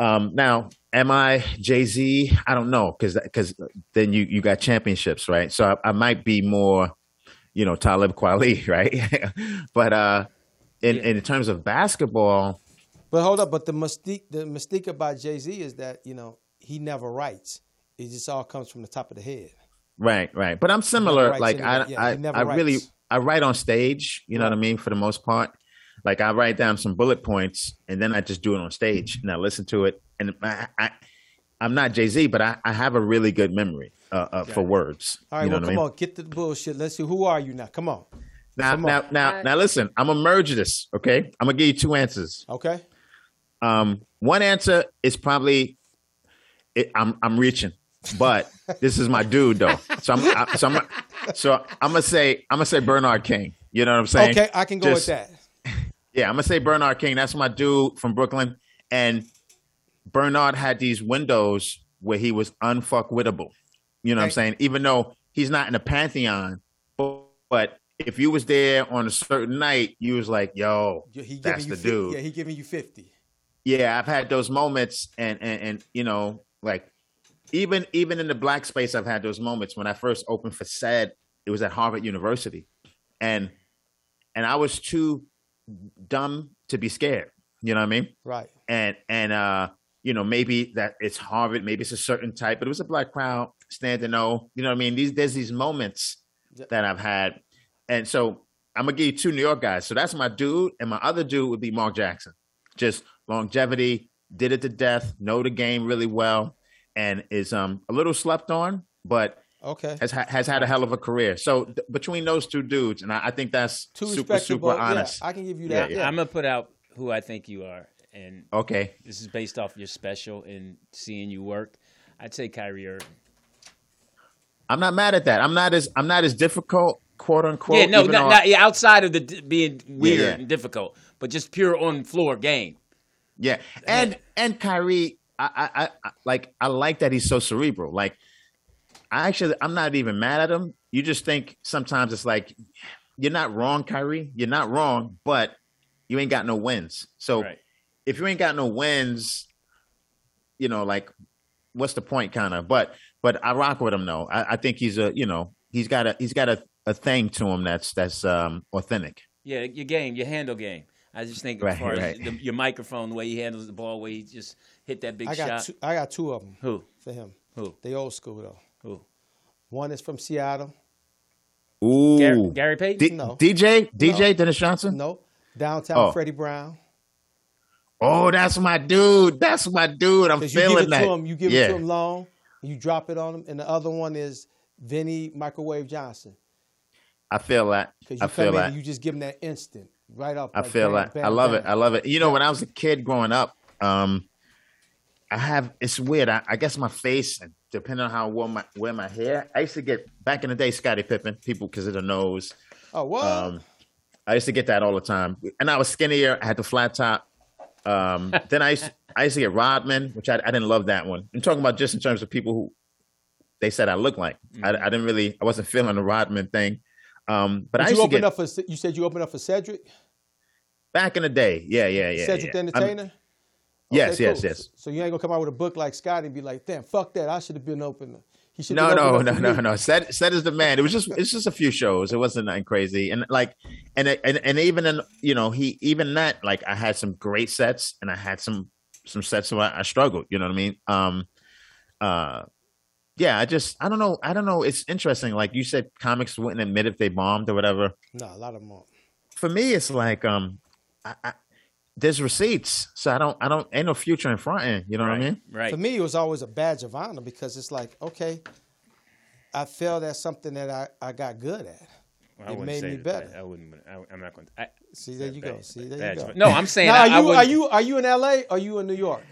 G: um now am i jay-z i don't know because because then you you got championships right so i, I might be more you know talib kweli right but uh in, in terms of basketball
B: But hold up. But the mystique, the mystique about Jay Z is that you know he never writes. It just all comes from the top of the head.
G: Right, right. But I'm similar.
B: writes
G: like I,
B: anyway. Yeah,
G: I,
B: he never
G: I really,
B: writes.
G: I write on stage. You know what I mean? For the most part, like I write down some bullet points and then I just do it on stage and I listen to it. And I, I I'm not Jay Z, but I, I have a really good memory uh, uh, for words.
B: All right.
G: you
B: well,
G: know what
B: come
G: I mean?
B: on. Get to the bullshit. Let's see. Who are you now? Come on.
G: Now,
B: Come on.
G: now, now, now, listen. I'm gonna merge this. Okay, I'm gonna give you two answers.
B: Okay.
G: Um, one answer is probably it, I'm I'm reaching, but this is my dude though. So I'm I, so I'm so I'm gonna say I'm gonna say Bernard King. You know what I'm saying?
B: Okay. I can go
G: Just-
B: with that.
G: Yeah, I'm gonna say Bernard King. That's my dude from Brooklyn. And Bernard had these windows where he was unfuckwittable. You know what I'm saying? Even though he's not in the pantheon, but, but if you was there on a certain night, you was like, "Yo,
B: Yeah, He giving
G: that's
B: you
G: the
B: 50,
G: dude."
B: Yeah, he giving you fifty.
G: yeah, I've had those moments, and and and you know, like even even in the black space, I've had those moments. When I first opened for SAD, it was at Harvard University, and and I was too dumb to be scared. You know what I mean?
B: Right.
G: and and uh you know maybe that it's Harvard, maybe it's a certain type, but it was a black crowd standing O. You know what I mean? These there's these moments that I've had, and so I'm gonna give you two New York guys. So that's my dude, and my other dude would be Mark Jackson. Just longevity, did it to death, know the game really well, and is um a little slept on, but
B: Okay.
G: has ha- has had a hell of a career. So th- between those two dudes, and I, I think that's
B: Too
G: super
B: respectable.
G: super honest.
B: Yeah, I can give you that.
G: Yeah,
B: Yeah.
A: I'm gonna put out who I think you are, and
G: okay,
A: this is based off your special and seeing you work. I'd say Kyrie Irving.
G: I'm not mad at that. I'm not as I'm not as difficult, quote unquote.
A: yeah, no,
G: even
A: not,
G: though-
A: not, yeah, outside of the d- being weird
G: yeah.
A: and difficult, but just pure on floor game.
G: yeah. And and Kyrie, I, I, I- I like I like that he's so cerebral. Like I actually I'm not even mad at him. You just think sometimes it's like you're not wrong, Kyrie. You're not wrong,
B: Oh.
G: but you ain't got no wins. So
A: Right.
G: if you ain't got no wins, you know, like what's the point kind of but but i rock with him though I, I think he's a you know he's got a he's got a, a thing to him that's that's um authentic
A: Yeah, your game, your handle game. I just think as
G: Right,
A: far as
G: right.
A: the, your microphone, the way he handles the ball, the way he just hit that big
B: I got
A: shot.
B: two, I got two of them
A: Who?
B: for him.
A: Who?
B: They old school though.
A: Who?
B: One is from Seattle.
G: Ooh.
A: Gary, Gary Payton?
G: D-
B: No.
G: dj dj dennis johnson
B: No, downtown
G: Oh.
B: Freddie Brown.
G: oh that's my dude that's my dude i'm
B: Because you give
G: feeling
B: it
G: that
B: to him, you give
G: yeah.
B: it to him long, and you drop it on him. And the other one is Vinny Microwave Johnson.
G: i feel that
B: Because you
G: i feel
B: come in
G: that
B: and you just give him that instant right off.
G: I
B: like,
G: feel
B: bang,
G: that. I
B: bang,
G: love it.
B: bang.
G: I love it. You know, when I was a kid growing up, um, I have it's weird. I, I guess my face, depending on how I wore my wear my hair, I used to get back in the day, Scottie Pippen, people because of the nose.
B: Oh, what?
G: Um, I used to get that all the time, and I was skinnier. I had the flat top. Um, then I used to, I used to get Rodman, which I, I didn't love that one. I'm talking about just in terms of people who they said I look like. I,
B: Mm-hmm.
G: I didn't really. I wasn't feeling the Rodman thing. Um, but, I
B: Did
G: used
B: you
G: to
B: open
G: get
B: up for you said you opened up for Cedric,
G: back in the day. Yeah, yeah, yeah.
B: Cedric the
G: yeah. I'm-
B: Entertainer.
G: yes,
B: Okay,
G: yes,
B: cool.
G: yes.
B: So you ain't gonna come out with a book like Scott and be like, "Damn, fuck that! I should have been opener." He should
G: No, no, no, no, no. Set set is the man. It was just it's just a few shows. It wasn't nothing crazy. And like and and and even in you know, he even that, like I had some great sets and I had some some sets where I struggled, you know what I mean? Um uh yeah, I just I don't know. I don't know. It's interesting. Like you said comics wouldn't admit if they bombed or whatever
B: No, a lot of them. Aren't.
G: for me it's like um I, I there's receipts so i don't i don't ain't no future in front end you know
A: right,
G: what i mean
A: Right.
B: For me, it was always a badge of honor because it's like, okay, I failed at something that I, I got good at.
A: I
B: it
A: wouldn't
B: made
A: say
B: me
A: that.
B: better.
A: I wouldn't. I, I'm not going to. I,
B: See, there you go. See, there you
A: that's
B: go.
A: right. No, I'm saying
B: Now,
A: I,
B: are
A: I
B: you
A: wouldn't-
B: are you are you in L.A. or are you in New York?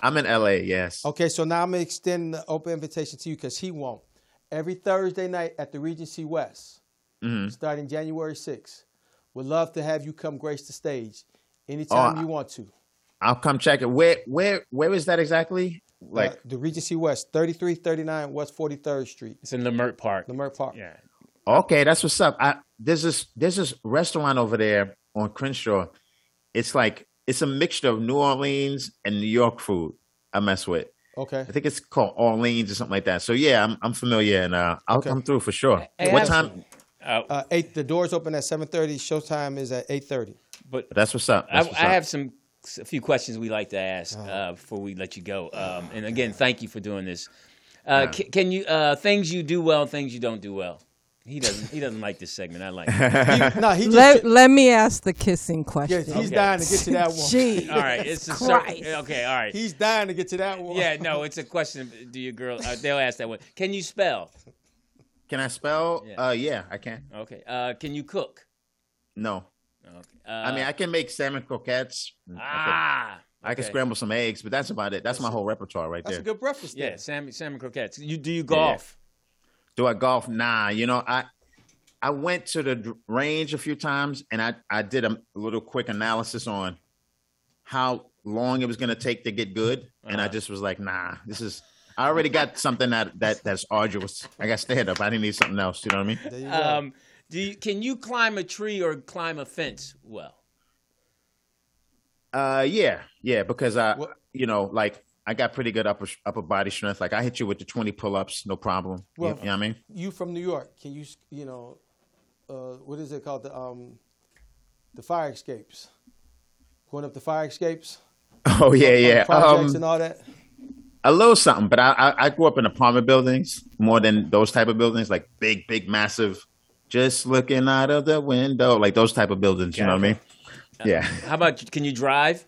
G: i'm in la yes
B: Okay, so now I'm gonna extend the open invitation to you because he won't. Every Thursday night at the Regency West,
G: Mm-hmm.
B: starting January 6th, would love to have you come grace the stage anytime
G: Oh,
B: you want to.
G: i'll come check it where where where is that exactly like
B: Uh, the Regency West, 3339 West 43rd Street,
A: It's in Lemert Park.
B: Lemert Park.
A: Yeah.
B: Uh,
G: Okay, that's what's up. I there's this there's this restaurant over there on Crenshaw. It's like it's a mixture of New Orleans and New York food. I mess with.
B: Okay.
G: I think it's called Orleans or something like that. So yeah, I'm I'm familiar and uh, I'll
B: Okay.
G: come through for sure.
A: Hey,
G: what
A: I-
G: time?
A: Uh,
B: Uh, eight. The doors open at 7:30. Showtime is at 8:30.
A: but
G: That's what's up.
A: I,
G: That's what's
A: I
G: up.
A: have some a few questions we like to ask uh, before we let you go. Um, and again, thank you for doing this. Uh, ca- can you uh, things you do well, things you don't do well? He doesn't. He doesn't like this segment. I like. It.
B: He, no, he just.
C: Let, let me ask the kissing question.
B: yeah, he's dying to get to that one.
C: Gee.
A: All right. It's a
C: Christ.
A: certain, okay. All right.
B: He's dying to get to that one.
A: Yeah. No. It's a question. Do your girl? Uh, they'll ask that one. Can you spell?
G: Can I spell?
A: Yeah.
G: Uh, yeah, I can.
A: Okay. Uh, can you cook?
G: No,
A: Okay. Uh,
G: I mean I can make salmon croquettes. I
A: ah.
G: can, I
A: okay.
G: can scramble some eggs, but that's about it. That's my whole repertoire right
B: That's
G: there.
B: a good breakfast.
A: Yeah,
B: Yeah.
A: salmon, salmon croquettes. You do you
G: Yeah, yeah.
A: golf?
G: Do I golf? Nah, you know, I I went to the dr- range a few times and I I did a little quick analysis on how long it was going to take to get good and I
B: Uh-huh.
G: just was like, nah, this is I already got something that that that's arduous. I got stand up. I didn't need something else, you know what I mean?
B: There you go.
A: Um, do you, can you climb a tree or climb a fence? Well,
G: Uh yeah. Yeah, because I
B: What-
G: you know, like I got pretty good upper upper body strength. Like I hit you with the 20 pull-ups, no problem. You-
B: Well-
G: you know what I mean?
B: you from New York? Can you you know, uh, what is it called? The um, the fire escapes. Going up the fire escapes.
G: Oh yeah, yeah.
B: Projects
G: Um,
B: and all that.
G: a little something, but I, I I grew up in apartment buildings more than those type of buildings, like big, big, massive, just looking out of the window, like those type of buildings. You know what I mean? Yeah,
A: how about you- can you drive?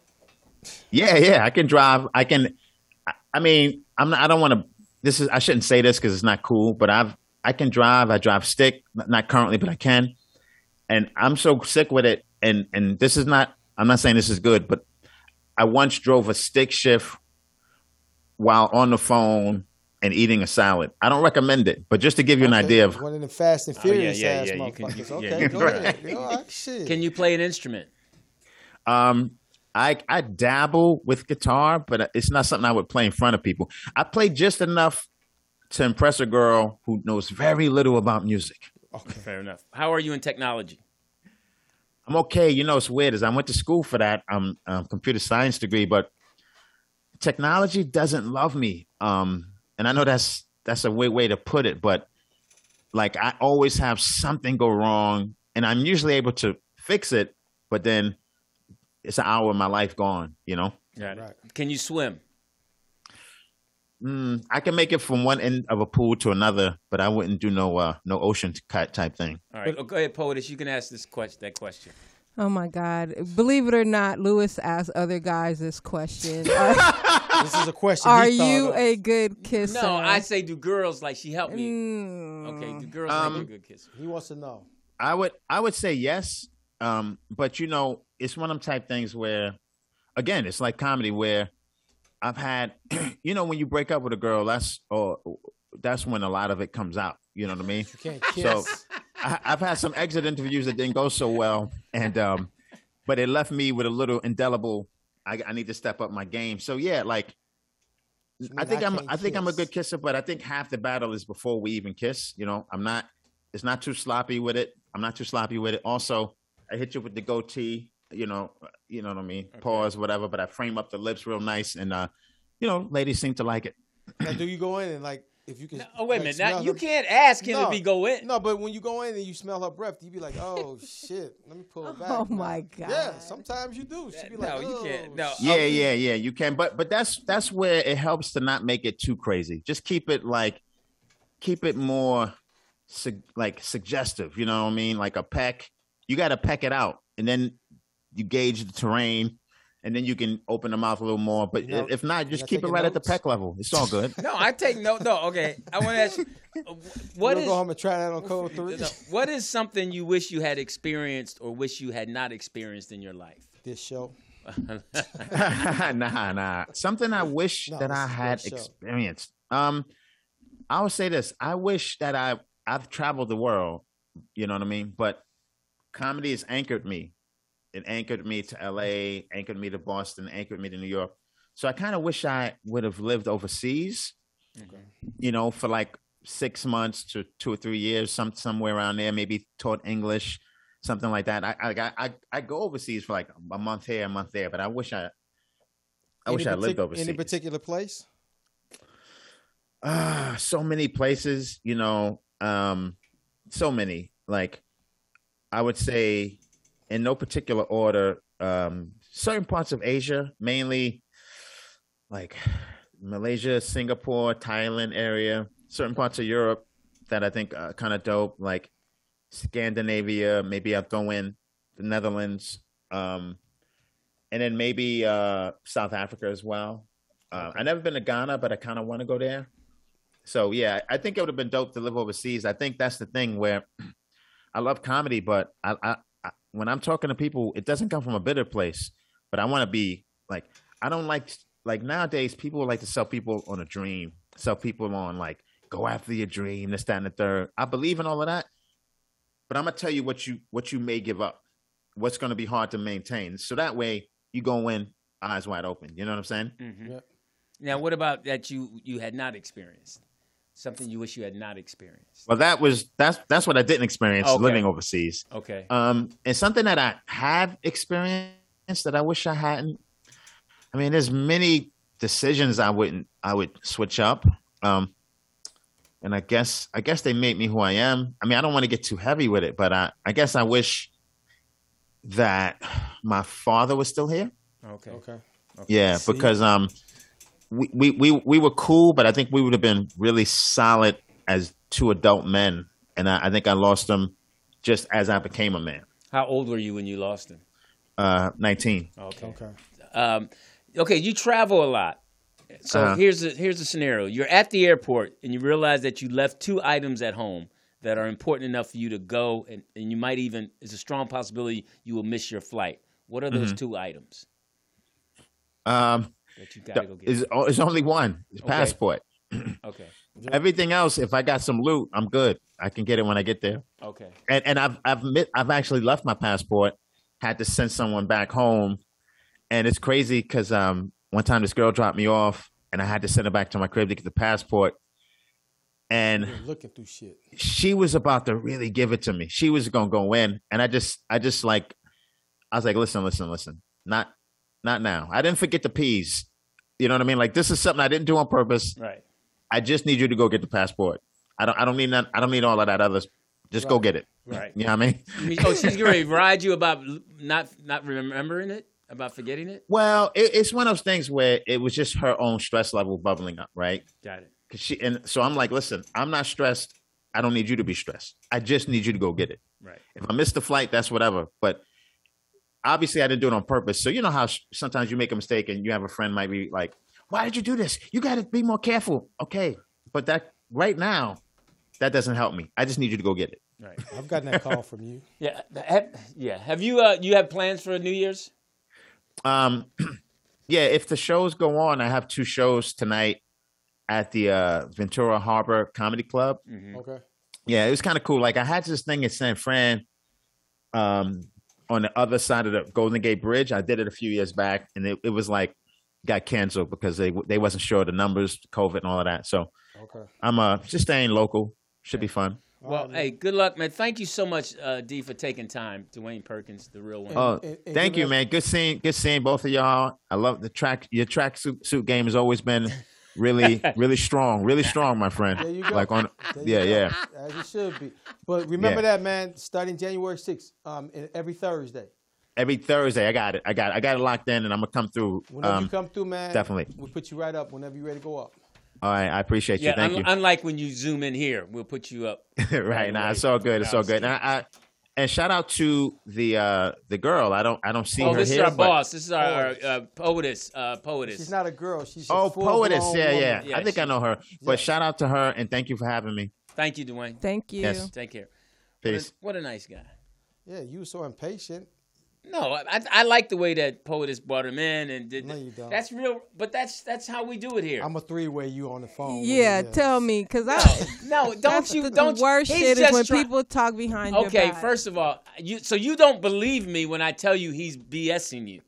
G: yeah, yeah. I can drive. I can. I, I mean, I'm. Not, I don't want to. This is. I shouldn't say this because it's not cool. But I've. I can drive. I drive stick. n- Not currently, but I can. And I'm so sick with it. And and this is not. I'm not saying this is good, but I once drove a stick shift while on the phone and eating a salad. I don't recommend it, but just to give you an idea of
B: One of the Fast and
A: yeah,
B: Furious
A: Oh, yeah,
B: ass
A: yeah, you can-
B: motherfuckers.
A: you- yeah,
B: okay,
A: you
B: go
A: can-
B: ahead. Yo, I- shit.
A: Can you play an instrument?
G: Um, I I dabble with guitar, but it's not something I would play in front of people. I play just enough to impress a girl who knows very little about music.
A: Fair enough. How are you in technology?
G: I'm okay. You know, it's weird. Is I went to school for that um, um computer science degree, but technology doesn't love me. Um, and I know that's that's a weird way to put it, but like I always have something go wrong, and I'm usually able to fix it, but then it's an hour of my life gone. You know,
A: Got it.
B: Right.
A: Can you swim?
G: mm, I can make it from one end of a pool to another, but I wouldn't do no uh, no ocean cut type thing.
A: All right. Oh, go ahead, Poetess. You can ask this question. That question.
C: Oh my God! Believe it or not, Lewis asked other guys this question: Are,
B: This is a question. he
C: are
B: thought
C: you
B: of.
C: a good kisser?
A: No,
B: uh,
A: I say do girls like she helped me.
C: Mm.
A: Okay, do girls
G: Um,
A: like you a good kiss?
B: He wants to know.
G: I would I would say yes, um, but you know, it's one of them type things where, again, it's like comedy where I've had, you know, when you break up with a girl, that's or that's when a lot of it comes out. You know what I mean?
B: You can't kiss.
G: So I, I've had some exit interviews that didn't go so well, and um, but it left me with a little indelible. I, I need to step up my game. So yeah, like
B: Which
G: I
B: means
G: think I am
B: can't
G: I think I'm a
B: kiss.
G: good kisser, but I think half the battle is before we even kiss. You know, I'm not. It's not too sloppy with it. I'm not too sloppy with it. Also, I hit you with the goatee. You know, you know what I mean. Pause, whatever. But I frame up the lips real nice, and uh, you know, ladies seem to like it.
B: Now, do you go in and like if you can?
A: Oh wait a
B: like,
A: minute. Now,
B: smell
A: you
B: her-
A: can't ask him to be go in.
B: No, but when you go in and you smell her breath, you be like, "Oh shit, let me pull it back."
C: Oh my God!
B: Yeah, sometimes you do. She be
A: No,
B: like,
A: you
B: "Oh,
A: can't. No.
B: shit."
G: Yeah,
A: Okay.
G: yeah, yeah. You can, but but that's that's where it helps to not make it too crazy. Just keep it like, keep it more, su- like suggestive. You know what I mean? Like a peck. You got to peck it out, and then you gauge the terrain, and then you can open the mouth a little more. But
B: You know,
G: if not,
B: you
G: just keep it
B: taking
G: right at the
B: notes?
G: peck level. It's all good.
A: No, I take no. No, okay. I want to ask you, uh, wh-
B: You
A: what
B: gonna
A: is
B: go home and try that on code three?
A: no, what is something you wish you had experienced or wish you had not experienced in your life? Mm-hmm.
B: This show.
G: nah, nah. Something I wish
B: No,
G: that
B: this
G: I
B: is your
G: had
B: show.
G: experienced. Um, I would say this. I wish that I I've traveled the world. You know what I mean? But comedy has anchored me. It anchored me to L.A., anchored me to Boston, anchored me to New York. So I kind of wish I would have lived overseas. You know, for like six months to two or three years, some somewhere around there. Maybe taught English, something like that. I I I- I, I go overseas for like a month here, a month there, but I wish I. I wish I lived overseas.
B: Any particular place?
G: Ah, so many places, you know, um, so many. Like, I would say, in no particular order, um, certain parts of Asia, mainly like Malaysia, Singapore, Thailand area, certain parts of Europe that I think are kind of dope, like Scandinavia. Maybe I'll throw in the Netherlands, um, and then maybe uh, South Africa as well. Uh, I've never been to Ghana, but I kind of want to go there. So yeah, I think it would have been dope to live overseas. I think that's the thing where I love comedy, but I, I, I when I'm talking to people, it doesn't come from a bitter place. But I want to be like I don't like like nowadays people like to sell people on a dream, sell people on like go after your dream, this, that, and the third. I believe in all of that, but I'm gonna tell you what you what you may give up, what's gonna be hard to maintain. So that way you go in eyes wide open. You know what I'm saying?
A: Mhm.
B: Yep.
A: Now, what about that you you had not experienced? Something you wish you had not experienced.
G: Well, that was that's that's what I didn't experience
A: Okay.
G: living overseas.
A: Okay.
G: Um, and something that I have experienced that I wish I hadn't. I mean, there's many decisions I wouldn't I would switch up. Um, and I guess I guess they made me who I am. I mean, I don't want to get too heavy with it, but I I guess I wish that my father was still here.
A: okay.
B: Okay.
G: Yeah,
B: See?
G: because um, we, we we we were cool, but I think we would have been really solid as two adult men, and I, I think I lost them just as I became a man,
A: How old were you when you lost him?
G: uh, nineteen.
A: Okay.
B: Okay.
A: Um, okay, you travel a lot. So
G: Uh-huh.
A: here's a, here's a scenario. You're at the airport and you realize that you left two items at home that are important enough for you to go, and, and you might even, it's a strong possibility you will miss your flight. What are those
G: Mm-hmm.
A: two items
G: Um,
A: that you got to go get?
G: is it's only one it's
A: Okay.
G: passport.
A: okay,
G: Everything else, if I got some loot, I'm good. I can get it when I get there.
A: okay,
G: and and I've I've mi- I've actually left my passport, had to send someone back home, and it's crazy because um one time this girl dropped me off and I had to send her back to my crib to get the passport, and
B: You're looking through shit.
G: she was about to really give it to me. She was gonna go in, and I just I just like I was like, listen, listen, listen, not not now. I didn't forget the peas. You know what I mean? Like this is something I didn't do on purpose.
A: Right.
G: I just need you to go get the passport. I don't. I don't need that. I don't need all of that other. Just go get it.
A: Right.
G: You know what I mean?
A: I mean, oh, she's going to ride you about l- not not remembering it, about forgetting it.
G: Well, it, it's one of those things where it was just her own stress level bubbling up, right?
A: Got it.
G: 'Cause she and so I'm like, listen, I'm not stressed. I don't need you to be stressed. I just need you to go get it.
A: Right.
G: If I miss the flight, that's whatever. But obviously, I didn't do it on purpose. So you know how s- sometimes you make a mistake and you have a friend might be like, "Why did you do this? You got to be more careful." Okay, but that right now, that doesn't help me. I just need you to go get it.
A: Right.
B: I've gotten that call from you.
A: Yeah. th- Have, yeah. Have you uh you have plans for New Year's?
G: Um, yeah, if the shows go on, I have two shows tonight at the uh, Ventura Harbor Comedy Club.
B: Okay.
G: yeah, it was kind of cool. Like I had this thing in San Fran, um, on the other side of the Golden Gate Bridge. I did it a few years back, and it, it was like got canceled because they they wasn't sure of the numbers, COVID, and all of that. So
B: Okay.
G: I'm uh just staying local. Should be fun.
A: Well,
C: Oh,
A: hey, good luck, man. Thank you so much, uh, D, for taking time. Dwayne Perkins, the real one.
G: Oh,
B: and- and
G: thank
B: give
G: you,
B: us-
G: man. Good seeing good seeing both of y'all. I love the track. Your track suit, suit game has always been really really strong, really strong, my friend.
B: There you go.
G: Like on
B: There you
G: yeah
B: go.
G: yeah.
B: As it should be. But remember
G: Yeah.
B: that, man. Starting January 6th, um, and every Thursday.
G: Every Thursday, I got it. I got it. I got it locked in, and I'm gonna come through.
B: Whenever
G: Um,
B: you come through, man,
G: definitely.
B: we'll put you right up whenever you're ready to go up.
G: all right, I appreciate you.
A: yeah.
G: Thank
A: un-
G: you.
A: Unlike when you zoom in here, we'll put you up. Oh,
G: right now.
A: away
G: It's all good. It's all
A: else.
G: good. And I, I and shout out to the uh the girl. I don't I don't see
A: oh,
G: her
A: this is
G: here.
A: our
G: but-
A: boss. This is our, our uh, poetess. Uh, poetess.
B: She's not a girl. She's a
G: Oh,
B: full-blown
G: poetess. Yeah,
B: woman.
G: yeah,
A: Yeah,
G: I think
A: she-
G: I know her. But shout out to her and thank you for having me.
A: Thank you, Dwayne.
C: Thank you.
G: Yes.
A: Take care.
G: Peace.
A: What a nice guy.
B: Yeah, you were so impatient.
A: No, I, I- I like the way that poetess brought him in and did.
B: No,
A: th-
B: you don't.
A: That's real, but that's that's how we do it here.
B: I'm a three-way. You on the phone? with
C: Yeah,
B: me,
C: tell me, cause I
A: no, don't
C: that's
A: you?
C: the,
A: Don't
C: the worst
A: you, he's
C: shit is
A: just
C: when
A: try-
C: people talk behind your
A: Okay,
C: back.
A: first of all, you so you don't believe me when I tell you he's BSing you.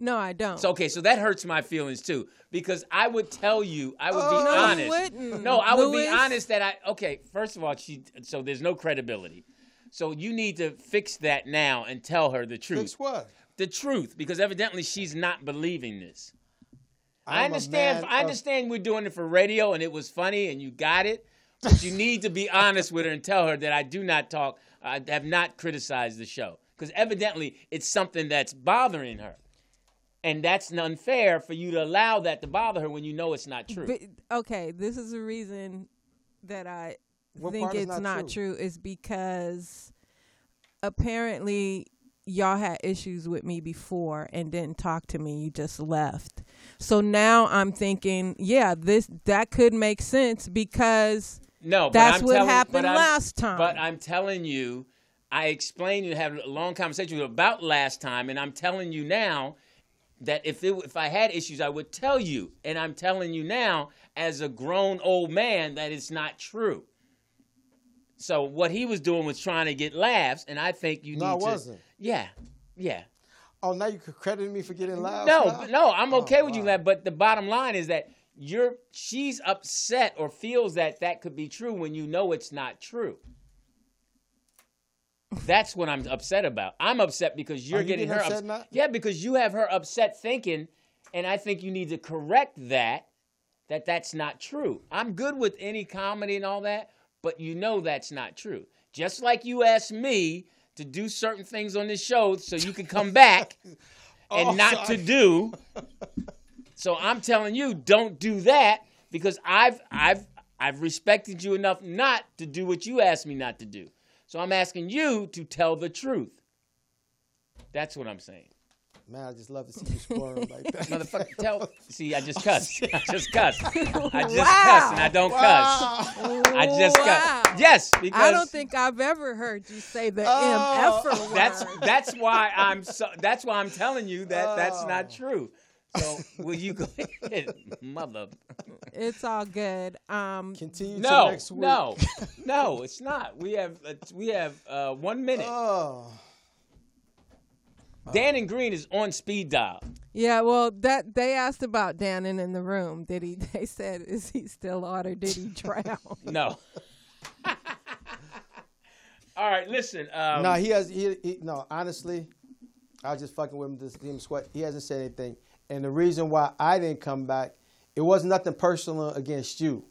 C: no, I don't.
A: So okay, so that hurts my feelings too because I would tell you, I would
B: Oh,
A: be
B: no, you
A: honest.
C: wouldn't,
A: No, I would be
C: Louis.
A: honest that I okay. First of all, she so there's no credibility. So you need to fix that now and tell her the truth.
B: Fix what?
A: The truth, because evidently she's not believing this.
B: I'm
A: I
B: a
A: understand.
B: man
A: I
B: of-
A: understand we're doing it for radio, and it was funny, and you got it. But you need to be honest with her and tell her that I do not talk. I have not criticized the show because evidently it's something that's bothering her, and that's unfair for you to allow that to bother her when you know it's not true.
C: But, okay, this is the reason that I
B: What
C: think
B: part is
C: it's
B: not
C: not, true? is because apparently y'all had issues with me before and didn't talk to me. You just left. So now I'm thinking, yeah, this that could make sense because
A: No,
C: That's
A: but I'm
C: what
A: telling,
C: happened
A: but I'm-
C: last time.
A: But I'm telling you, I explained and had a long conversation about last time, and I'm telling you now that if it, if I had issues, I would tell you, and I'm telling you now as a grown old man that it's not true. So what he was doing was trying to get laughs, and I think you
B: No,
A: need
B: I
A: to.
B: wasn't.
A: Yeah, yeah.
B: Oh, now you crediting me for getting loud?
A: No,
B: now?
A: no, I'm okay with you,
B: Oh, wow.
A: Lab. But the bottom line is that you're she's upset or feels that that could be true when you know it's not true. That's what I'm upset about. I'm upset because you're
B: you
A: getting
B: getting
A: her
B: upset
A: ups-
B: now?
A: Yeah, because you have her upset thinking, and I think you need to correct that. That that's not true. I'm good with any comedy and all that, but you know that's not true. Just like you asked me to do certain things on this show so you could come back and
B: Oh,
A: not
B: sorry.
A: to do. So I'm telling you, don't do that because I've I've I've respected you enough not to do what you asked me not to do. So I'm asking you to tell the truth. That's what I'm saying.
B: Man, I just love to see you squirm like that.
A: Motherfucker, tell. See, I just cuss. I just cuss. I just
C: Wow.
A: cuss, and I don't
B: Wow.
A: cuss. I just
C: Wow.
A: cuss. Yes, because
C: I don't think I've ever heard you say the
B: Oh.
C: M F word.
A: that's that's why I'm so. That's why I'm telling you that that's
C: Oh.
A: not true. So will you go ahead, mother?
C: it's all good. Um,
B: Continue to
A: No,
B: next week.
A: no, no, it's not. We have uh, we have uh, one minute.
B: Oh,
A: Dan and Green is on speed dial.
C: Yeah, well, that they asked about Dannon in the room. Did he? They said, "Is he still out or did he drown?"
A: No. All right, listen. Um,
B: no, he has. He, he no. Honestly, I was just fucking with him. This him sweat. He hasn't said anything. And the reason why I didn't come back, it wasn't nothing personal against you.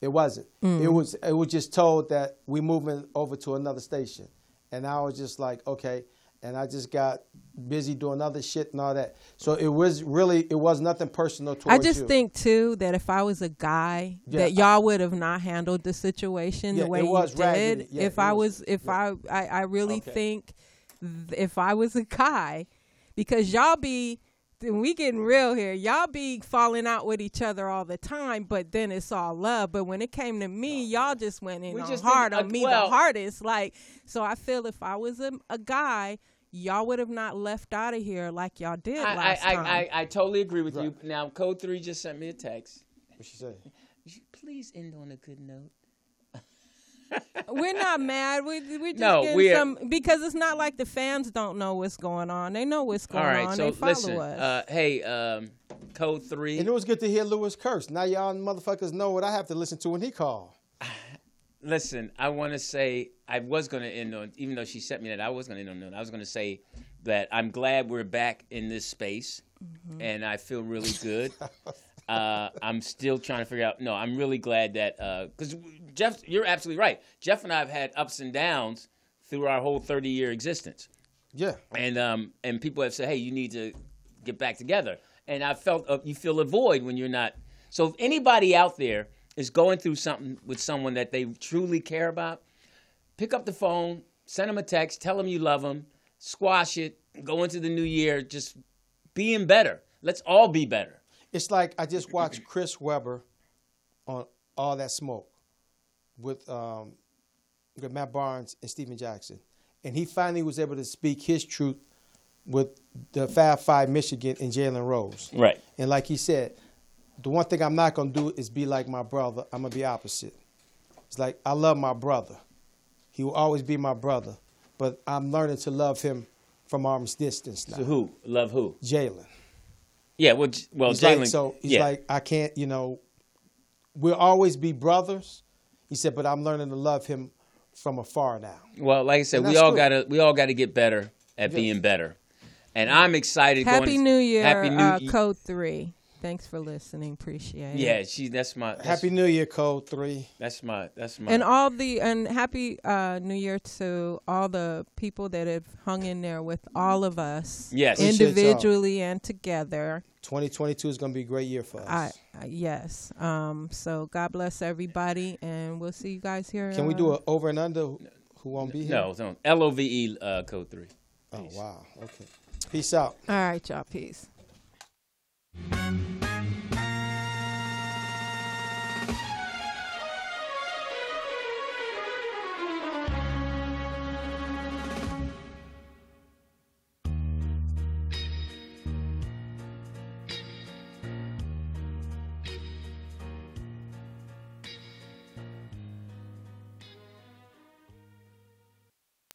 B: It wasn't.
C: Mm.
B: It was it was just told that we moving over to another station. And I was just like, okay. And I just got busy doing other shit and all that. So it was really it was nothing personal
C: I
B: towards
C: just
B: you.
C: think too that if I was a guy,
B: Yeah,
C: that
B: I-
C: y'all would have not handled the situation
B: Yeah,
C: the way
B: it was
C: you
B: raggedy.
C: did.
B: Yeah,
C: if
B: it
C: I
B: was-
C: was, if I, I, I really
B: Okay.
C: think th- if I was a guy, because y'all be. then We getting real here. Y'all be falling out with each other all the time, but then it's all love. But when it came to me, y'all just went in
A: We
C: on
A: just
C: hard
A: didn't-
C: on
A: uh,
C: me
A: well-
C: the hardest. Like so, I feel if I was a, a guy, y'all would have not left out of here like y'all did
A: I,
C: last
A: I,
C: time.
A: I, I, I totally agree with you. Now, Code 3 just sent me a text.
B: What she said.
A: Would you please end on a good note?
C: We're not mad. We we just
A: No,
C: getting
A: we're-
C: some because it's not like the fans don't know what's going on. They know what's going
A: All right,
C: on.
A: so
C: they follow
A: listen.
C: us.
A: Uh, hey, um, Code 3.
B: And it was good to hear Lewis curse. Now y'all motherfuckers know what I have to listen to when he call.
A: Listen, I want to say I was going to end on, even though she sent me that, I was going to end on noon. I was going to say that I'm glad we're back in this space,
C: Mm-hmm.
A: and I feel really good. uh, I'm still trying to figure out. No, I'm really glad that because Jeff, you're absolutely right. Jeff and I have had ups and downs through our whole 30 year existence
B: Yeah.
A: and um and people have said, hey, you need to get back together. And I felt uh, you feel a void when you're not. So if anybody out there is going through something with someone that they truly care about, pick up the phone, send them a text, tell them you love them, squash it, go into the new year just being better. Let's all be better.
B: It's like I just watched Chris Webber on All That Smoke with um, with Matt Barnes and Steven Jackson, and he finally was able to speak his truth with the Fab Five Michigan and Jalen Rose.
A: Right.
B: And like he said, the one thing I'm not gonna do is be like my brother. I'm gonna be opposite. It's like I love my brother. He will always be my brother, but I'm learning to love him from arm's distance now.
A: So who love who?
B: Jalen.
A: Yeah. Well, J- well,
B: He's
A: Jalen.
B: like, so he's
A: yeah.
B: like, I can't, you know, we'll always be brothers. He said, but I'm learning to love him from afar now.
A: well, like I said,
B: and
A: we
B: that's
A: all
B: cool.
A: gotta we all gotta get better at being better. And I'm excited. going
C: Happy
A: to-
C: New Year,
A: Happy New
C: uh,
A: Ye-
C: Code Three. Thanks for listening. Appreciate it.
A: Yeah, she. That's my that's,
B: Happy New Year, Code 3.
A: That's my that's my.
C: And all the and happy uh, New Year to all the people that have hung in there with all of us,
A: Yes.
B: Appreciate y'all.
C: individually and together.
B: 2022 is going to be a great year for us.
C: I, I yes. Um. So God bless everybody, and we'll see you guys here.
B: Can we
C: uh,
B: do an over and under? Who who won't be here?
A: no, don't L O V E uh, code three.
B: Oh, wow. Okay. Peace out.
C: All right, y'all. Peace.